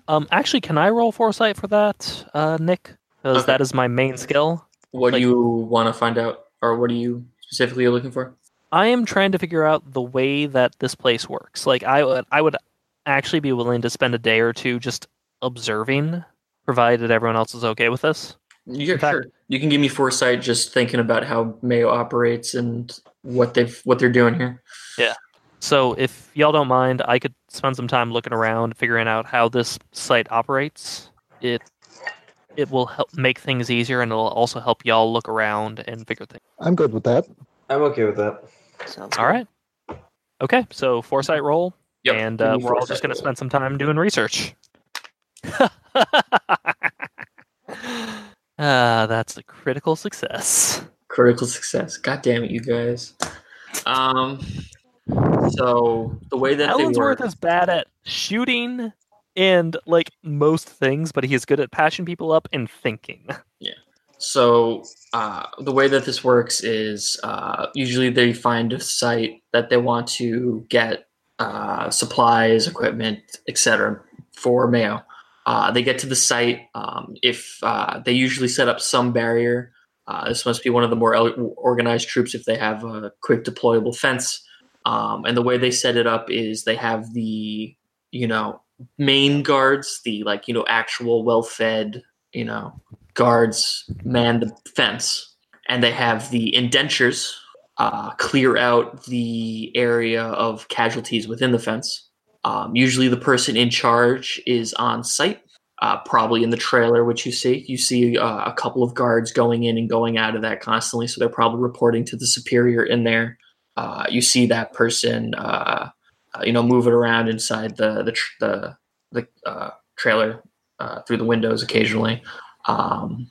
Um, actually, can I roll foresight for that, uh, Nick? Because
Okay.
that is my main skill.
What
Like-
do you want to find out, or what are you specifically looking for?
I am trying to figure out the way that this place works. Like I would I would actually be willing to spend a day or two just observing, provided everyone else is okay with this.
Yeah,
In fact-
sure. You can give me foresight just thinking about how Mayo operates and what they've what they're doing here.
So, if y'all don't mind, I could spend some time looking around, figuring out how this site operates. It it will help make things easier, and it'll also help y'all look around and figure things.
I'm good with that.
I'm okay with that.
Sounds
All right. Okay, so foresight roll,
Yep,
and
give
uh,
me
we're all
foresight
just going to
roll.
spend some time doing research. Ah, that's a critical success.
Critical success. God damn it, you guys. Um so the way that they work,
Ellensworth is bad at shooting and like most things, but he is good at patching people up and thinking.
So uh, the way that this works is uh, usually they find a site that they want to get uh, supplies, equipment, etc. for Mayo. Uh, they get to the site. Um, if uh, they usually set up some barrier, uh, this must be one of the more el- organized troops if they have a quick deployable fence. Um, and the way they set it up is they have the you know main guards, the like you know actual well-fed you know guards man the fence, and they have the indentures uh, clear out the area of casualties within the fence. Um, usually, the person in charge is on site, uh, probably in the trailer, which you see. You see uh, a couple of guards going in and going out of that constantly, so they're probably reporting to the superior in there. Uh, you see that person, uh, uh, you know, moving around inside the the tr- the, the uh, trailer uh, through the windows occasionally. Um,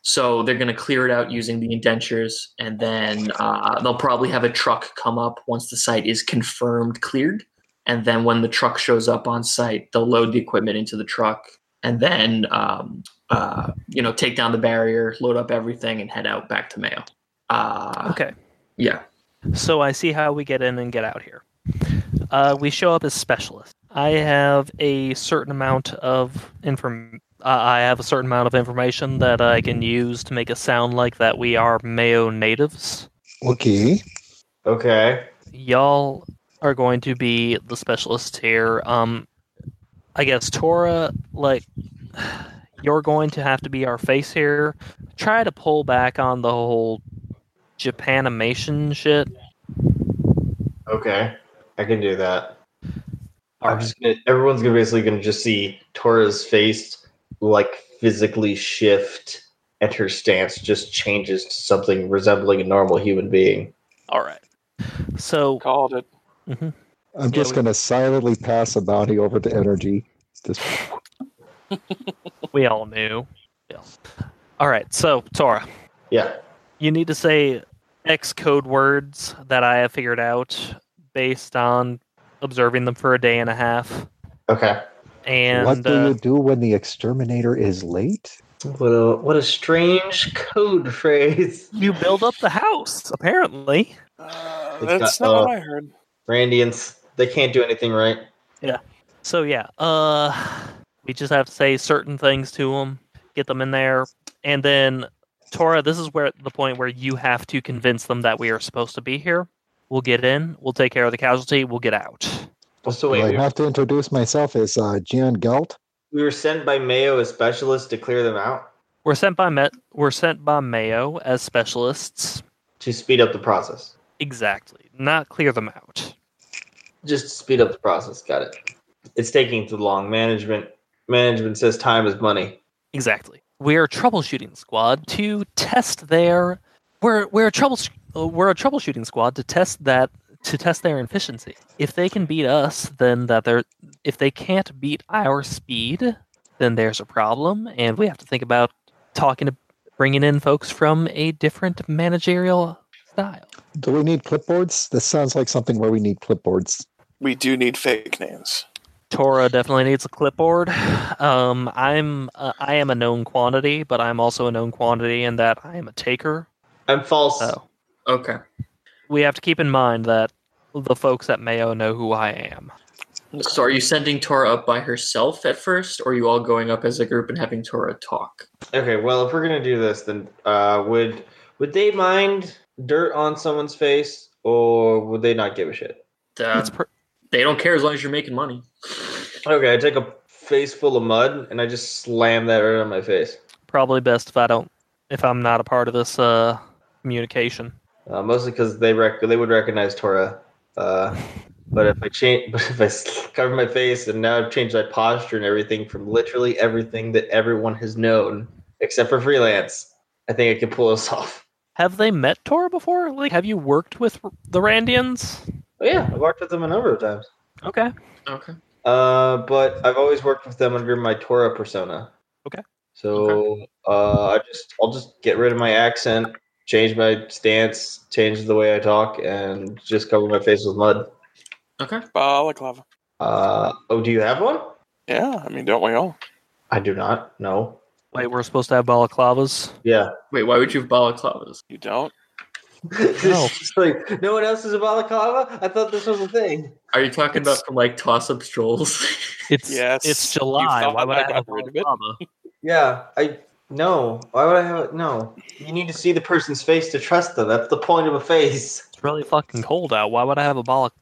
so they're going to clear it out using the indentures, and then uh, they'll probably have a truck come up once the site is confirmed cleared. And then when the truck shows up on site, they'll load the equipment into the truck, and then um, uh, you know take down the barrier, load up everything, and head out back to Mayo. Uh,
Okay.
Yeah.
So I see how we get in and get out here. Uh, we show up as specialists. I have a certain amount of inform. Uh, I have a certain amount of information that I can use to make it sound like that we are Mayo natives.
Okay.
Okay.
Y'all are going to be the specialists here. Um, I guess Tora, like, you're going to have to be our face here. Try to pull back on the whole Japanimation shit.
Okay. I can do that. I'm just gonna. Everyone's gonna basically gonna just see Tora's face like physically shift, and her stance just changes to something resembling a normal human being.
All right. So
Called it.
I'm just
we-
going to silently pass a bounty over to energy. Just
we all knew. Yeah. All right. So Tora,
Yeah.
you need to say X code words that I have figured out based on observing them for a day and a half.
Okay.
And
what do
uh,
you do when the exterminator is late?
What a what a strange code phrase.
you build up the house apparently
Uh,
It's
that's
got,
not
uh,
what I heard.
Randians, they can't do anything right.
so yeah uh we just have to say certain things to them get them in there and then tora this is where the point where you have to convince them that we are supposed to be here we'll get in we'll take care of the casualty we'll get out
Well, so
do
wait,
I
we,
have to introduce myself as uh, Jan Gelt?
we were sent by Mayo as specialists to clear them out
we're sent by met we're sent by mayo as specialists
to speed up the process.
exactly not clear them out
Just to speed up the process. Got it. It's taking too long. Management management says time is money.
Exactly. We're a troubleshooting squad to test their. We're we're a trouble uh, we're a troubleshooting squad to test that to test their efficiency. If they can beat us, then that they're if they can't beat our speed, then there's a problem, and we have to think about talking to bringing in folks from a different managerial style.
Do we need clipboards? This sounds like something where we need clipboards.
We do need fake names.
Tora definitely needs a clipboard. Um, I'm uh, I am a known quantity, but I'm also a known quantity in that I am a taker.
I'm false.
So.
Okay.
we have to keep in mind that the folks at Mayo know who I am.
So are you sending Tora up by herself at first, or are you all going up as a group and having Tora talk?
Okay, well, if we're gonna do this, then uh, would would they mind dirt on someone's face, or would they not give a shit?
Uh,
It's per-
they don't care as long as you're making money.
Okay, I take a face full of mud, and I just slam that right on my face.
Probably best if I don't, if I'm not a part of this uh, communication.
Uh, mostly because they rec- they would recognize Torah. Uh, but if I change, but if I s- cover my face, and now I've changed my posture and everything from literally everything that everyone has known, except for freelance, I think I can pull this off.
Have they met Tora before? Like, have you worked with R- the Randians?
But Oh, yeah, I've worked with them a number of times.
Okay.
Okay.
Uh, but I've always worked with them under my Torah persona.
Okay.
So uh, I just I'll just get rid of my accent, change my stance, change the way I talk, and just cover my face with mud.
Okay.
Balaclava.
Uh, oh, do you have one?
Yeah, I mean, don't we all?
I do not. No.
Wait, we're supposed to have balaclavas.
Yeah.
Wait, why would you have balaclavas?
You don't?
No.
It's like no one else is a balaclava. I thought this was a thing.
Are you talking
It's-
about from like toss up strolls?
It's
Yes,
it's
you
July.
thought
Why would
I
I, have a
got rid of it.
balaclava?
Yeah. I no. Why would I have it? No. You need to see the person's face to trust them. That's the point of a face.
It's really fucking cold out. Why would I have a balac?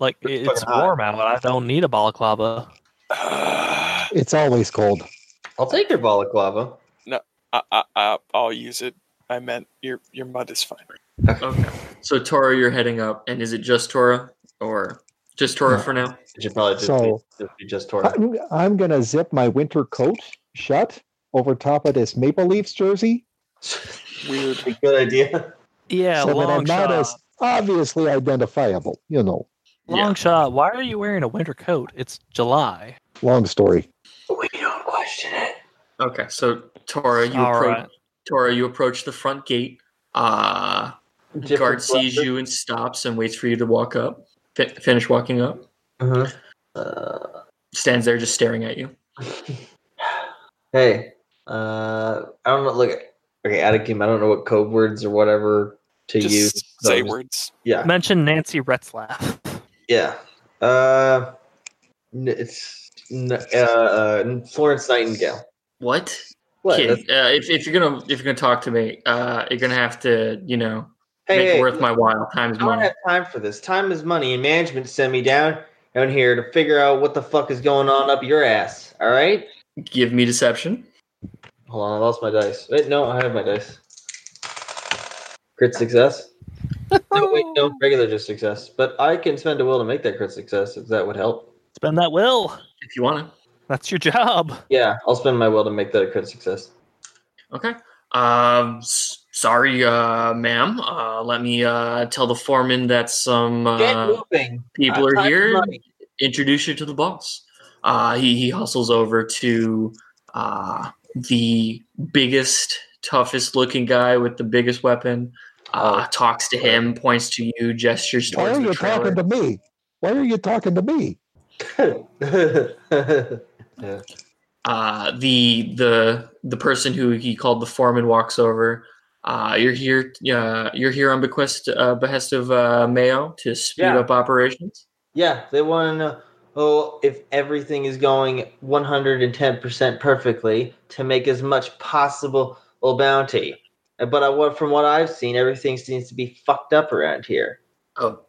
Like
It's
it's, it's
fucking hot.
warm out. I don't need a balaclava.
Uh,
It's always cold.
I'll take your balaclava.
I, I, I, I'll use it. I meant your your mud is fine.
okay. So Torah, you're heading up, and is it just Torah or just Torah for now?
It should probably just,
So- uh,
be, just be just Torah.
I'm, I'm going to zip my winter coat shut over top of this Maple Leafs jersey.
Weird.
Good idea.
Yeah,
so that
long
I'm not
shot.
as obviously identifiable. You know,
Long
Yeah.
shot. Why are you wearing a winter coat? It's July.
long story.
We don't question it.
Okay. So Torah, you
All
approach
right.
Torah, you approach the front gate. Uh guard sees you and stops and waits for you to walk up. Fi finish walking up.
Uh-huh. Uh,
Stands there just staring at you.
hey, uh, I don't know. Look, okay, out of game. I don't know what code words or whatever to use.
Just
so
say
just-
words.
Yeah,
Mention Nancy Retzlaff.
yeah. Uh, n- it's n- uh, uh, Florence Nightingale.
What?
What?
Kid,
That's-
uh, if, if you're gonna if you're gonna talk to me, uh, you're gonna have to you know make
Hey,
it
hey,
worth my while. Time's
I don't
money.
have time for this. Time is money, and management sent me down down here to figure out what the fuck is going on up your ass. All right.
Give me deception.
Hold on, I lost my dice. Wait, no, I have my dice. Crit success. No, wait,
Oh.
no, regular just success. But I can spend a will to make that crit success if that would help.
Spend that will.
If you wanna.
That's your job.
Yeah, I'll spend my will to make that a crit success.
Okay. Um, s- sorry, uh, ma'am. Uh, let me uh, tell the foreman that some
Get
uh,
moving.
people
Uh,
are
time is
here.
money.
Introduce you to the boss. Uh, he, he hustles over to uh, the biggest, toughest looking guy with the biggest weapon.
Oh.
Uh, talks to him, points to you, gestures
Why
towards
are
the
you
trailer.
talking to me? Why are you talking to me?
uh, the the the person who he called the foreman walks over. Uh, you're here. Uh, you're here on bequest uh, behest of uh, Mayo to speed
Yeah.
up operations.
yeah, they want to know oh, if everything is going 110% perfectly to make as much possible bounty. But I, want- from what I've seen, everything seems to be fucked up around here.
Oh,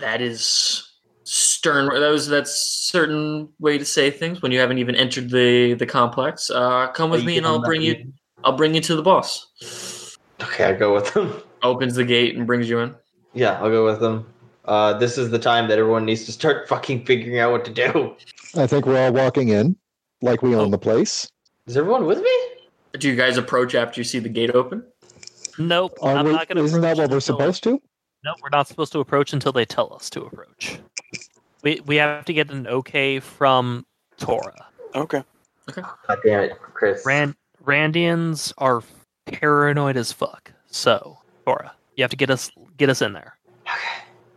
that is stern. That was that's certain way to say things when you haven't even entered the the complex. Uh, come with
Are
me, and
giving
I'll
them
bring
that
you.
reason?
I'll bring you to the boss.
Okay, I go with them.
Opens the gate and brings you in.
Yeah, I'll go with them. Uh, this is the time that everyone needs to start fucking figuring out what to do.
I think we're all walking in like we
Oh.
own the place.
Is everyone with me?
Do you guys approach after you see the gate open?
Nope.
Are
I'm
we,
not gonna
isn't that
approach
what we're
until-
supposed to?
Nope, we're not supposed to approach until they tell us to approach. We we have to get an okay from Torah.
Okay.
God damn it, Chris.
Rand Randians are paranoid as fuck. So, Torah, you have to get us get us in there.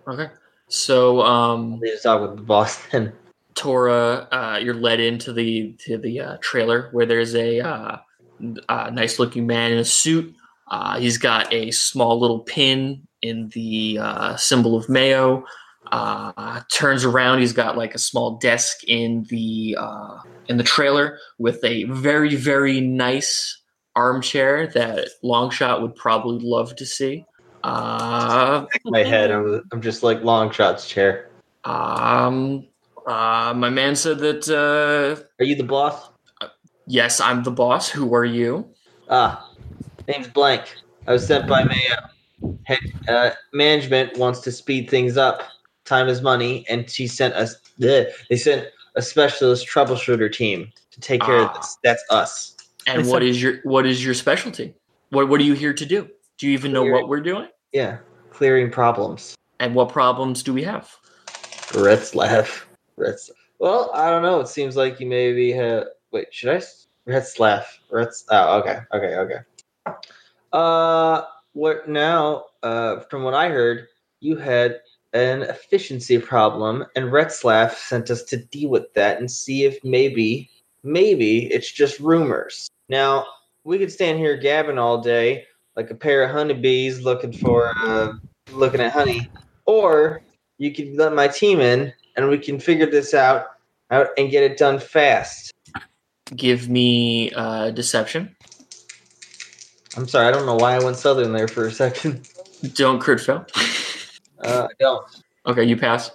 Okay. So um,
They just talk with the boss then.
Torah, uh, you're led into the to the uh, trailer where there's a uh, uh, nice looking man in a suit. Uh, he's got a small little pin in the uh, symbol of Mayo. Uh, turns around, he's got like a small desk in the uh, in the trailer with a very very nice armchair that Longshot would probably love to see. Uh,
My head, I'm, I'm just like long shots chair.
um, Uh, my man said that, uh,
Are you the boss?
yes, I'm the boss. Who are you?
Ah, name's blank. I was sent by Mayo. Head uh, management wants to speed things up. Time is money, and she sent us. bleh, they sent a specialist troubleshooter team to take care of
Ah.
this. That's us.
And
They
what
said-
is your what is your specialty? What what are you here to do? Do you even know
Clear.
what we're doing?
Yeah, clearing problems.
And what problems do we have?
Rhett's laugh. Rhett's. Well, I don't know. It seems like you maybe have. Wait, should I? s- Rhett's laugh. Rhett's. Oh, okay, okay, okay. Uh, what now? Uh, from what I heard, you had an efficiency problem, and Rhett's laugh sent us to deal with that and see if maybe, maybe it's just rumors. Now we could stand here gabbing all day like a pair of honeybees looking for, uh, looking at honey, or you can let my team in and we can figure this out out and get it done fast.
Give me uh, deception.
I'm sorry, I don't know why I went southern there for a second.
Don't crit fail.
Uh, I don't.
Okay, you pass.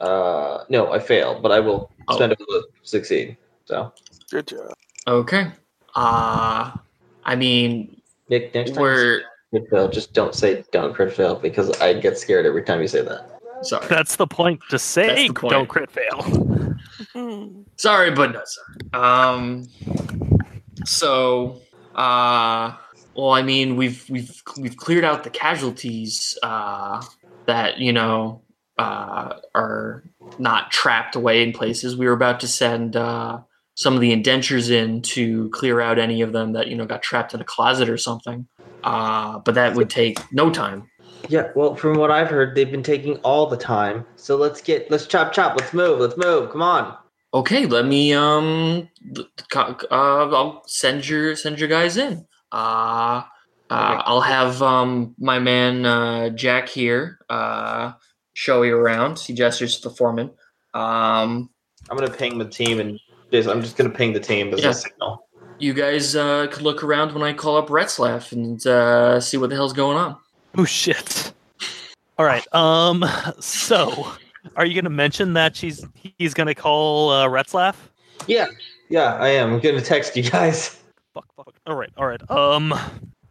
Uh, no, I failed, but I will
Oh.
spend it to succeed. So,
Good job.
Okay. Uh I mean
Nick, next time you
we're
say crit fail, just don't say don't crit fail because I get scared every time you say that.
sorry.
That's the point. Just
That's
say
the point.
don't crit fail.
Sorry, but no, sorry. Um, so, uh, well, I mean, we've we've we've cleared out the casualties uh, that you know uh, are not trapped away in places. We were about to send uh, some of the indentures in to clear out any of them that you know got trapped in a closet or something. Uh, but that would take no time.
Yeah, well, from what I've heard, they've been taking all the time. So let's get let's chop chop, let's move, let's move. Come on.
Okay, let me um, th- co- uh, I'll send your send your guys in. Uh, uh, I'll have um my man uh, Jack here uh show you around. He gestures to the foreman. Um,
I'm gonna ping the team and this. I'm just gonna ping the team as
Yeah.
a signal.
you guys uh could look around when I call up Retzlaff and uh, see what the hell's going on.
Oh shit. All right. Um. So, are you gonna mention that she's he's gonna call uh, Retzlaff?
Yeah, I am. I'm gonna text you guys.
Fuck. Fuck. All right. All right. Um.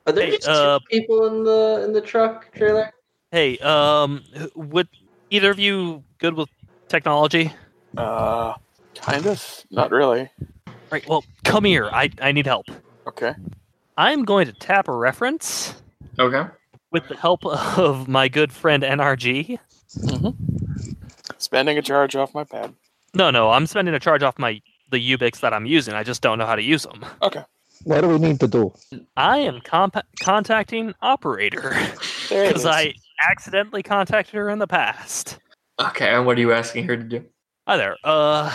Are there
Hey,
just
uh,
two people in the in the truck trailer?
Hey. Um. wh- Would either of you good with technology?
Uh, kind of. Not really.
Right. Well, come here. I I need help.
Okay.
I'm going to tap a reference
Okay.
with the help of my good friend NRG.
Spending a charge off my pad.
No, no, I'm spending a charge off my the Ubix that I'm using. I just don't know how to use them.
What do we need to do?
I am compa- contacting operator
There it
because
is.
I accidentally contacted her in the past.
Okay. And what are you asking her to do?
Hi there. Uh,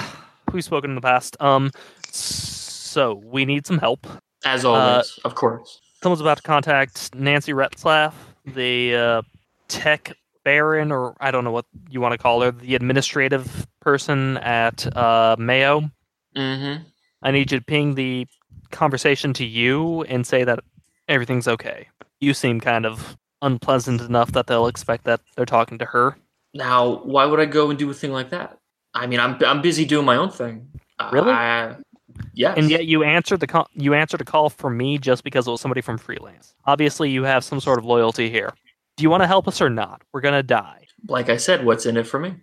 we've spoken in the past. Um, so we need some help.
As always, of course.
Someone's about to contact Nancy Retzlaff, the uh, tech baron, or I don't know what you want to call her, the administrative person at uh, Mayo.
Mm-hmm.
I need you to ping the conversation to you and say that everything's okay. You seem kind of unpleasant enough that they'll expect that they're talking to her.
Now, why would I go and do a thing like that? I mean, I'm I'm busy doing my own thing. Uh,
Really?
I, yes.
And yet you answered the call, you answered a call from me just because it was somebody from freelance. Obviously, you have some sort of loyalty here. Do you want to help us or not? We're gonna die.
like I said, what's in it for me?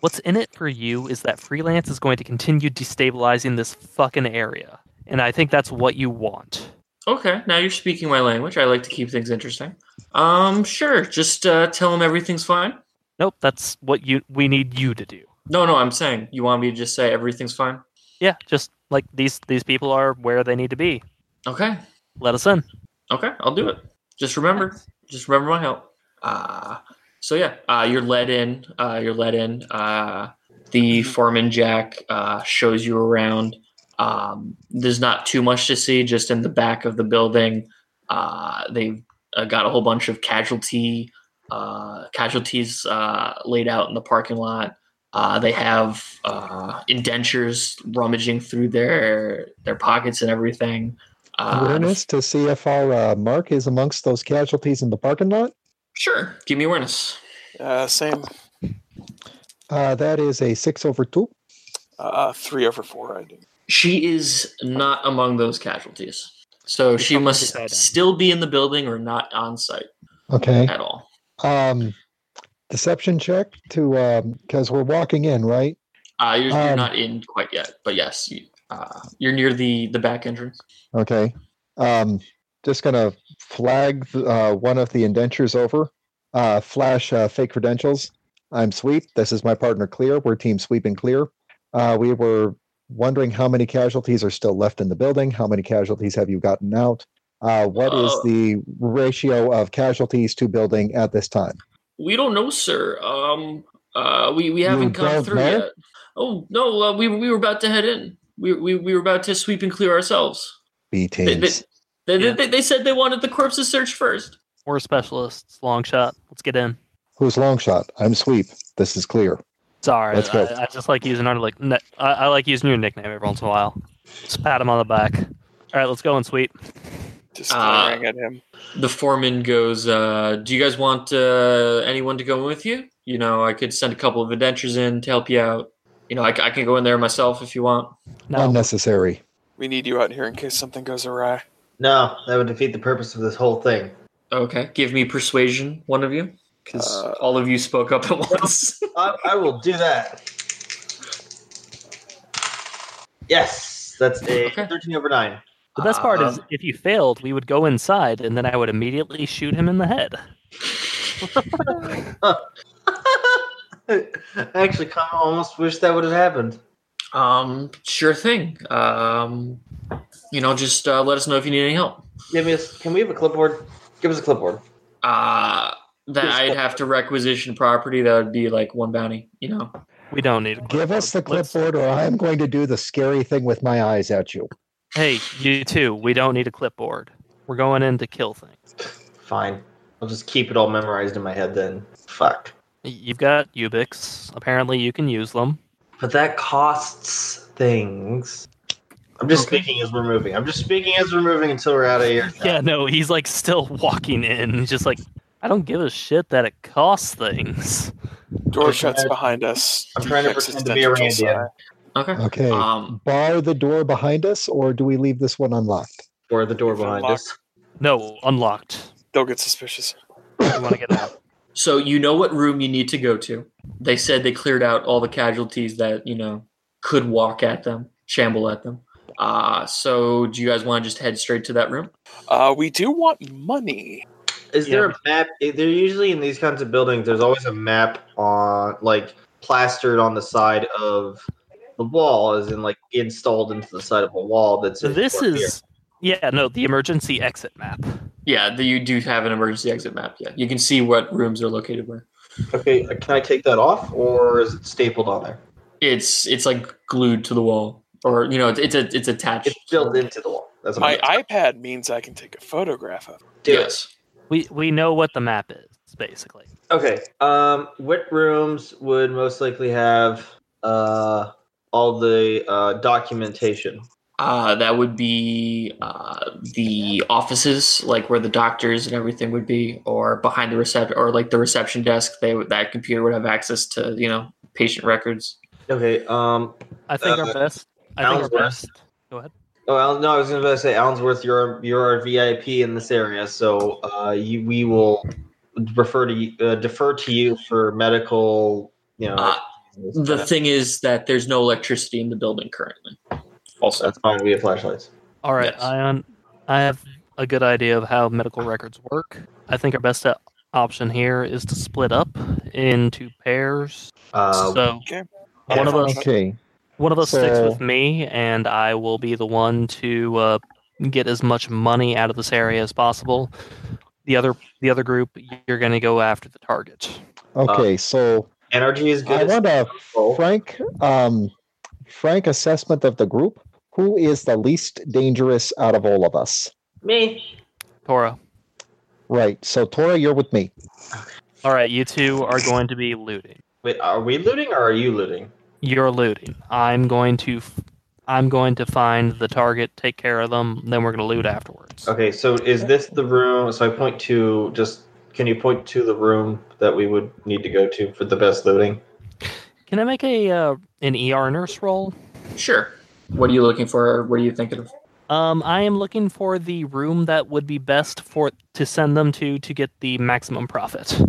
What's in it for you is that freelance is going to continue destabilizing this fucking area, and I think that's what you want.
Okay, now you're speaking my language. I like to keep things interesting. Um, sure. Just uh, tell him everything's fine.
Nope, that's what you we need you to do.
No, no, I'm saying you want me to just say everything's fine.
Yeah, just like these these people are where they need to be.
Okay,
let us in.
okay, I'll do it. Just remember, just remember my help. Uh, so yeah, uh, you're let in. Uh, you're let in. Uh, the foreman Jack uh, shows you around. Um, there's not too much to see. Just in the back of the building, uh, they've uh, got a whole bunch of casualty uh, casualties uh, laid out in the parking lot. Uh, they have uh, indentures rummaging through their their pockets and everything. Uh,
Awareness to see if our uh, mark is amongst those casualties in the parking lot.
Sure. Give me awareness.
Uh, same.
Uh, that is a six over two.
Uh, three over four, I think.
She is not among those casualties. So
She's
she
on the
must
side end.
still be in the building or not on site
Okay.
at all.
Um, deception check to because we're walking in, right?
Uh, you're, you're
Um,
not in quite yet, but yes, you, uh, you're near the, the back entrance.
Okay. Um, just gonna flag uh, one of the indentures over. Uh, flash uh, fake credentials. I'm Sweep. This is my partner Clear. We're Team Sweep and Clear. Uh, we were wondering how many casualties are still left in the building. How many casualties have you gotten out? Uh, what is
Uh,
the ratio of casualties to building at this time?
We don't know, sir. Um, uh, we, we haven't come
don't
through
know?
yet. Oh, no, uh, we, we were about to head in. We, we, we were about to sweep and clear ourselves.
B
They, they,
teams.
they,
Yeah.
they, they said they wanted the corpses searched first.
We're specialists. Long shot. Let's get in.
Who's long shot? I'm Sweep. This is Clear.
Sorry,
Let's go.
I, I just like using our like. Ne- I, I like using your nickname every once in a while. Just pat him on the back. All right, let's go and sweep.
Just glaring at him.
the foreman goes, uh, "Do you guys want uh, anyone to go in with you? You know, I could send a couple of adventures in to help you out. You know, I, c- I can go in there myself if you want."
No,
Unnecessary.
We need you out here in case something goes awry.
No, that would defeat the purpose of this whole thing.
Okay, give me persuasion, one of you, because
Uh,
all of you spoke up at once.
I, I will do that. Yes, that's a
Okay.
13 over 9.
the best part is
um,
Uh,
if you failed, we would go inside, and then I would immediately shoot him in the head.
I actually kind of almost wish that would have happened.
um, sure thing. Um, you know, just uh, let us know if you need any help.
Give me a, can we have a clipboard? Give us a clipboard.
Uh, that
Yes,
I'd
but-
have to requisition property. That would be like one bounty. You know.
We don't need. a
Give us the
Let's-
clipboard, or I'm going to do the scary thing with my eyes at you.
Hey, you too. We don't need a clipboard. We're going in to kill things.
Fine. I'll just keep it all memorized in my head then. Fuck.
You've got Ubix. Apparently, you can use them.
But that costs things. I'm just
Okay.
speaking as we're moving. I'm just speaking as we're moving until we're out of here.
Yeah, no, he's like still walking in. He's just like, I don't give a shit that it costs things.
Door
I'm
shuts
trying-
behind us.
I'm trying to
Fixes
pretend to be a
dental
Randy.
sigh.
Okay.
Okay.
Um,
bar the door behind us, or do we leave this one unlocked?
Or the door
If it
behind
locked-
us.
No, unlocked.
They'll get suspicious.
You want to get out?
So you know what room you need to go to. They said they cleared out all the casualties that you know could walk at them, shamble at them. Uh, so do you guys want to just head straight to that room?
Uh, we do want money.
Is there a map? They're usually in these kinds of buildings. There's always a map on, like, plastered on the side of the wall, as in, like, installed into the side of a wall. That's
So this is, yeah, no, the emergency exit map.
Yeah, the, you do have an emergency exit map. Yeah, you can see what rooms are located where.
okay. uh, Can I take that off, or is it stapled on there?
It's it's like glued to the wall, or you know, it's it's, a, it's attached.
It's built into the wall. That's what
My
I'm
iPad means I can take a photograph of. it.
Do it.
yes.
We we know what the map is basically.
Okay. Um, what rooms would most likely have uh all the uh documentation?
Uh, that would be uh, the offices, like where the doctors and everything would be, or behind the reception, or like the reception desk. They would, that computer would have access to you know patient records.
Okay. Um.
I think our
Uh,
best. I think our
Ellsworth.
best. Go ahead.
Oh, Alan, no, I was gonna say Allensworth, you're you're our VIP in this area, so uh, you, we will refer to you- uh, defer to you for medical. You know,
Uh, The thing is that there's no electricity in the building currently. Also,
that's fine. We have flashlights.
All right,
Yes.
Ion. I have a good idea of how medical records work. I think our best o- option here is to split up into pairs.
Uh,
so
Yeah,
one of us,
Okay.
one of us sticks
so-
with me, and I will be the one to uh, get as much money out of this area as possible. The other, the other group, you're going to go after the target.
Okay. so
energy is
I
good. as
want a
well.
frank, um, frank assessment of the group. Who is the least dangerous out of all of us?
Me.
Tora.
Right. So Tora, you're with me.
All right, you two are going to be looting.
Wait, are we looting or are you looting?
You're looting. I'm going to, f- I'm going to find the target, take care of them, then we're going to loot afterwards.
Okay, so is this the room? So I point to just. Can you point to the room that we would need to go to for the best looting?
Can I make a uh, an ER nurse roll?
Sure. What are you looking for? Or what are you thinking of?
Um, I am looking for the room that would be best for to send them to to get the maximum profit.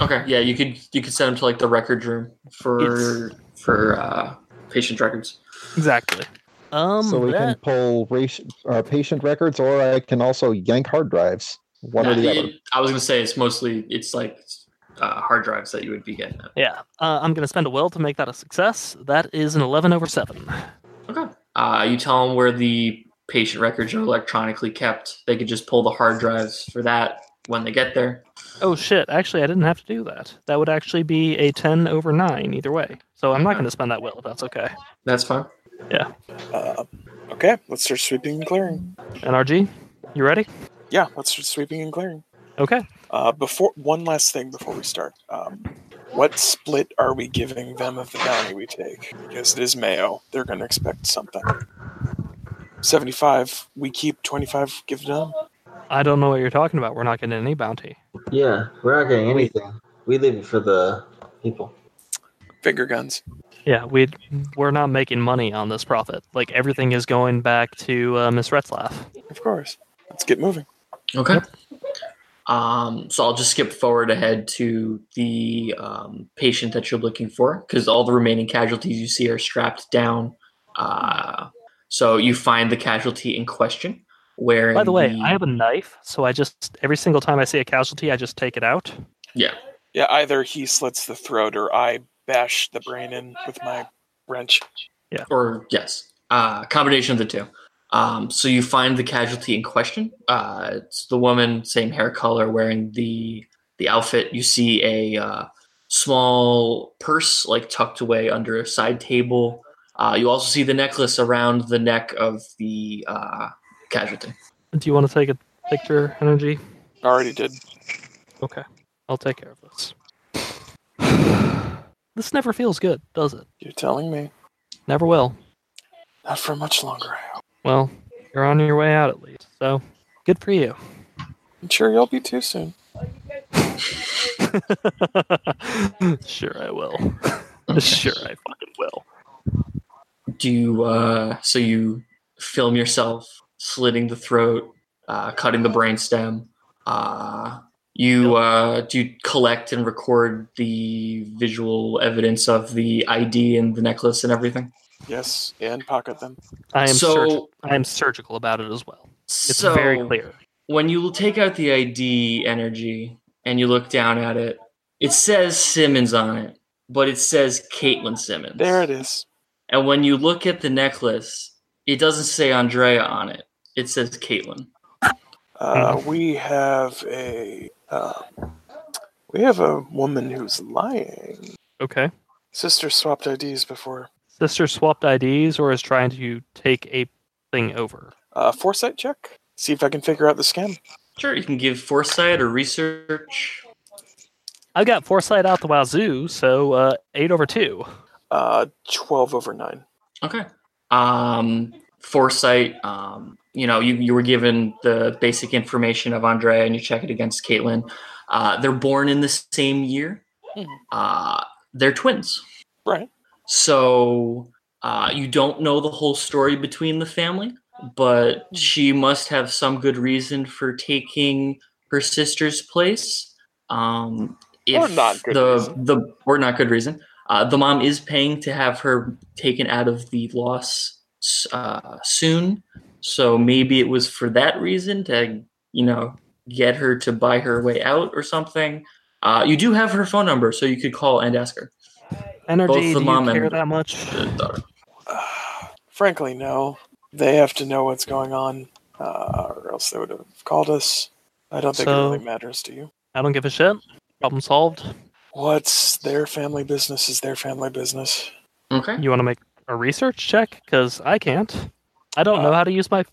Okay, yeah, you could you could send them to like the record room for for uh, patient records.
Exactly. Um,
so we can
that-
pull ration, uh, patient records, or I can also yank hard drives. One or
Nah,
the
you-
other.
I was gonna say it's mostly it's like uh, hard drives that you would be getting. At.
yeah, uh, I'm gonna spend a will to make that a success. That is an 11 over seven.
Okay. Uh, you tell them where the patient records are electronically kept. They could just pull the hard drives for that when they get there.
Oh shit! Actually, I didn't have to do that. That would actually be a 10 over nine either way. So I'm not gonna spend that will. if That's okay.
That's fine.
Uh, okay, let's start sweeping and clearing.
NRG, you ready?
Yeah, let's start sweeping and clearing.
Okay.
Uh, before one last thing before we start, um, what split are we giving them of the bounty we take? Because it is Mayo, they're going to expect something. Seventy-five, we keep twenty-five. Give them.
I don't know what you're talking about. We're not getting any bounty.
Yeah, we're not getting anything. We leave it for the people.
Finger guns.
Yeah, we we're not making money on this profit. Like everything is going back to uh, Miss Retzlaff.
Of course. Let's get moving.
Okay. Um, so I'll just skip forward ahead to the um, patient that you're looking for because all the remaining casualties you see are strapped down. Uh, so you find the casualty in question. Where
By the way, I have a knife, so I just every single time I see a casualty, I just take it out.
Yeah, either he slits the throat or I bash the brain in with my wrench.
or yes, uh, combination of the two. Um, so you find the casualty in question. Uh, it's the woman, same hair color, wearing the the outfit. You see a uh, small purse like tucked away under a side table. Uh, you also see the necklace around the neck of the uh, casualty.
Do you want to take a picture, energy?
Already did.
Okay, I'll take care of this. This never feels good, does it?
You're telling me.
Never will.
Not for much longer, I hope.
Well, you're on your way out at least, so good for you.
I'm sure you'll be too soon.
sure, I will. Sure, I fucking will.
Do you uh, so you film yourself slitting the throat, uh, cutting the brainstem. Uh, you uh, do you collect and record the visual evidence of the ID and the necklace and everything.
Yes, and pocket them.
I am
so
surg- I am surgical about it as well. It's
so
very clear.
when you take out the ID energy and you look down at it. It says Simmons on it, but it says Caitlin Simmons.
There it is.
And when you look at the necklace, it doesn't say Andrea on it. It says Caitlin.
Uh-huh.
Uh, we have a uh, we have a woman who's lying.
Okay.
Sister swapped IDs before.
Sister swapped IDs or is trying to take a thing over.
Uh, foresight check. See if I can figure out the scam.
Sure, you can give foresight or research.
I've got foresight out the wazoo, so uh, eight over two.
Uh, twelve over nine.
Okay. Um, foresight. Um, you know, you, you were given the basic information of Andrea, and you check it against Caitlin. Uh, they're born in the same year.
Mhm.
Uh, they're twins.
Right.
So uh, you don't know the whole story between the family, but
Hmm.
she must have some good reason for taking her sister's place. Um, if
Or not good
the
reason.
the or not good reason. Uh, the mom is paying to have her taken out of the loss uh, soon, so maybe it was for that reason to you know get her to buy her way out or something. Uh, you do have her phone number, so you could call and ask her. Both
Energy,
the
do you
mom and-
care that much?
the daughter.
Uh, frankly, no. They have to know what's going on, uh, or else they would have called us. I don't think
So-
it really matters to you.
I don't give a shit. Problem solved.
What's their family business is their family business.
Okay.
You want to make a research check? Because I can't. I don't know
Uh,
how to use my.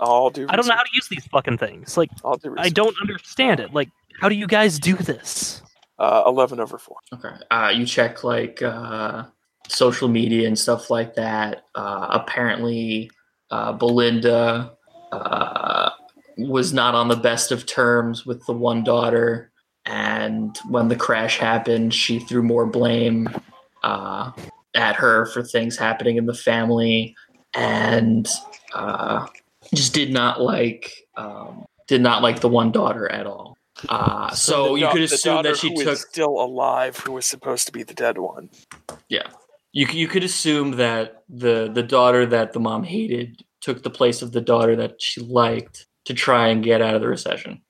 I'll do.
I don't know how
research.
to use these fucking things. Like,
I'll do.
I
Research.
don't understand it. Like, how do you guys do this?
Uh, Eleven over four.
Okay. Uh, you check like uh, social media and stuff like that. Uh, apparently, uh, Belinda uh, was not on the best of terms with the one daughter, and when the crash happened, she threw more blame uh, at her for things happening in the family, and uh, just did not like um, did not like the one daughter at all. Uh, so you
The da-
could
the
assume
daughter
that she
who is
took
still alive, who was supposed to be the dead one.
you c- you could assume that the the daughter that the mom hated took the place of the daughter that she liked to try and get out of the recession.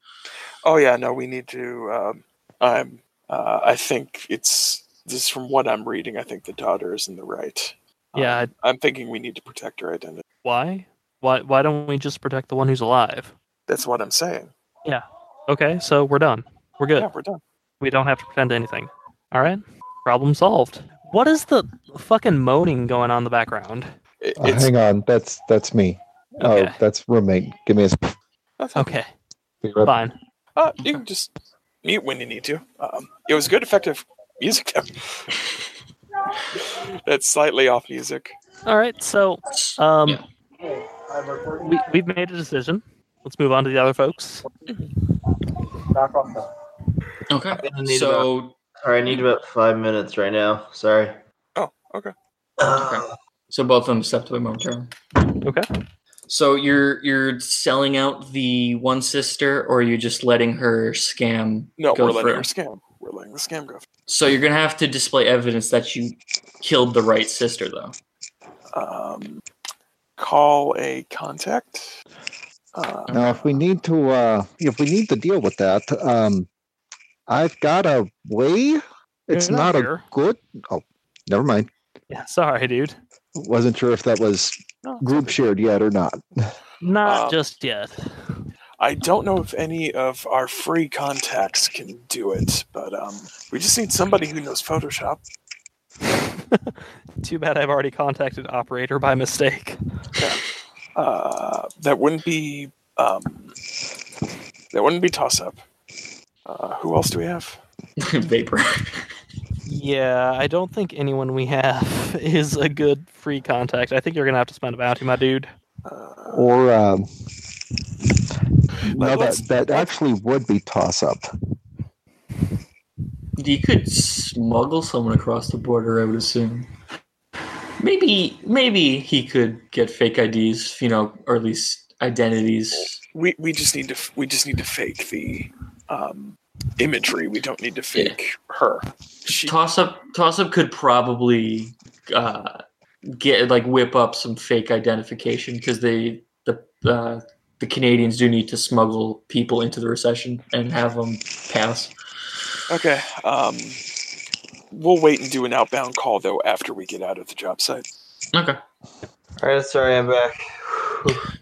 Oh yeah, no, we need to. Um, I'm. Uh, I think it's this is from what I'm reading. I think the daughter is in the right.
Yeah,
Um, I'm thinking we need to protect her identity.
Why? Why? Why don't we just protect the one who's alive?
That's what I'm saying.
Okay, so we're done. We're good.
Yeah, we're done.
We don't have to pretend anything. All right. Problem solved. What is the fucking moaning going on in the background?
It,
Uh,
it's
hang on, that's that's me.
Okay.
Oh, that's roommate. Give me a. sp-
Okay.
be right
Fine.
uh, you can just mute when you need to. Um, it was good, effective music. That's slightly off music.
All right. So, um,
Yeah.
we we've made a decision. Let's move on to the other folks.
Okay.
gonna need
So
Sorry, I need about five minutes right now. Sorry.
Oh, okay.
Uh,
so both of them stepped away momentarily.
Okay.
So you're you're selling out the one sister, or you are just letting her scam
No,
go
we're letting
through?
her scam. We're letting the scam go.
So you're gonna have to display evidence that you killed the right sister, though.
Um, call a contact. Uh,
Now, if we need to, uh, if we need to deal with that, um, I've got a way. It's
You're not
not, a
here.
good. Oh, never mind.
Yeah. Sorry, dude.
Wasn't sure if that was
no, it's
group
okay.
shared yet or not.
Not
Um,
just yet.
I don't know if any of our free contacts can do it, but um, we just need somebody who knows Photoshop.
Too bad I've already contacted operator by mistake.
Uh, that wouldn't be um, that wouldn't be toss up. Uh, who else do we have?
Vapor.
Yeah, I don't think anyone we have is a good free contact. I think you're gonna have to spend a bounty, my dude.
Uh,
Or um, no,
let's-
that that actually would be toss up.
You could smuggle someone across the border, I would assume. Maybe, maybe he could get fake IDs, you know, or at least identities.
we we just need to f- we just need to fake the um, imagery. We don't need to fake her. She,
Toss up, toss up could probably uh, get like whip up some fake identification because they the uh, the Canadians do need to smuggle people into the recession and have them pass.
okay. Um, we'll wait and do an outbound call though after we get out of the job site.
Okay.
all right, sorry, I'm back.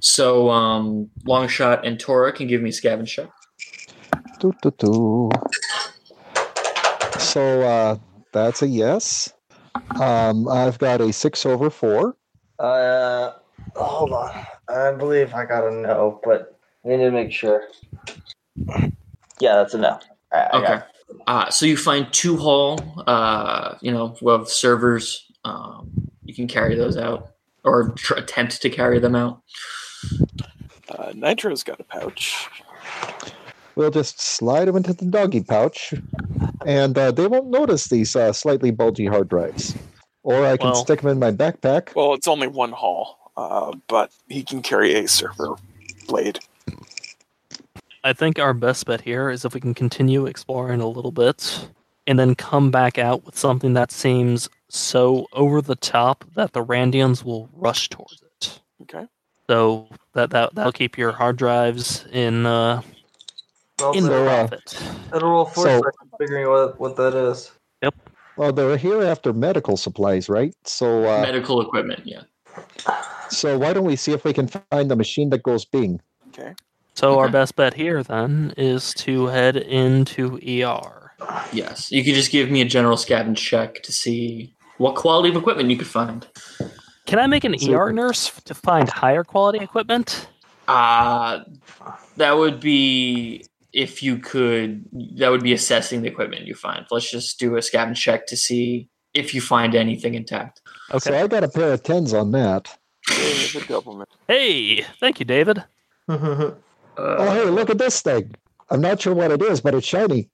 So, um, long shot and Tora can give me scavenge check.
Doo, doo, doo. So uh, that's a yes. Um, I've got a six over four.
Uh, hold on. I believe I got a no, but I need to make sure. Yeah, that's a no. All right, I got
Okay. Uh, so you find two hull, uh, you know, of servers. Um, you can carry those out or tr- attempt to carry them out.
Uh, Nitro's got a pouch.
We'll just slide them into the doggy pouch, and uh, they won't notice these uh, slightly bulgy hard drives. Or I can
Well-
stick them in my backpack.
Well, it's only one haul, uh, but he can carry a server blade.
I think our best bet here is if we can continue exploring a little bit and then come back out with something that seems so over the top that the Randians will rush towards it.
Okay.
So that that that'll keep your hard drives in uh,
it. Well,
in the
so, uh,
profit.
it'll roll four
so-
seconds figuring what, what that is.
Well, they're here after medical supplies, right? So, uh,
Medical equipment, yeah.
so why don't we see if we can find the machine that goes Bing?
Okay.
So our
Okay.
best bet here then is to head into ER.
Yes. You could just give me a general scavenge check to see what quality of equipment you could find.
Can I make an
So-
ER nurse f- to find higher quality equipment?
Uh, that would be if you could, that would be assessing the equipment you find. Let's just do a scavenge check to see if you find anything intact.
Okay.
So I got a pair of tens on that.
There's a doublemint.
Hey, thank you, David.
Oh, hey,
Uh,
look at this thing. I'm not sure
E
what it is, but it's shiny.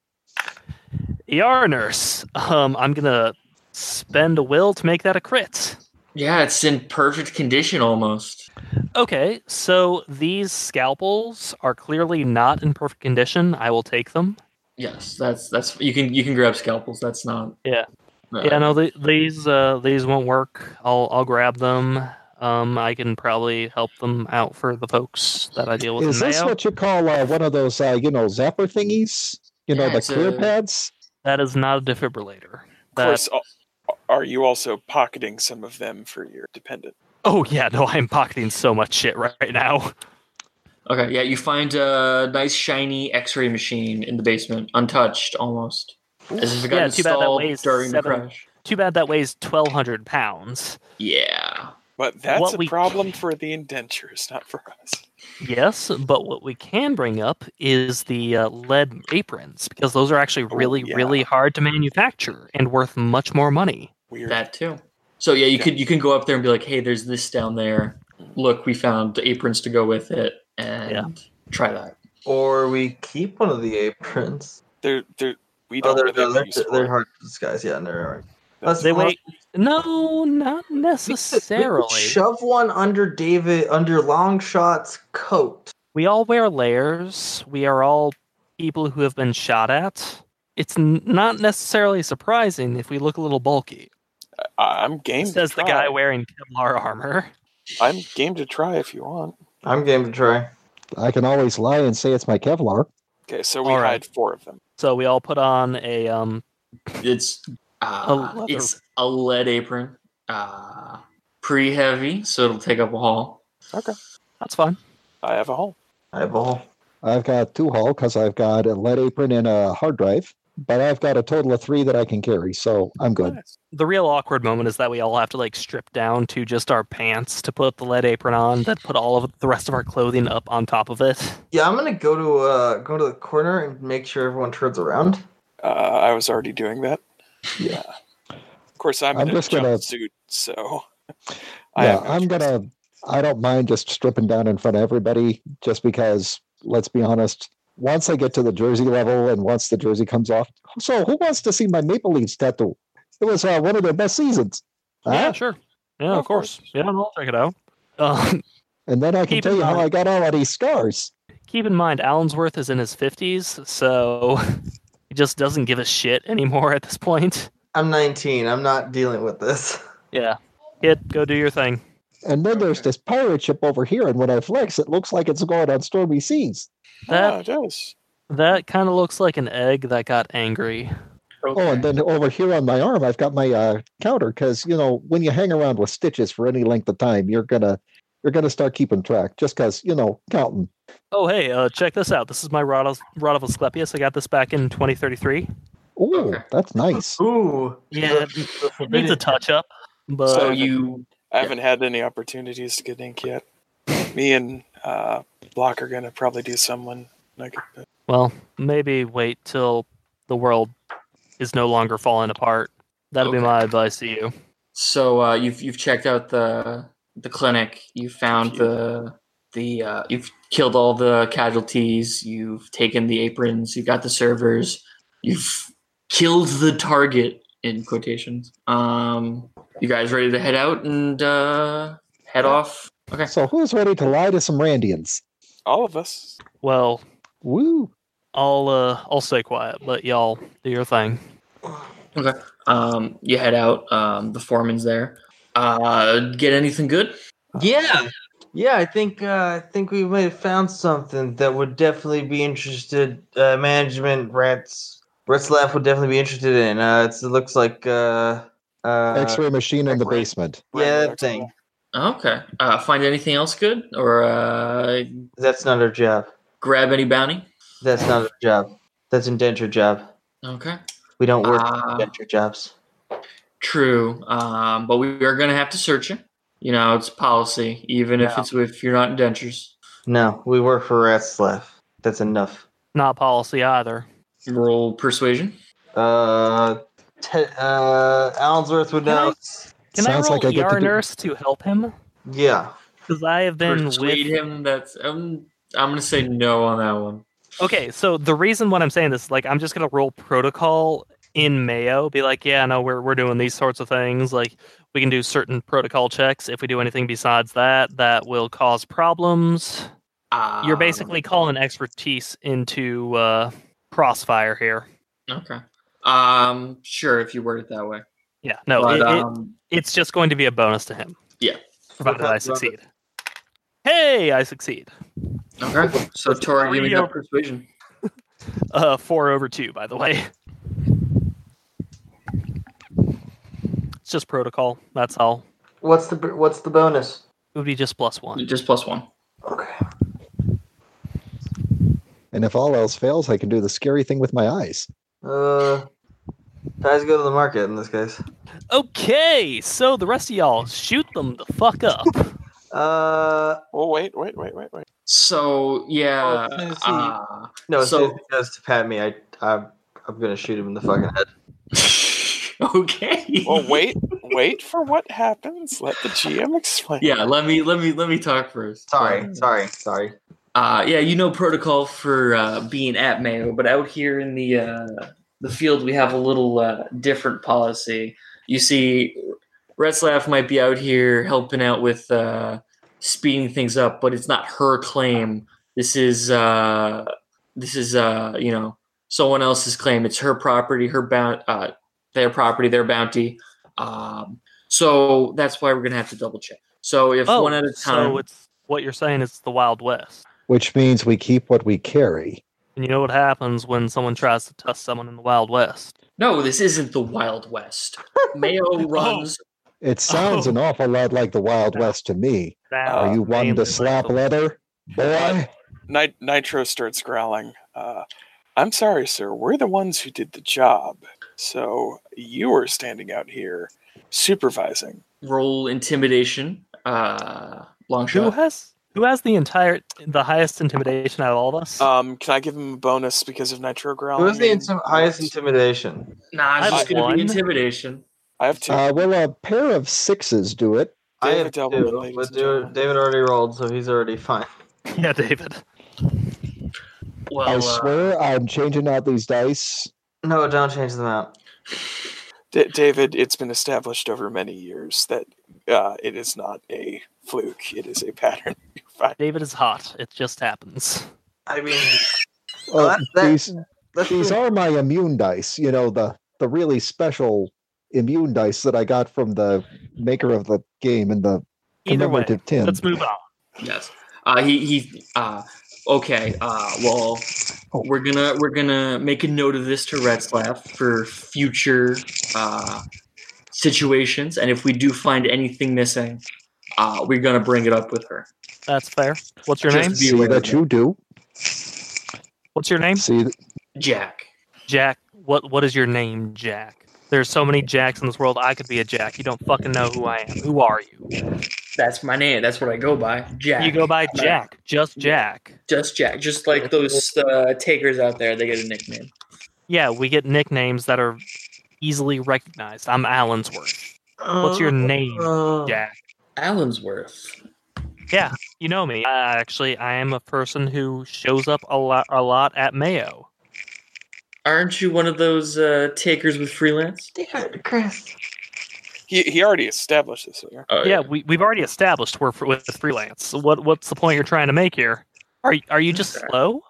ER nurse. Um, I'm gonna spend a will to make that a crit.
Yeah, it's in perfect condition almost.
Okay, so these scalpels are clearly not in perfect condition. I will take them.
Yes, that's that's you can you can grab scalpels. That's not.
Yeah.
No.
Yeah, no, the, these uh, these won't work. I'll I'll grab them. Um, I can probably help them out for the folks that I deal with
Is
in
this
Mayo.
what you call uh, one of those, uh, you know, zapper thingies? You know,
Yeah,
the
it's
clear
a-
pads?
That is not a defibrillator.
Of
That,
course, al- are you also pocketing some of them for your dependent?
oh yeah, no, I'm pocketing so much shit right, right now.
Okay, yeah, you find a nice shiny X-ray machine in the basement, untouched almost, as if it got
Yeah, too bad that
installed
weighs
during
seven-
the crash.
Too bad that weighs 1,200 pounds.
Yeah,
But that's
What
a
we-
problem for the indentures, not for us.
Yes, but what we can bring up is the uh, lead aprons because those are actually
Oh,
really,
yeah.
really hard to manufacture and worth much more money.
Weird.
that too. So yeah, you
Yeah.
could you can go up there and be like, hey, there's this down there. Look, we found aprons to go with it, and
Yeah.
try that.
Or we keep one of the aprons.
They're, they're, we
Oh,
don't
they're,
really have
they're,
use for
they're
it.
hard to disguise. Yeah, never mind. That's
They
fine.
weigh no, not
We could- we could
necessarily.
shove one under David under Longshot's coat.
We all wear layers. We are all people who have been shot at. It's n- not necessarily surprising if we look a little bulky.
I- I'm game.
Says
to
the
try.
guy wearing Kevlar armor.
I'm game to try if you want.
I'm game to try.
I can always lie and say it's my Kevlar.
Okay, so we
All right.
hide four of them.
So we all put on a um.
It's uh,
leather-
it's a lead apron, uh, pretty heavy, so it'll take up a haul.
That's fine.
I have a hole.
I have a hole.
I've got two hull because I've got a lead apron and a hard drive, but I've got a total of three that I can carry, so I'm good.
Nice.
The real awkward moment is that we all have to like strip down to just our pants to put the lead apron on, then put all of the rest of our clothing up on top of it.
Yeah, I'm gonna go to uh go to the corner and make sure everyone turns around.
Uh, I was already doing that. Yeah. Of course, I'm,
I'm
in a
just gonna-
jumpsuit, so
yeah,
have no
I'm
choice.
gonna. I don't mind just stripping down in front of everybody, just because. Let's be honest. Once I get to the jersey level, and once the jersey comes off, so who wants to see my Maple Leafs tattoo? It was uh, one of their best seasons,
Yeah,
Huh?
sure. Yeah,
Of
of course. Yeah, I'll check it out. Um,
and then I can
Keep
tell
in
you how
mind-
I got all of these scars.
keep in mind Allensworth is in his 50s, so he just doesn't give a shit anymore at this point.
I'm 19. I'm not dealing with this.
Yeah. Kid, go do your thing.
And then there's
Okay.
this pirate ship over here, and when I flex, it looks like it's going on stormy seas.
That
Ah, it does.
that kind of looks like an egg that got angry.
Oh, and then over here on my arm, I've got my uh, counter because you know when you hang around with stitches for any length of time, you're gonna you're gonna start keeping track just because you know counting.
Oh hey, uh, check this out. This is my rod of, rod of Asclepius. I got this back in 2033.
Oh,
Okay.
that's nice.
Ooh.
Yeah,
The- the
it needs a
forbidden-
touch up, but
so
Uh,
you
I haven't had any opportunities to get ink yet. Me and uh, Block are gonna probably do someone. Like,
well, maybe wait till the world is no longer falling apart. That'll be
Okay.
my advice to you.
So uh, you've you've checked out the the clinic. You found
Thank you.
the the uh, you've killed all the casualties. You've taken the aprons. You've got the servers. You've killed the target in quotations. Um, you guys ready to head out and uh, head off? Okay.
So who's ready to lie to some Randians?
all of us.
Well,
Woo!
I'll uh, I'll stay quiet, but y'all do your thing.
Um, you head out. Um, the foreman's there. Uh, get anything good?
Yeah. Yeah, I think uh, I think we may have found something that would definitely be interested. Uh, management rats rats left would definitely be interested in. Uh, it's, it looks like uh, uh,
X-ray machine in the
X-ray.
basement.
yeah,
Right,
that thing.
Okay. Uh, find anything else good, or uh,
That's not our job.
grab any bounty?
That's not our job. That's indenture job.
Okay.
We don't work
Uh,
indenture jobs.
True, um, but we are going to have to search you. You know, it's policy, even if
Yeah.
it's if you're not indentures.
No, we work for Ratzlaff. That's enough.
Not policy either.
Roll persuasion.
Uh, te- uh, Allensworth would
Can I-
know.
Can
Sounds
I roll
like I get
ER
to do-
nurse to help him?
Yeah.
Because I have been
Persuade
with.
him. That's um, I'm going to say no on that one.
Okay, so the reason what I'm saying this, like, I'm just gonna roll protocol in Mayo be like, yeah, no, we're we're doing these sorts of things. Like we can do certain protocol checks. If we do anything besides that, that will cause problems.
Um,
You're basically calling expertise into uh, crossfire here.
okay. Um, sure, if you word it that way.
Yeah, no,
but,
it, it-
um,
it's just going to be a bonus to him.
Yeah.
provided
Okay,
I succeed. Hey, I succeed.
okay. So Tora, give me
Yo.
that persuasion.
Uh, four over two, by the way. It's just protocol. That's all.
What's the what's the bonus?
It would be just plus one.
Just plus one.
Okay.
And if all else fails, I can do the scary thing with my eyes.
Uh, guys, go to the market in this case.
Okay, so the rest of y'all shoot them the fuck up.
Uh,
Oh wait, wait, wait, wait, wait.
So yeah.
Oh, Tennessee.
uh,
no. As
So-
soon as he goes to pat me, I I'm, I'm gonna shoot him in the fucking head.
okay.
Oh,
Well, wait, wait for what happens. Let the GM explain.
Yeah, let me let me let me talk first.
Sorry, sorry, sorry.
Uh, yeah, you know protocol for uh, being at Mayo, but out here in the uh, the field, we have a little uh, different policy. You see, Retzlaff might be out here helping out with uh, speeding things up, but it's not her claim. This is uh, this is uh, you know someone else's claim. It's her property, her bound, uh, their property, their bounty. Um, so that's why we're gonna have to double check. So if one at a time,
Oh, So it's what you're saying is the Wild West.
Which means we keep what we carry.
And you know what happens when someone tries to test someone in the Wild West?
No, this isn't the Wild West. Mayo runs.
It sounds
Oh.
an awful lot like the Wild
Yeah.
West to me.
That
Uh,
Are
mainly
you wanting to
like
slap
the-
leather? Boy,
Nit- Nitro starts growling. Uh, I'm sorry, sir. We're the ones who did the job. So you are standing out here supervising.
Roll intimidation. Uh, long
Who
shot.
has who has the entire the highest intimidation out of all of us?
Um, can I give him a bonus because of Nitro growling?
Who's the intim- highest intimidation?
Nah, it's
I've
just gonna
won.
be intimidation.
I have two.
uh, will a pair of sixes do it?
I
David
have
Doubleman,
two,
ladies
but
and
David
gentlemen.
David already rolled, so he's already fine.
yeah, David.
Well,
I
uh,
swear I'm changing out these dice.
No, don't change them out.
D- David, it's been established over many years that uh, it is not a fluke. It is a pattern. You're fine.
David is hot. It just happens.
I mean,
Oh,
Well, that-
these
that's
these are my immune dice. You know the the really special immune dice that I got from the maker of the game and the
Either way,
commemorative tin.
let's move on.
yes. Uh, he he. Uh, okay. Uh, well,
Oh.
we're gonna we're gonna make a note of this to Retzlaff for future uh, situations, and if we do find anything missing, uh, we're gonna bring it up with her.
That's fair. What's your
Just
name?
be
See
aware
that
of
you do.
What's your name?
See, th-
Jack.
Jack. What what is your name, Jack? There's so many Jacks in this world. I could be a Jack. You don't fucking know who I am. Who are you?
That's my name. That's what I go by. Jack.
You go by Jack. Just Jack.
Just Jack, just like those uh, takers out there, they get a nickname.
Yeah, we get nicknames that are easily recognized. I'm Allensworth. What's your name,
Uh,
Jack?
Allensworth.
Yeah, you know me. I, actually, I am a person who shows up a lot, a lot at Mayo.
Aren't you one of those uh, takers with freelance?
David, Chris.
He, he already established this here.
Oh,
yeah, we, we've already established we're fr- with freelance. So What what's the point you're trying to make here? Are y- are you just
Okay.
slow?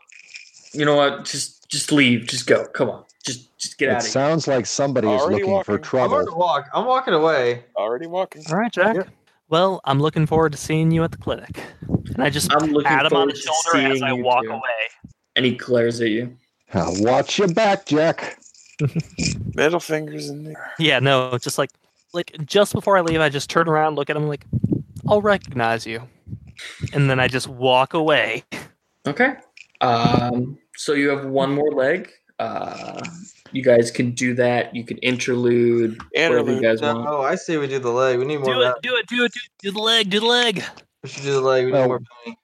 You know what? Just just leave. Just go. Come on. Just just get
it
out of here.
sounds like somebody is
Already
looking for
walking.
I'm going to
trouble.
walk. I'm walking away.
Already walking.
All right, Jack.
Yeah.
Well, I'm looking forward to seeing you at the clinic. And I just
I'm looking
pat him on
forward
the
to
shoulder as
seeing
I
you
walk
too.
away.
And he glares at you.
Uh, watch your back, Jack.
Middle fingers in the air.
Yeah, no, just like like just before I leave, I just turn around, look at him, like I'll recognize you, and then I just walk away.
Okay. Um, so you have one more leg. Uh, you guys can do that. You can interlude. Whatever you
Interlude.
guys
No,
want.
oh, I see. We do the leg. We need more.
Do it,
value.
do it, do it, do it, do the leg, do the leg.
We should do the leg. We need
Well-
more. value.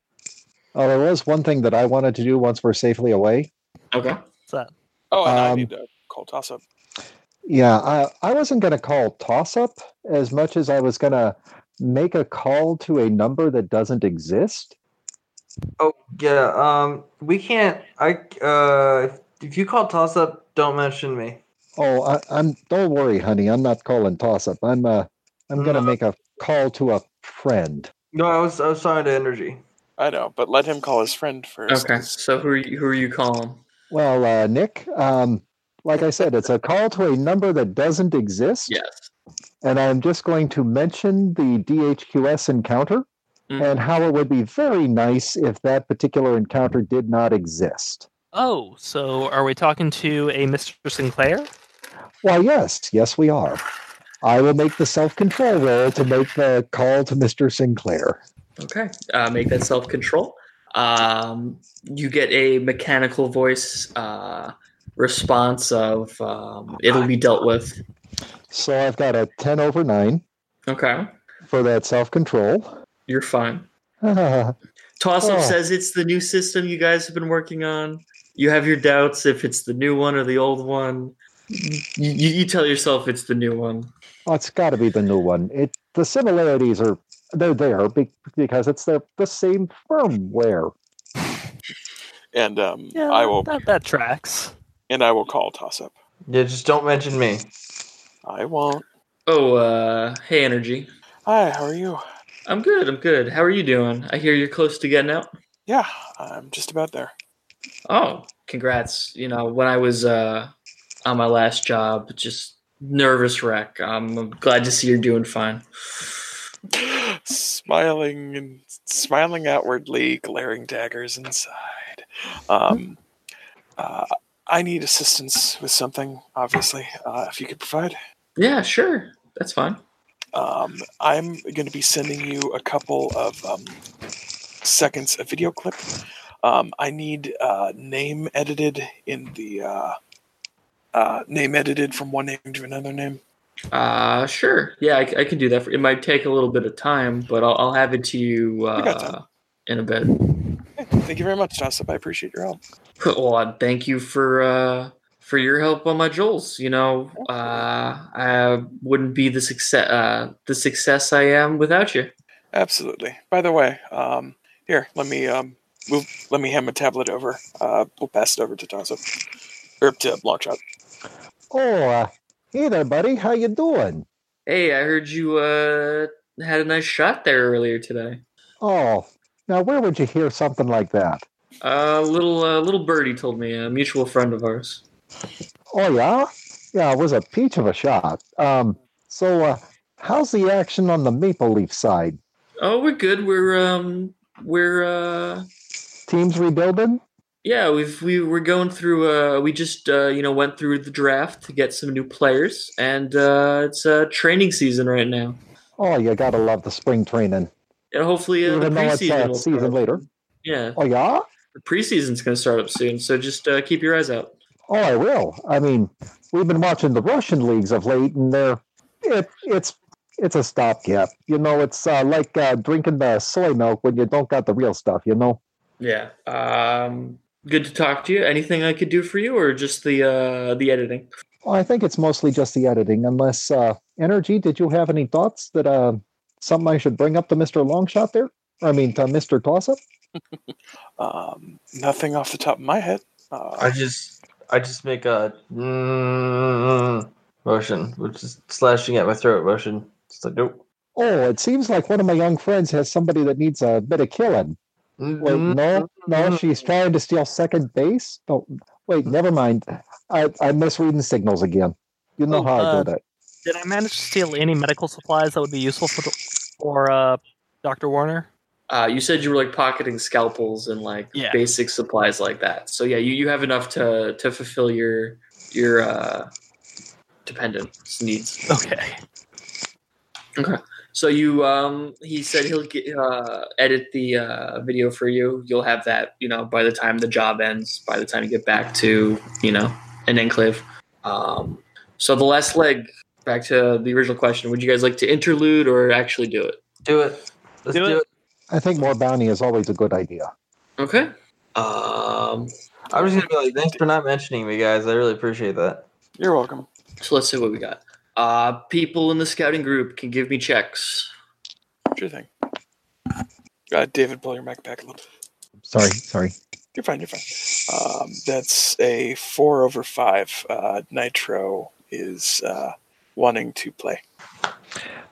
Oh, there was one thing that I wanted to do once we're safely away.
Okay.
What's that?
Oh, and I
Um,
need to call toss up.
Yeah, I, I wasn't going to call toss up as much as I was going to make a call to a number that doesn't exist.
Oh yeah. Um, we can't. I uh, if you call toss up, don't mention me.
Oh, I, I'm. Don't worry, honey. I'm not calling toss up. I'm. Uh, I'm gonna
No.
make a call to a friend.
No, I was I was talking to energy.
I know, but let him call his friend first.
Okay, so who are you, who are you calling?
Well, uh, Nick. Um, like I said, it's a call to a number that doesn't exist.
Yes.
and I'm just going to mention the DHQS encounter
Mm.
and how it would be very nice if that particular encounter did not exist.
Oh, so are we talking to a Mr. Sinclair?
Why, yes, yes, we are. I will make the self control roll to make the call to Mr. Sinclair.
Okay. Uh, make that self control. Um, you get a mechanical voice uh, response of um, it'll be dealt with.
So I've got a 10 over 9
Okay.
for that self control.
You're fine.
well,
Toss up
Oh.
says it's the new system you guys have been working on. You have your doubts if it's the new one or the old one. You, you, you tell yourself it's the new one.
it's got to be the new one. It The similarities are they're there be- because it's the, the same firmware.
And um, I will
That, that tracks.
and I will call toss up.
Yeah, just don't mention me.
I won't.
Oh, uh, hey, Energy.
Hi, how are you?
I'm good. I'm good. How are you doing? I hear you're close to getting out.
Yeah, I'm just about there.
Oh, congrats. You know, when I was uh, on my last job, just nervous wreck. I'm glad to see you're doing fine.
smiling and smiling outwardly, glaring daggers inside. Um, uh, I need assistance with something, obviously. Uh, if you could provide,
Yeah, sure. That's fine.
um, I'm going to be sending you a couple of um, seconds of video clip. Um, I need uh, name edited in the uh, uh, name edited from one name to another name.
Uh, sure. Yeah, I, c- I can do that. For, it might take a little bit of time, but I'll, I'll have it to you
You got
uh, in a bit.
Thank you very much, Tossip. I appreciate your help.
Well, I thank you for uh, for your help on my Joels. You know, uh, I wouldn't be the success uh, the success I am without you.
Absolutely. By the way, um, here, let me um, move. Let me hand my tablet over. Uh, we'll pass it over to Tonzo. Or to Longshot.
Oh, uh, hey there, buddy. How you doing?
Hey, I heard you uh, had a nice shot there earlier today.
Oh, now where would you hear something like that?
A little uh, little birdie told me a mutual friend of ours.
Oh yeah, yeah, it was a peach of a shot. Um, so uh, how's the action on the Maple Leaf side?
Oh, we're good. We're um we're uh
Teams rebuilding?
yeah we've we we're going through uh we just uh you know went through the draft to get some new players and uh it's uh training season right now
Oh, you gotta love the spring training.
and hopefully uh, the
Even though it's, uh,
preseason will
season
start.
later.
Yeah,
Oh yeah.
the preseason's gonna start up soon, so just uh, keep your eyes out.
Oh, I will. I mean, we've been watching the Russian leagues of late, and they're it, it's it's a stopgap. You know, it's uh, like uh, drinking the soy milk when you don't got the real stuff. You know.
Yeah. Um. Good to talk to you. Anything I could do for you, or just the uh the editing?
Well, I think it's mostly just the editing, unless uh, energy. Did you have any thoughts that uh, something I should bring up to Mister Longshot there? I mean, to Mister Tossup.
Um, nothing off the top of my head.
I
Uh,
just I just make a mm, motion, which is slashing at my throat motion. It's like nope.
Oh, it seems like one of my young friends has somebody that needs a bit of killing. Wait,
Mm-hmm.
no, no, she's trying to steal second base. Oh, wait, never mind. I, I'm misreading signals again. You know
Oh,
how I
uh,
do that.
Did I manage to steal any medical supplies that would be useful for the, for uh, Doctor Warner?
Uh, you said you were like pocketing scalpels and like
Yeah.
basic supplies like that. So yeah, you, you have enough to to fulfill your your uh, dependents needs.
Okay.
So you um he said he'll get, uh, edit the uh, video for you. You'll have that you know by the time the job ends. By the time you get back to you know an enclave. Um, so the last leg back to the original question: Would you guys like to interlude or actually do it?
Do it. Let's
Do
do,
it.
it.
I think more bounty is always a good idea.
Okay. Um,
I'm just gonna be like, thanks for not mentioning me, guys. I really appreciate that.
you're welcome.
So let's see what we got. Uh, people in the scouting group can give me checks.
Sure thing. Uh, David, pull your mic back a little.
Sorry, sorry.
You're fine. You're fine. Um, that's a four over five. Uh, Nitro is uh, wanting to play.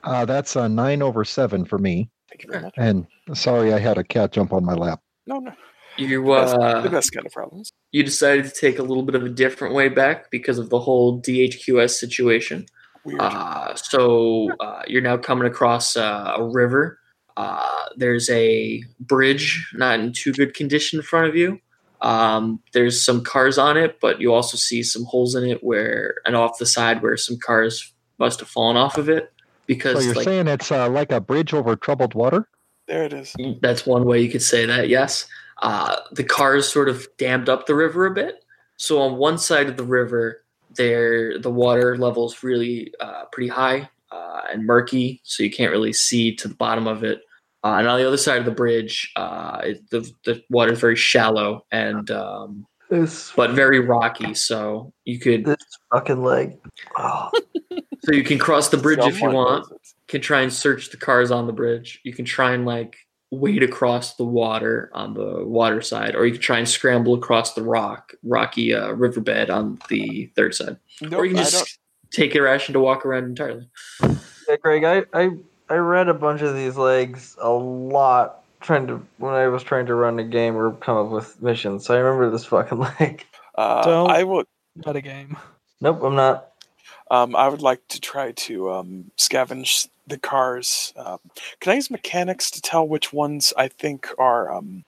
Uh, that's a nine over seven for me.
Thank you very much.
And sorry, I had a cat jump on my lap.
No, no.
You
That's the
uh,
best kind of problems.
you decided to take a little bit of a different way back because of the whole DHQS situation.
Weird.
Uh, so uh, you're now coming across uh, a river. Uh, there's a bridge not in too good condition in front of you. Um, there's some cars on it, but you also see some holes in it where, and off the side where some cars must have fallen off of it
So
because
you're
like,
saying it's uh, like a bridge over troubled water?
there it is.
That's one way you could say that, yes. Uh, the cars sort of dammed up the river a bit. So on one side of the river, there the water level's really uh, pretty high uh, and murky, so you can't really see to the bottom of it. Uh, and on the other side of the bridge, uh, it, the the water's very shallow and um,
This
but very rocky. So you could
this fucking leg. Oh,
so you can cross the bridge if you
Someone
want.
knows it.
can try and search the cars on the bridge. You can try and like wade across the water on the water side, or you can try and scramble across the rock, rocky uh, riverbed on the third side,
Nope,
or you can
I
just take irration to walk around entirely.
yeah, Greg, I, I I read a bunch of these legs a lot trying to when I was trying to run a game or come up with missions. So I remember this fucking leg.
don't- uh,
Don't-
I will.
Not a game.
Nope, I'm not.
Um, I would like to try to um, scavenge the cars. Um, can I use mechanics to tell which ones I think are um,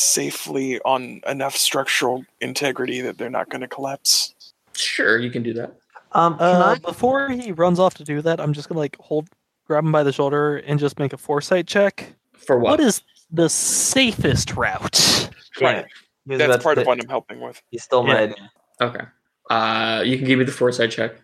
safely on enough structural integrity that they're not going to collapse?
Sure, you can do that.
Um, can
Uh,
I?
before he runs off to do that, I'm just gonna like hold, grab him by the shoulder, and just make a foresight check.
For what?
What is the safest route?
Right.
Yeah, he was about
That's
to
part of
say-
what I'm helping with.
You stole my
Yeah.
idea.
okay. Uh, you can give me the foresight check.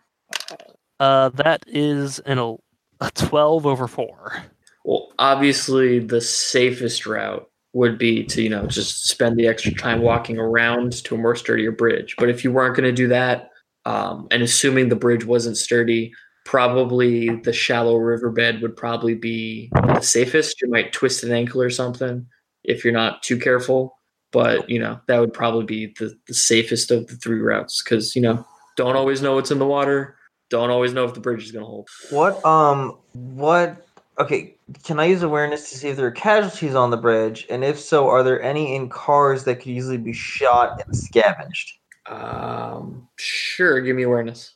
Uh, that is an el- a twelve over four.
Well, obviously, the safest route would be to, you know, just spend the extra time walking around to a more sturdier bridge. But if you weren't going to do that, um, and assuming the bridge wasn't sturdy, probably the shallow riverbed would probably be the safest. You might twist an ankle or something if you're not too careful. But, you know, that would probably be the, the safest of the three routes because, you know, don't always know what's in the water. Don't always know if the bridge is going to hold.
What? Um, what? Okay, can I use awareness to see if there are casualties on the bridge, and if so, are there any in cars that could easily be shot and scavenged?
Um, sure, give me awareness.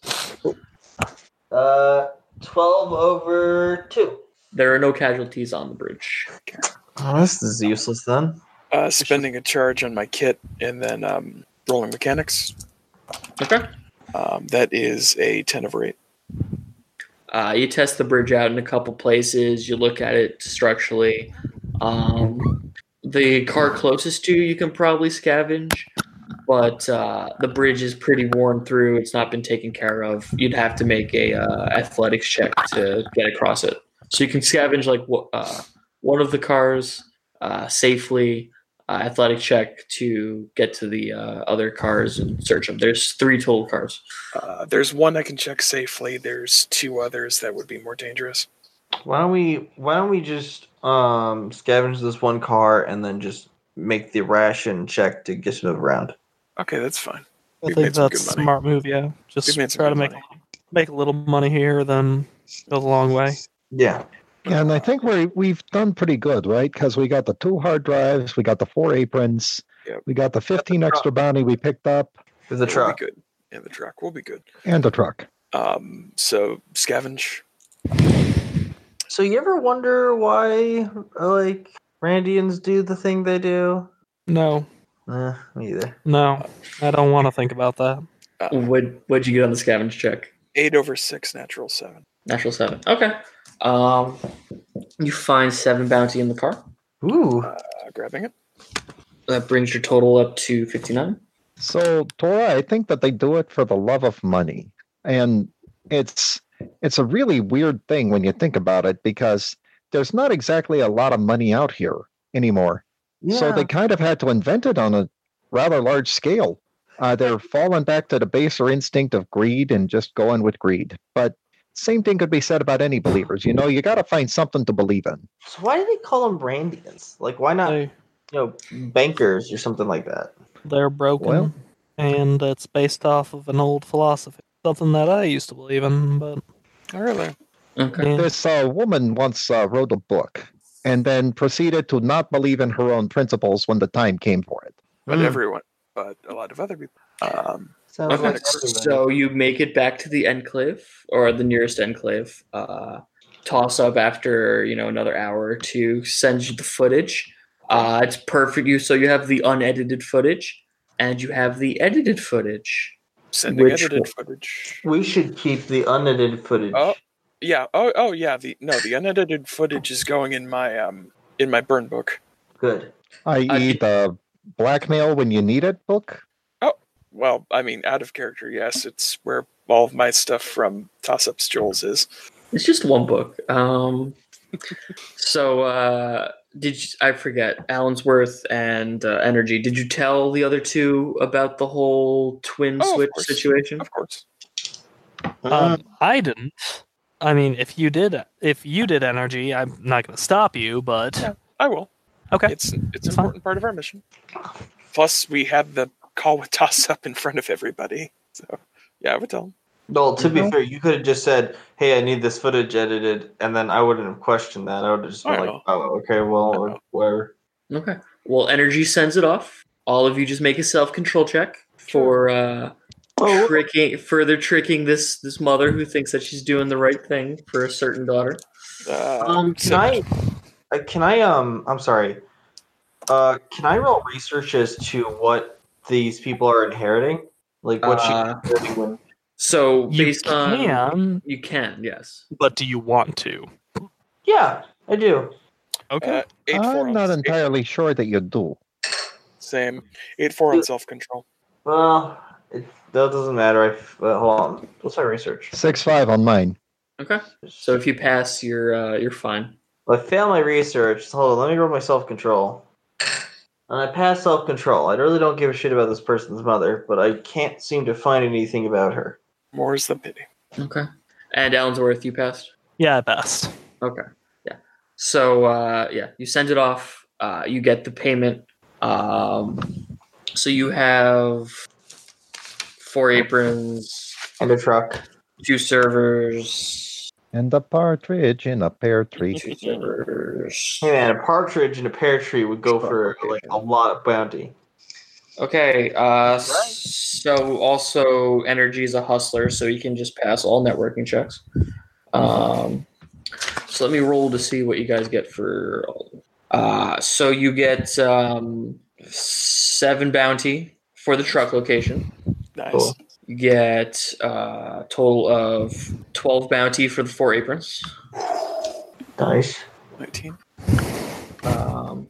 Uh, twelve over two.
There are no casualties on the bridge.
Oh, this is useless then.
Uh, spending a charge on my kit and then um, rolling mechanics.
Okay.
Um, that is a 10 over 8.
Uh, you test the bridge out in a couple places. You look at it structurally. Um, the car closest to you, you can probably scavenge, but uh, the bridge is pretty worn through. It's not been taken care of. You'd have to make a uh, athletics check to get across it. So you can scavenge like wh- uh, one of the cars uh, safely. Uh, athletic check to get to the uh, other cars and search them. There's three total cars.
Uh, there's one I can check safely. There's two others that would be more dangerous.
Why don't we? Why don't we just um scavenge this one car and then just make the ration check to get it around?
Okay, that's fine.
I
We've made
think
some
that's
good
a
money.
smart move. Yeah, just
We've made some
try to
good
make
money.
make a little money here, then goes a long way.
Yeah.
And I think we we've done pretty good, right? Because we got the two hard drives, we got the four aprons,
Yep.
we got the 15 extra bounty we picked up,
With the
We'll be
truck.
good. Yeah, the truck will be good.
and the truck.
Um, so scavenge.
So you ever wonder why like Randians do the thing they do?
No,
Nah, me either.
no, I don't want to think about that.
What what'd you get on the scavenge check?
Eight over six, natural seven.
Natural seven. Okay. Um, you find seven bounty in the car.
Ooh.
Uh, grabbing it.
That brings your total up to fifty-nine.
So, Tora, I think that they do it for the love of money. And it's it's a really weird thing when you think about it because there's not exactly a lot of money out here anymore. So they kind of had to invent it on a rather large scale. Uh, they're falling back to the baser instinct of greed and just going with greed. But same thing could be said about any believers. You know, you got to find something to believe in.
Ah.
So why do they call them Brandians? Like, why not?
They
you know, bankers or something like that.
They're broken,
Well.
and it's based off of an old philosophy, something that I used to believe in. But
Really?
Okay.
yeah.
This uh, woman once uh, wrote a book and then proceeded to not believe in her own principles when the time came for it.
But
Mm.
everyone, but a lot of other people. Um,
Sounds
Okay.
like
Okay.
everybody.
So you make it back to the enclave or the nearest enclave. Uh, toss up after you know another hour or two. Sends you the footage. Uh, it's perfect. You so you have the unedited footage and you have the edited footage.
sending
Which
edited
one?
footage.
we should keep the unedited footage.
Oh, yeah. Oh, oh, yeah. The no, the unedited footage is going in my um in my burn book.
Good.
I.e., e the blackmail when you need it book.
Well, I mean, out of character, yes. It's where all of my stuff from Toss Ups Joel's is.
It's just one book. Um, so uh, did you, I forget Allensworth and uh, Energy? Did you tell the other two about the whole twin
Oh, of
switch
course.
situation?
Of course. Uh,
um, I didn't. I mean, if you did, if you did energy, I'm not going to stop you. But
Yeah. I will.
okay,
It's it's an
Fine.
important part of our mission. Plus, we had the call with Toss Up in front of everybody. So, yeah, I would tell him.
Well, to be
Mhm.
fair, you could have just said, "Hey, I need this footage edited," and then I wouldn't have questioned that. I would have just been
I
like,
know.
"Oh, okay, well,
I
or
know.
whatever."
Okay. Well, Energy sends it off. All of you just make a self control check for uh,
Oh,
tricking, further tricking this this mother who thinks that she's doing the right thing for a certain daughter.
Uh,
um, can
so-
I? uh, Can I? Um, I'm sorry. Uh, can I roll research as to what these people are inheriting? Like what she
Uh,
inheriting when
so
you
based
can,
on you can yes.
but do you want to?
Yeah, I do.
uh, eight four
I'm
on-
not
eight-
entirely sure that you do.
Same. Eight four on self control.
Well, it, that doesn't matter. I f- uh, hold on. What's my research?
Six five oh on mine.
Okay. So if you pass, you're uh, you're fine.
I failed my research. so Hold on, let me roll my self control. And I pass self control. I really don't give a shit about this person's mother, but I can't seem to find anything about her.
More is the pity.
Okay. And Allensworth, you passed.
Yeah, best.
Okay. Yeah. So uh, yeah, you send it off. Uh, you get the payment. Um, so you have four aprons,
And a truck.
two servers,
And a partridge in a pear
oh
tree.
two servers.
Hey man, a partridge and a pear tree would go for like a lot of bounty.
Okay. Uh, so also energy is a hustler, so you can just pass all networking checks. Um, so let me roll to see what you guys get for. all- Uh, so you get um, seven bounty for the truck location.
Nice.
Cool.
You get uh, total of twelve bounty for the four aprons.
Nice.
Nineteen.
Um,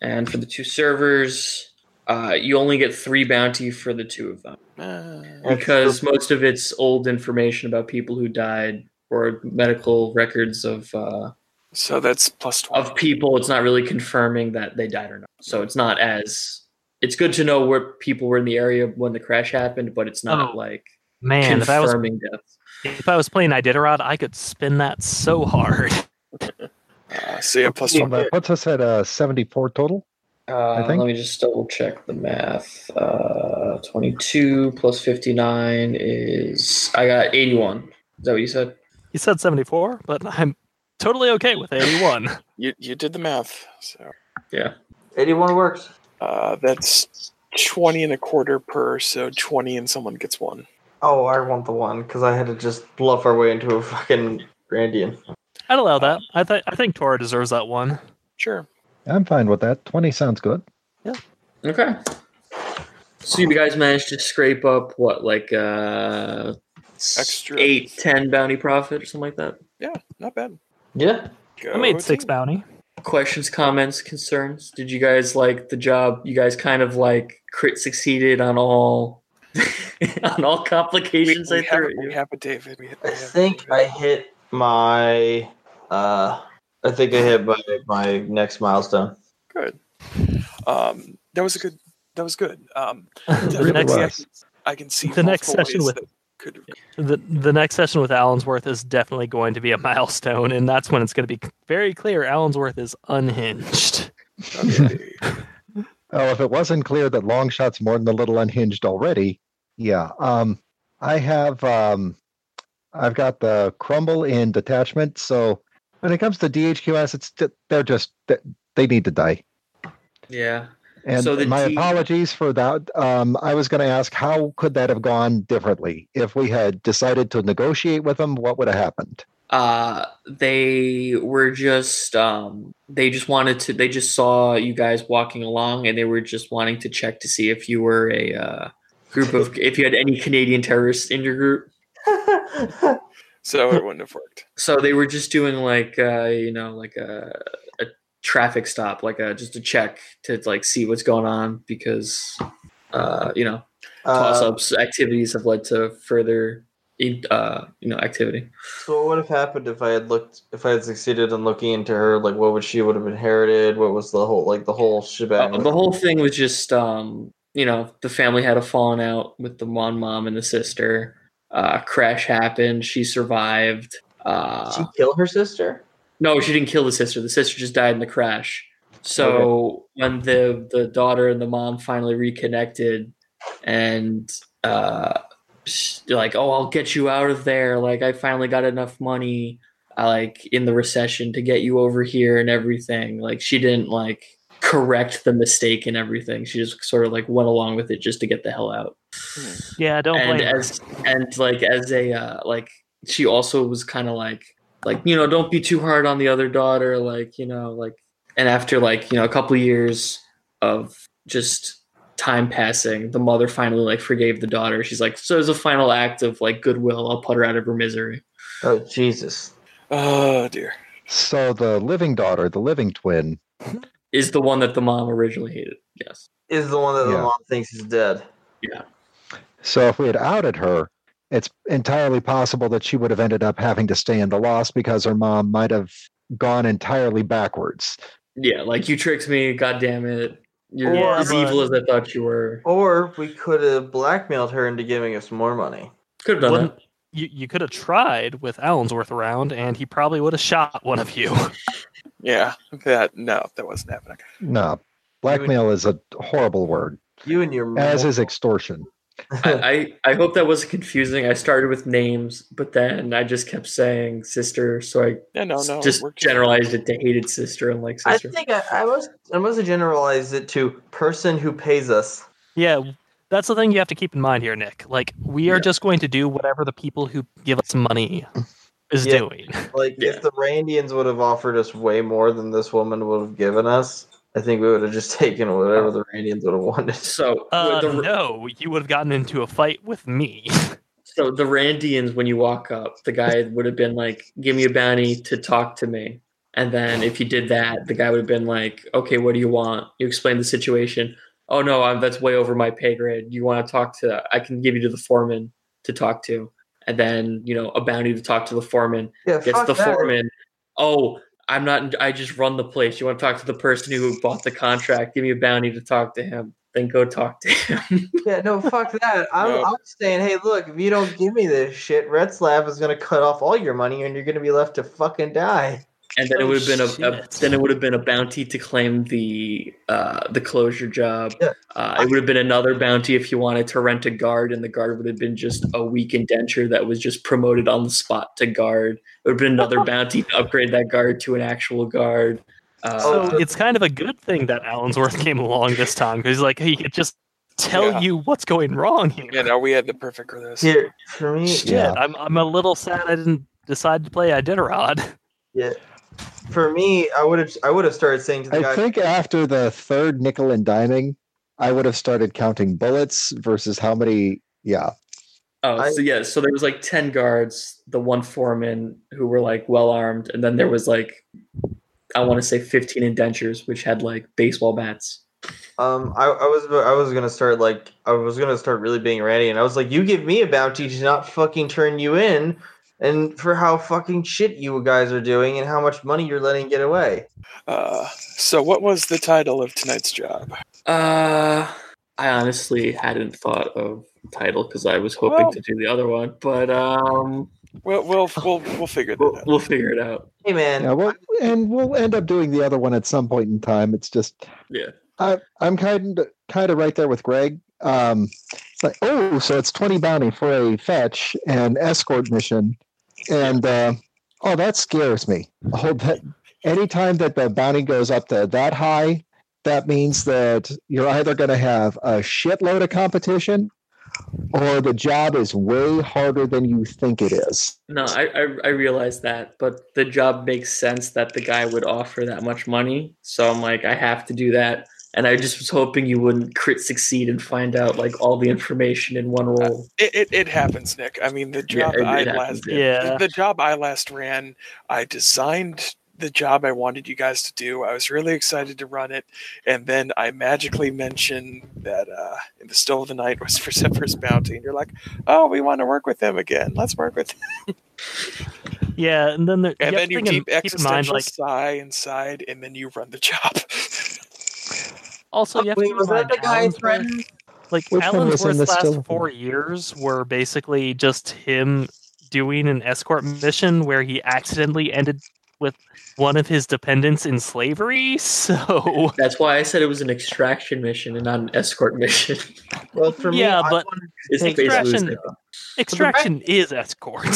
and for the two servers, uh, you only get three bounty for the two of them.
Uh,
That's
because most of it's old information about people who died or medical records of uh,
so that's plus twelve.
of people. It's not really confirming that they died or not. So it's not as it's good to know where people were in the area when the crash happened, but it's not
Oh,
like
Man, if I was
confirming deaths.
if I was playing Iditarod, I could spin that so hard.
Uh, so yeah, plus
So
twelve.
that puts us at a seventy four uh, total.
Uh,
think-
let me just double check the math. Uh, Twenty-two plus fifty-nine is I got eighty-one. Is that what you said?
You said 74, but I'm totally okay with 81.
You you did the math. So
Yeah.
81 works.
uh, that's twenty and a quarter per. So twenty and someone gets one.
Oh, I want the one because I had to just bluff our way into a fucking Grandian.
I'd allow that. I, th- I think Tora deserves that one.
Sure.
I'm fine with that. Twenty sounds good.
Okay. So you guys managed to scrape up what, like uh s-
Extra.
eight, ten bounty profit or something like that?
Yeah, not bad.
Yeah.
Go
Oh,
I made six
team.
bounty.
Questions, comments, concerns? Did you guys like the job? You guys kind of like crit succeeded on all on all
We,
complications
we
I
have,
threw at
we
you.
have a David. We have,
I
we have a
think
David.
I hit my. Uh, I think I hit my my next milestone.
good. Um, that was a good. That was good. Um,
the,
really
next,
I,
was.
can, I can see
The next
multiple
session
ways
with-
that could
the, the next session with Allensworth is definitely going to be a milestone, and that's when it's going to be very clear Allensworth is unhinged.
Okay.
Oh, if it wasn't clear that Longshot's more than a little unhinged already, yeah. Um, I have um, I've got the crumble in detachment. So when it comes to DHQ assets, th- they're just th- they need to die.
Yeah.
And
So the
my
D-
apologies for that. Um, I was going to ask how could that have gone differently if we had decided to negotiate with them? What would have happened?
Uh, they were just um, they just wanted to. They just saw you guys walking along, and they were just wanting to check to see if you were a uh, group of if you had any Canadian terrorists in your group.
So it wouldn't have worked.
So they were just doing like uh, you know like a, a traffic stop, like a just a check to like see what's going on because uh, you know toss
Uh,
ups activities have led to further in- uh, you know activity.
so what would have happened if I had looked, if I had succeeded in looking into her? Like, what would she would have inherited? What was the whole, like, the whole shebang?
Uh, the whole thing was just um, you know the family had a falling out with the one mom and the sister. Uh, crash happened. She survived. Uh,
Did she kill her sister?
No, she didn't kill the sister. The sister just died in the crash. So when the the daughter and the mom finally reconnected, and uh, sh- they're like, "Oh, I'll get you out of there. Like, I finally got enough money, uh, like in the recession, to get you over here and everything." Like, she didn't like correct the mistake and everything. She just sort of like went along with it just to get the hell out
Yeah, don't
and
blame. her.
as and like as a uh, like she also was kind of like like you know don't be too hard on the other daughter like you know like and after like you know a couple years of just time passing the mother finally like forgave the daughter she's like so as a final act of like goodwill i'll put her out of her misery
Oh, Jesus.
Oh dear.
So the living daughter, the living twin,
is the one that the mom originally hated yes
Is the one that the
Yeah.
mom thinks is dead.
So if we had outed her, it's entirely possible that she would have ended up having to stay in the loss because her mom might have gone entirely backwards.
yeah like you tricked me god damn it you're
Or-
as evil as i thought you were
Or we could have blackmailed her into giving us more money.
could have done
Wouldn't-
that
You, you could have tried with Allensworth around, and he probably would have shot one of you.
Yeah. That no, that wasn't happening.
No, blackmail is a horrible word,
You and your
as
mom.
is extortion.
I, I I hope that wasn't confusing. I started with names, but then I just kept saying sister, so I
Yeah, Oh, no, no. it
just
worked.
generalized it to hated sister and like
I
sister.
think I, I must I must have generalized it to person who pays us.
yeah, that's the thing you have to keep in mind here, Nick. Like, we are
Yeah.
just going to do whatever the people who give us money is
Yeah.
doing.
Like
Yeah.
if the Randians would have offered us way more than this woman would have given us, I think we would have just taken
Oh.
whatever the Randians would have wanted.
so
Uh,
with the,
no, you would have gotten into a fight with me.
so the Randians when you walk up, the guy would have been like, "Give me a bounty to talk to me." And then if you did that, the guy would have been like, "Okay, what do you want?" You explain the situation. "Oh no, I'm, that's way over my pay grade. You want to talk to I can give you to the foreman to talk to." And then, you know, a bounty to talk to the foreman.
Yeah,
gets
fuck
the
that.
foreman. Oh, I'm not. I just run the place. You want to talk to the person who bought the contract? Give me a bounty to talk to him. Then go talk to him.
Yeah, no, fuck that. I'm,
No.
I'm saying, hey, look, if you don't give me this shit, Red Slab is gonna cut off all your money, and you're gonna be left to fucking die.
and then it
Oh,
would have been a, a
shit.
then it would have been a bounty to claim the uh, the closure job.
Yeah.
Uh, it would have been another bounty if you wanted to rent a guard, and the guard would have been just a weak indenture that was just promoted on the spot to guard. It would have been another bounty to upgrade that guard to an actual guard. Uh,
So it's kind of a good thing that Allensworth came along this time because he's like, he could just tell
Yeah.
you what's going wrong here.
You know, we had the perfect for this.
Here, for me,
Shit,
Yeah.
I'm, I'm a little sad I didn't decide to play Iditarod.
yeah, for me, I would have, I would have started saying to the
I
guy,
think after the third nickel and diming, I would have started counting bullets versus how many. Yeah,
Oh,
I-
so yeah, so there was like ten guards, the one foreman who were like well armed, and then there was like I want to say fifteen indentures, which had like baseball bats.
Um, I, I was I was gonna start like I was gonna start really being ratty, and I was like, "You give me a bounty to not fucking turn you in, and for how fucking shit you guys are doing, and how much money you're letting get away."
Uh, so what was the title of tonight's job?
Uh, I honestly hadn't thought of title because I was hoping
Well-
to do the other one, but um,
Well, we'll we'll we'll figure that
we'll,
out.
we'll figure it out.
Hey man,
yeah. Well, and we'll end up doing the other one at some point in time. It's just
Yeah.
I, I'm kind of, kind of right there with Greg. Um, it's like, oh, so it's 20 bounty for a fetch and escort mission. And uh, oh, that scares me. Oh, that, anytime that the bounty goes up to that high, that means that you're either going to have a shitload of competition or the job is way harder than you think it is.
No, I, I I realize that, but the job makes sense that the guy would offer that much money. So I'm like, I have to do that. And I just was hoping you wouldn't crit succeed and find out like all the information in one roll.
It, it, it happens, Nick. I mean, the job
it- it
I
happens,
last
yeah.
Yeah.
the, the job I last ran, I designed the job I wanted you guys to do. I was really excited to run it, and then I magically mentioned that uh, in the still of the night was for Zephyr's bounty, and you're like, "Oh, we want to work with them again. Let's work with." Them.
Yeah, and then there,
And
you
then
have to
you
think in-
deep
keep in
existential
mind, like
sigh inside, and then you run the job.
also you have to
Wait,
keep
was
in
that
mind
the guy I
Alan's work-
threatened?
like
Which one was
Alan's
in
worst
this
last
still?
four years were basically just him doing an escort mission where he accidentally ended with one of his dependents in slavery. So
That's why I said it was an extraction mission and not an escort mission.
Well, for me,
Yeah,
I
but-
wanted-
It's
Hey,
basically
Extraction-
the same.
extraction is escort.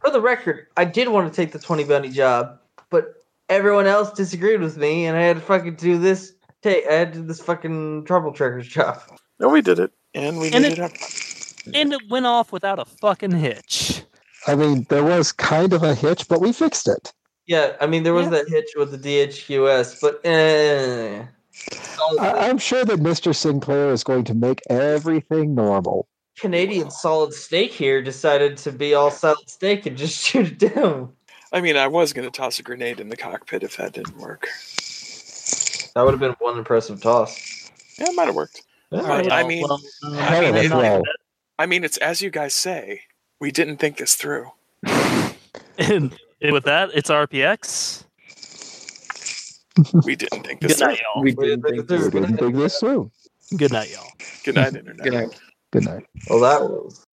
for the record, I did want to take the twenty bounty job, but everyone else disagreed with me, and I had to fucking do this. Take I had to do this fucking trouble trekker's job.
no, we did it, and we
And
made it, up.
and it went off without a fucking hitch.
I mean, there was kind of a hitch, but we fixed it.
Yeah, I mean there was
Yeah.
that hitch with the DHQS, but eh. Solid
I,
snake.
I'm sure that Mr. Sinclair is going to make everything normal.
Canadian solid snake here decided to be all solid snake and just shoot it down.
I mean, I was going to toss a grenade in the cockpit if that didn't work.
That would have been one impressive toss.
Yeah, it might have worked.
Right,
I
oh,
mean-
well, um,
Hell of a
and not
throw.
I mean, it's as you guys say, we didn't think this through.
even- and with that, it's RPX.
We didn't think
Good
this through.
night, y'all.
We didn't
Wait,
think
this
We
is-
didn't think this through.
Good night, y'all.
Good night, internet.
Good night.
Good night.
Well, that was